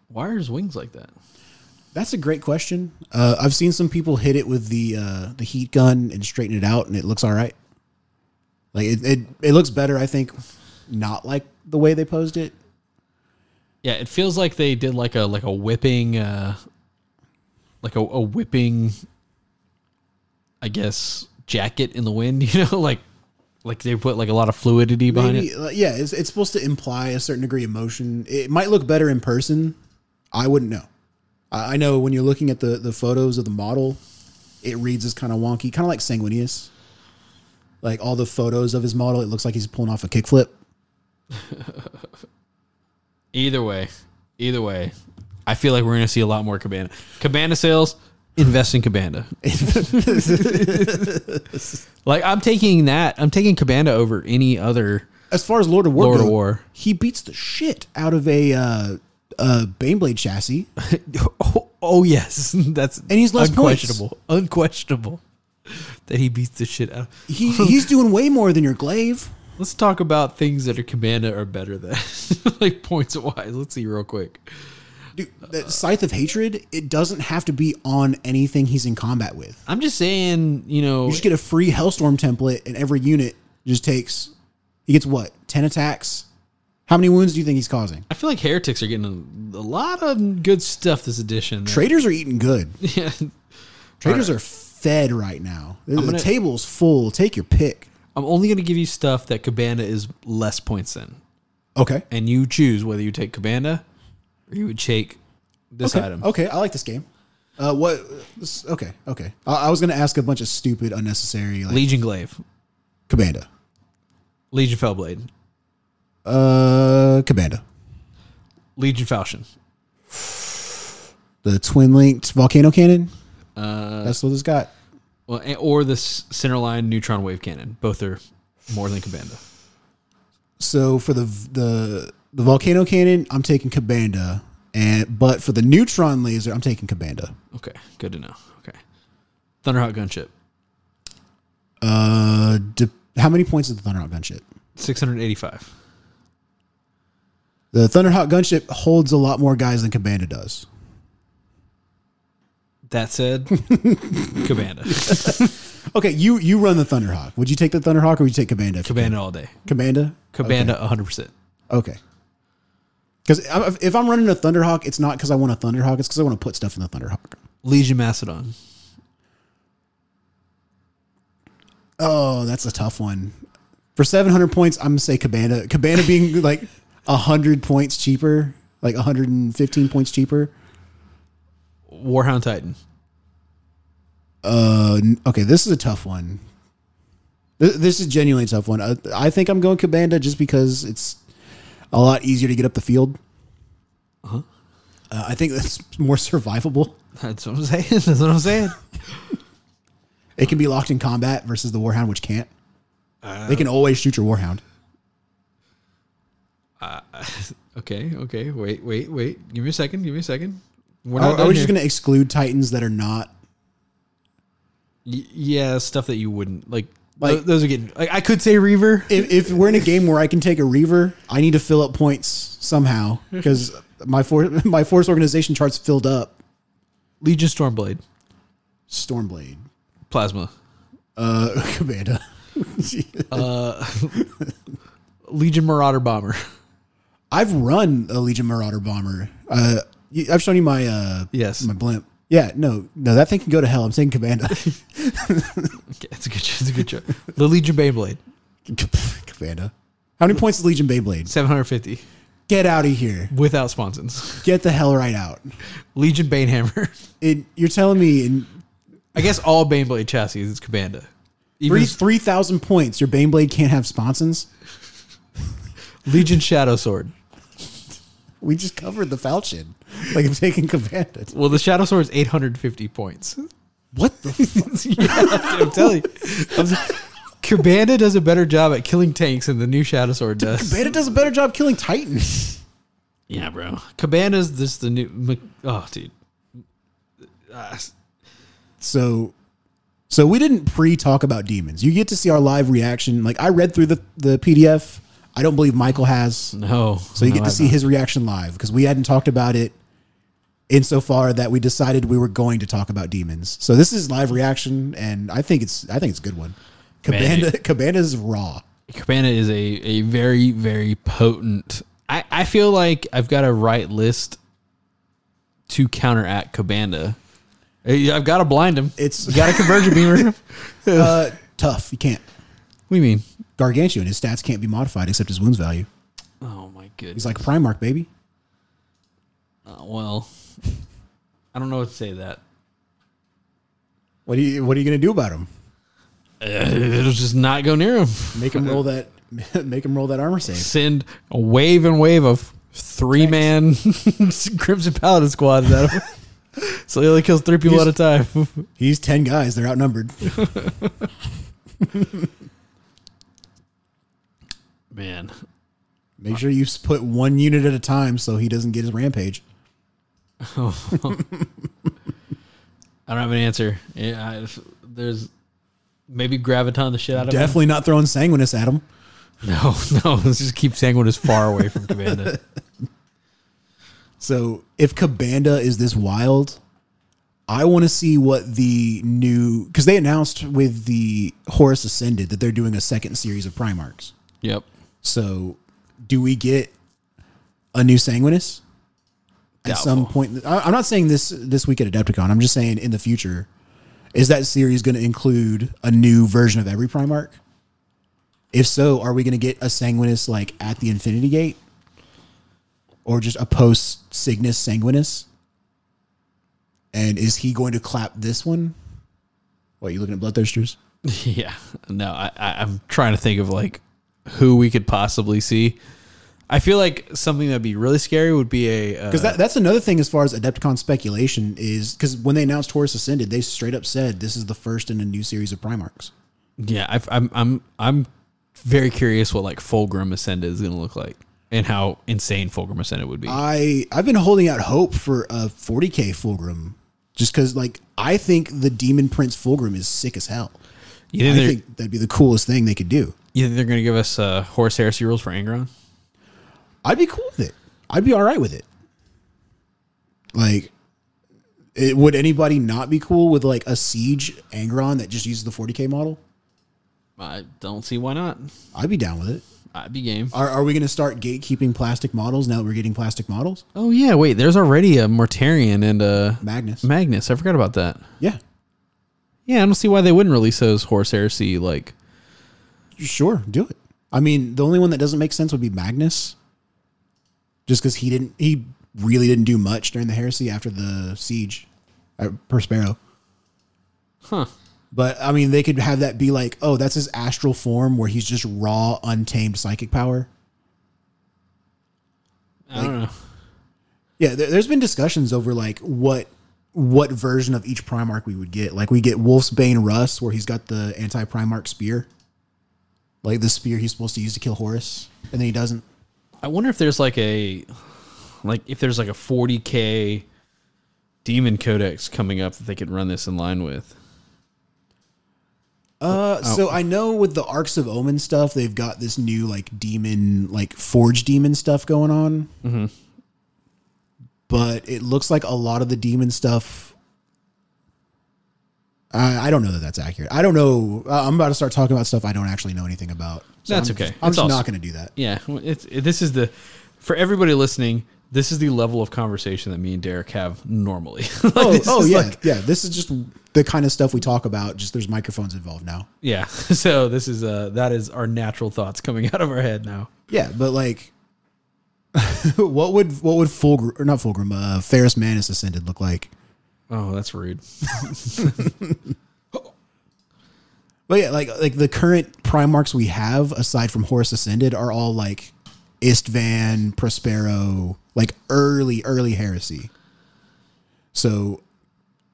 Why are his wings like that?
That's a great question. Uh, I've seen some people hit it with the uh, the heat gun and straighten it out, and it looks all right. Like it, it, it looks better, I think. Not like the way they posed it.
Yeah, it feels like they did like a like a whipping, uh, like a, a whipping, I guess jacket in the wind. You know, like like they put like a lot of fluidity behind
Maybe,
it.
uh, yeah, it's, it's supposed to imply a certain degree of motion. It might look better in person. I wouldn't know. I, I know when you're looking at the, the photos of the model, it reads as kind of wonky, kind of like Sanguinius. Like all the photos of his model, it looks like he's pulling off a kickflip.
Either way, either way, I feel like we're gonna see a lot more cabana cabana sales. Invest in cabana. like I'm taking that. I'm taking cabana over any other.
As far as Lord of War,
Lord of
goes,
War.
he beats the shit out of a uh, uh, Baneblade chassis.
Oh, oh yes, that's
And he's less points.
unquestionable. Unquestionable that he beats the shit out. of-
He he's doing way more than your glaive.
Let's talk about things that are Cabana are better than, like points wise. Let's see real quick.
Dude, that scythe of hatred. It doesn't have to be on anything he's in combat with.
I'm just saying, you know,
You just get a free Hellstorm template, and every unit just takes. He gets what ten attacks. How many wounds do you think he's causing?
I feel like heretics are getting a, a lot of good stuff this edition.
Traders are eating good.
Yeah.
Traders are fed right now. The,
gonna-
the table's full. Take your pick.
I'm only going to give you stuff that Cabana is less points in,
Okay.
and you choose whether you take Cabana or you would take this
Okay.
item.
Okay, I like this game. Uh, what? this- Okay, okay. I, I was gonna ask a bunch of stupid, unnecessary like
Legion Glaive,
Cabanda.
Legion Fellblade,
Uh, Cabanda,
Legion Falchion.
the twin linked volcano cannon. Uh, That's what it's got.
Well, a- or the s- centerline neutron wave cannon. Both are more than Cabanda.
So for the v- the the volcano cannon, I'm taking Cabanda, and but for the neutron laser, I'm taking Cabanda.
Okay, good to know. Okay, Thunderhawk gunship,
Uh, de- how many points is the Thunderhawk gunship?
six hundred eighty-five.
The Thunderhawk gunship holds a lot more guys than Cabanda does.
That said, Cabanda,
Okay, you you run the Thunderhawk. Would you take the Thunderhawk or would you take Cabanda?
Cabanda all day.
Cabanda.
Cabanda, one hundred percent.
Okay. Because if I'm running a Thunderhawk, it's not because I want a Thunderhawk. It's because I want to put stuff in the Thunderhawk.
Legion Macedon.
Oh, that's a tough one. For 700 points, I'm going to say Cabana. Cabana being like 100 points cheaper, like 115 points cheaper.
Warhound Titan.
Uh, n- okay, this is a tough one. Th- This is genuinely a tough one. I, I think I'm going Cabana just because it's a lot easier to get up the field. Uh, I think that's more survivable.
That's what I'm saying. That's what I'm saying.
It can be locked in combat versus the Warhound, which can't.
Uh,
they can always shoot your Warhound.
Okay, okay. Wait, wait, wait. Give me a second. Give me a second. We're
Are,
not
are
done
we
here.
just going to exclude Titans that are not?
Y- yeah, stuff that you wouldn't like.
Like-
Like those are getting. Like I could say Reaver.
If, if we're in a game where I can take a Reaver, I need to fill up points somehow because my for, my force organization chart's filled up.
Legion Stormblade.
Stormblade,
Plasma.
uh, Commander,
Legion Marauder Bomber.
I've run a Legion Marauder bomber. Uh, you- I've shown you my uh,
Yes.
my blimp. Yeah, no, no, that thing can go to hell. I'm saying Commander,
Okay, that's a good. That's a good joke. the Legion Beyblade.
Commander. How many points is Legion Beyblade?
Seven hundred fifty
Get out of here.
without sponsons.
Get the hell right out.
Legion Banehammer.
It, you're telling me in
I guess all Baneblade chassis is Cabanda. Even
three three thousand points, your Baneblade can't have sponsons.
Legion Shadow Sword.
We just covered the falchion. Like I'm taking command.
Well, the Shadow Sword is eight hundred fifty points.
What the f-
yeah, I'm telling you. I'm s- Cabana does a better job at killing tanks than the new Shadow Sword does.
Bandit does a better job killing Titans.
Yeah, bro. Cabana's just the new. Mc- Oh, dude.
So so we didn't pre-talk about demons. You get to see our live reaction. Like I read through the, the PDF. I don't believe Michael has.
No.
So you get to see his reaction live because we hadn't talked about it insofar that we decided we were going to talk about demons. So this is live reaction, and I think it's I think it's a good one. Cabana Cabana's raw.
Cabana is a, a very, very potent. I, I feel like I've got a right list to counteract Cabana. Eh, I've got to blind him.
It's
Got a conversion beamer.
uh, tough. You can't
What do you mean?
gargantuan. His stats can't be modified except his wounds value.
Oh my goodness.
He's like Primarch, baby.
Uh, well, I don't know what to say to that.
What are you What are you gonna do about him?
Uh, It'll just not go near him.
Make him roll that. Make him roll that armor save.
Send a wave and wave of three man Crimson Paladin squads at him. so he only kills three people at a time.
He's ten guys. They're outnumbered.
Man.
Make sure you s- put one unit at a time so he doesn't get his rampage.
I don't have an answer. Yeah, I, if there's maybe graviton the shit out of him.
Definitely not throwing sanguinous at him.
No, no. Let's just keep Sanguine as far away from Cabana.
So if Cabanda is this wild, I want to see what the new because they announced with the Horus Ascended that they're doing a second series of Primarchs.
yep.
So do we get a new Sanguinus at some
Doubtful.
point? I, I'm not saying this this week at Adepticon. I'm just saying in the future, is that series going to include a new version of every Primarch? If so, are we going to get a Sanguinus like at the Infinity Gate, or just a post Cygnus Sanguinus? And is he going to clap this one? What you looking at, bloodthirsters?
Yeah. No, I, I, I'm trying to think of like who we could possibly see. I feel like something that'd be really scary would be a uh,
Because that, that's another thing as far as Adepticon speculation is because when they announced Horus Ascended, they straight up said this is the first in a new series of Primarchs.
yeah. I've, I'm I'm I'm very curious what like Fulgrim Ascended is gonna look like and how insane Fulgrim Ascended would be.
Uh, I I've been holding out hope for a 40k Fulgrim, just because like I think the Demon Prince Fulgrim is sick as hell.
you think
I
they're
think that'd be the coolest thing they could do.
you think they're gonna give us uh, Horse Heresy rules for Angron?
I'd be cool with it. I'd be all right with it. Like, it, would anybody not be cool with like a siege Angron that just uses the 40k model?
I don't see why not.
I'd be down with it.
I'd be game.
Are, are we going to start gatekeeping plastic models now that we're getting plastic models?
Oh yeah, wait. There's already a Mortarian and a
Magnus.
Magnus. I forgot about that.
yeah,
Yeah, I don't see why they wouldn't release those Horse Heresy like
sure, do it. I mean, the only one that doesn't make sense would be Magnus, just because he didn't, he really didn't do much during the heresy after the siege at Perspero.
Huh.
But I mean, they could have that be like, oh, that's his astral form where he's just raw, untamed psychic power.
I don't know.
Yeah, there, there's been discussions over like what what version of each Primarch we would get. Like we get Wolf's Bane Russ, where he's got the anti Primarch spear, like the spear he's supposed to use to kill Horus, and then he doesn't.
I wonder if there's like a like if there's like a 40k demon codex coming up that they could run this in line with.
Uh,
Oh.
so I know with the Arcs of Omen stuff, they've got this new like demon, like Forge demon stuff going on.
Mm-hmm.
But it looks like a lot of the demon stuff. I, I don't know that that's accurate. I don't know. Uh, I'm about to start talking about stuff I don't actually know anything about. So
That's
I'm
okay.
Just, I'm
It's
just
awesome.
not going to do that.
Yeah, it's it, this is the for everybody listening. This is the level of conversation that me and Derek have normally. Like,
Oh,
this
oh
is
yeah,
like-
yeah. This is just the kind of stuff we talk about. Just there's microphones involved now.
yeah. So this is uh that is our natural thoughts coming out of our head now.
Yeah, but like, what would what would Fulgrim or not Fulgrim? Uh, Ferris Manus ascended look like?
Oh, that's rude.
But yeah, like like the current Primarchs we have, aside from Horus Ascended, are all like Istvan, Prospero, like early, early heresy. So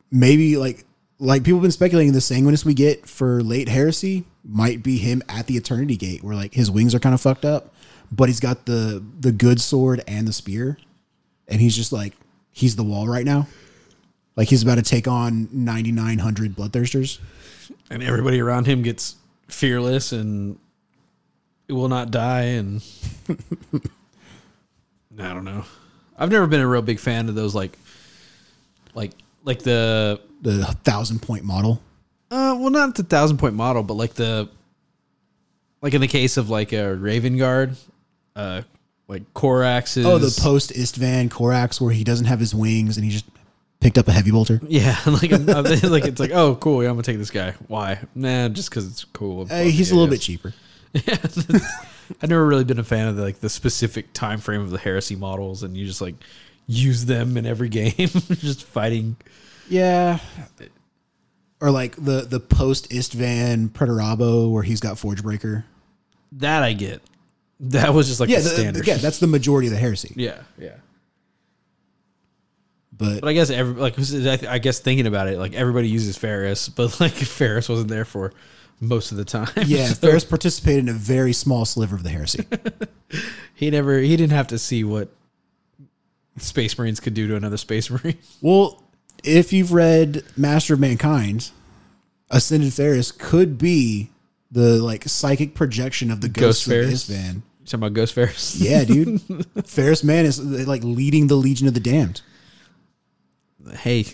maybe like like people have been speculating the sanguinus we get for late heresy might be him at the eternity gate where like his wings are kind of fucked up, but he's got the the good sword and the spear. And he's just like he's the wall right now. Like he's about to take on ninety nine hundred bloodthirsters.
and everybody around him gets fearless and it will not die and I don't know. I've never been a real big fan of those like like like the
the thousand point model.
uh, well not the thousand point model, but like the like in the case of like a Raven Guard, uh, like Korax is
Oh, the post Istvan Korax where he doesn't have his wings and he just picked up a heavy bolter.
yeah, like I'm, I'm- like it's like oh cool, yeah, I'm gonna take this guy. Why? Nah, just because it's cool.
Uh, he's a little bit cheaper.
I've never really been a fan of the, like the specific time frame of the heresy models, and you just like use them in every game, just fighting.
Yeah. Or like the the post Istvan Preterabo where he's got Forge Breaker.
That I get. That was just like
Yeah,
the
the-
standard.
yeah, that's the majority of the heresy.
yeah, yeah.
But
But I guess every like I I guess thinking about it, like everybody uses Ferris, but like Ferris wasn't there for most of the time.
yeah,
So
Ferris participated in a very small sliver of the heresy.
he never he didn't have to see what Space Marines could do to another Space Marine.
well, if you've read Master of Mankind, Ascended Ferris could be the like psychic projection of the
Ghost
ghost, of
Ferris?
Istvan.
You talking about Ghost Ferris?
Yeah, dude. Ferris Man is like leading the Legion of the Damned.
Hey,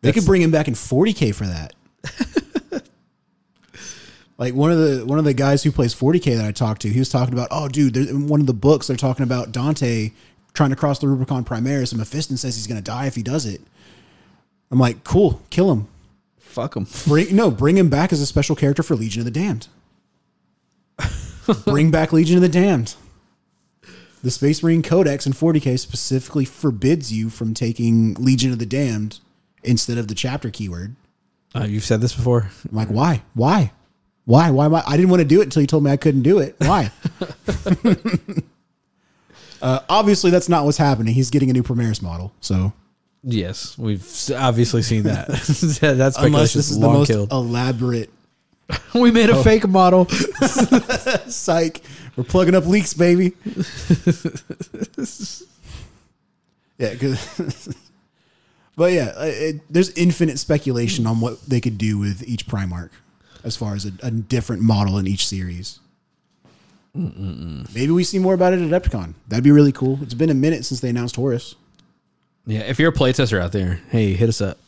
They could bring him back in 40k for that. like one of the one of the guys who plays 40k that I talked to, he was talking about, oh, dude, there- in one of the books they're talking about Dante trying to cross the Rubicon Primaris, and Mephiston says he's gonna die if he does it. I'm like, cool, kill him.
fuck him.
Bring no, bring him back as a special character for Legion of the Damned. bring back Legion of the Damned. The Space Marine Codex in 40k specifically forbids you from taking Legion of the Damned instead of the chapter keyword.
Uh, you've said this before.
I'm like, why? Why? Why? Why am I? I didn't want to do it until you told me I couldn't do it. Why? uh, obviously, that's not what's happening. He's getting a new Primaris model. So,
Yes, we've s- obviously seen that. Yeah, That's
unless this is the most Oh.
killed.
elaborate
we made a fake model.
psych, we're plugging up leaks, baby. yeah, 'cause- but yeah, uh, it, there's infinite speculation on what they could do with each Primarch as far as a, a different model in each series. Maybe we see more about it at Epticon. That'd be really cool. It's been a minute since they announced Horus.
yeah, if you're a playtester out there, hey, hit us up.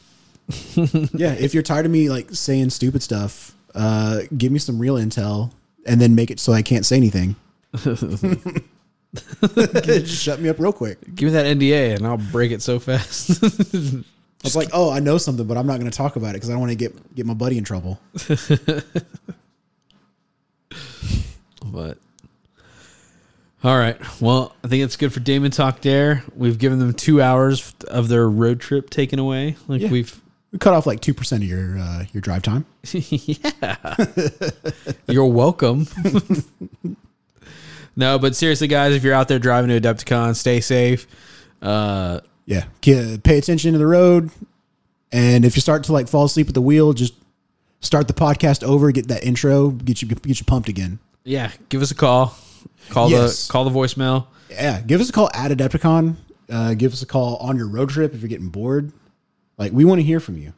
Yeah, if you're tired of me like saying stupid stuff, uh, give me some real intel and then make it so I can't say anything. Just shut me up real quick.
Give me that NDA and I'll break it so fast.
It's like, oh, I know something, but I'm not going to talk about it because I don't want to get get my buddy in trouble.
but all right, well, I think it's good for Damon talk. There, we've given them two hours of their road trip taken away. Like
Yeah.
we've
We cut off like two percent of your uh, your drive time.
You're welcome. no, but seriously, guys, if you're out there driving to Adepticon, stay safe. Uh,
Yeah, K- pay attention to the road, and if you start to like fall asleep at the wheel, just start the podcast over. Get that intro. Get you get you pumped again.
yeah, give us a call. Call
Yes.
the call the voicemail.
Yeah, give us a call at Adepticon. Uh, give us a call on your road trip if you're getting bored. Like we want to hear from you.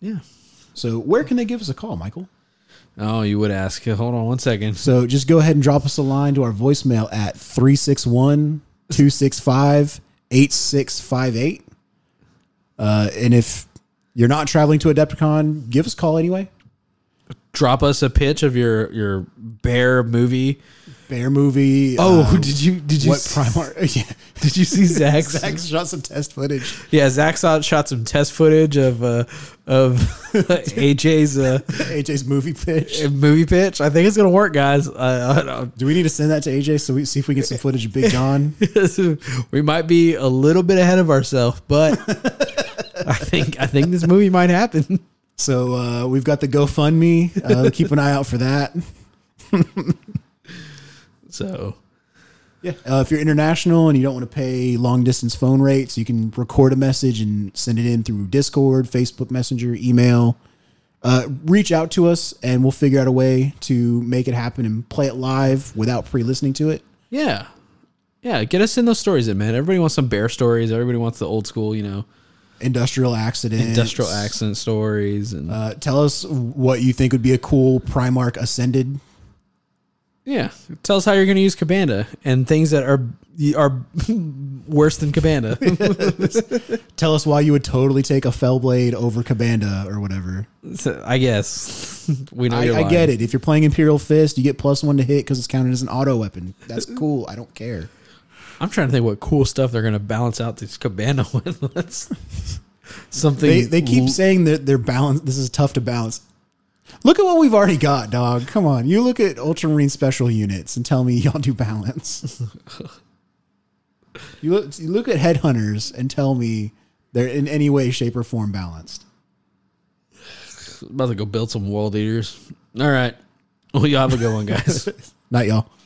Yeah.
So where can they give us a call, Michael?
Oh, you would ask. Hold on one second.
So just go ahead and drop us a line to our voicemail at 361 265 8658. Uh, And if you're not traveling to Adepticon, give us a call anyway.
Drop us a pitch of your your bear movie.
Bear movie.
Oh,
uh,
did you did you
what
s-
Primark? yeah.
did you see Zach's?
Zach shot some test footage.
Yeah, Zach saw, shot some test footage of uh, of AJ's uh,
AJ's movie pitch.
movie pitch. I think it's gonna work, guys. Uh, I don't-
Do we need to send that to AJ so we see if we get some footage of Big John?
we might be a little bit ahead of ourselves, but I think I think this movie might happen.
So uh, we've got the GoFundMe. Uh, keep an eye out for that.
So
Yeah. Uh, if you're international and you don't want to pay long distance phone rates, you can record a message and send it in through Discord, Facebook Messenger, email. Uh, reach out to us and we'll figure out a way to make it happen and play it live without pre listening to it.
yeah, yeah. Get us in those stories, in, man. Everybody wants some bear stories. Everybody wants the old school, you know,
Industrial Uh, accident.
industrial accident stories, and
Uh, tell us what you think would be a cool Primark Ascended.
Yeah, tell us how you're going to use Cabanda and things that are are worse than Cabanda.
Tell us why you would totally take a Fellblade over Cabanda or whatever.
So, I guess we know.
I,
you're
I
lying.
get it. If you're playing Imperial Fist, you get plus one to hit because it's counted as an auto weapon. That's cool. I don't care.
I'm trying to think what cool stuff they're going to balance out this Cabana with. That's something
They they keep
l-
saying that they're balanced. This is tough to balance. Look at what we've already got, dog. Come on. You look at Ultramarine special units and tell me y'all do balance. you look you look at Headhunters and tell me they're in any way, shape, or form balanced.
about to go build some world eaters. All right, well y'all have a good one, guys.
Not y'all.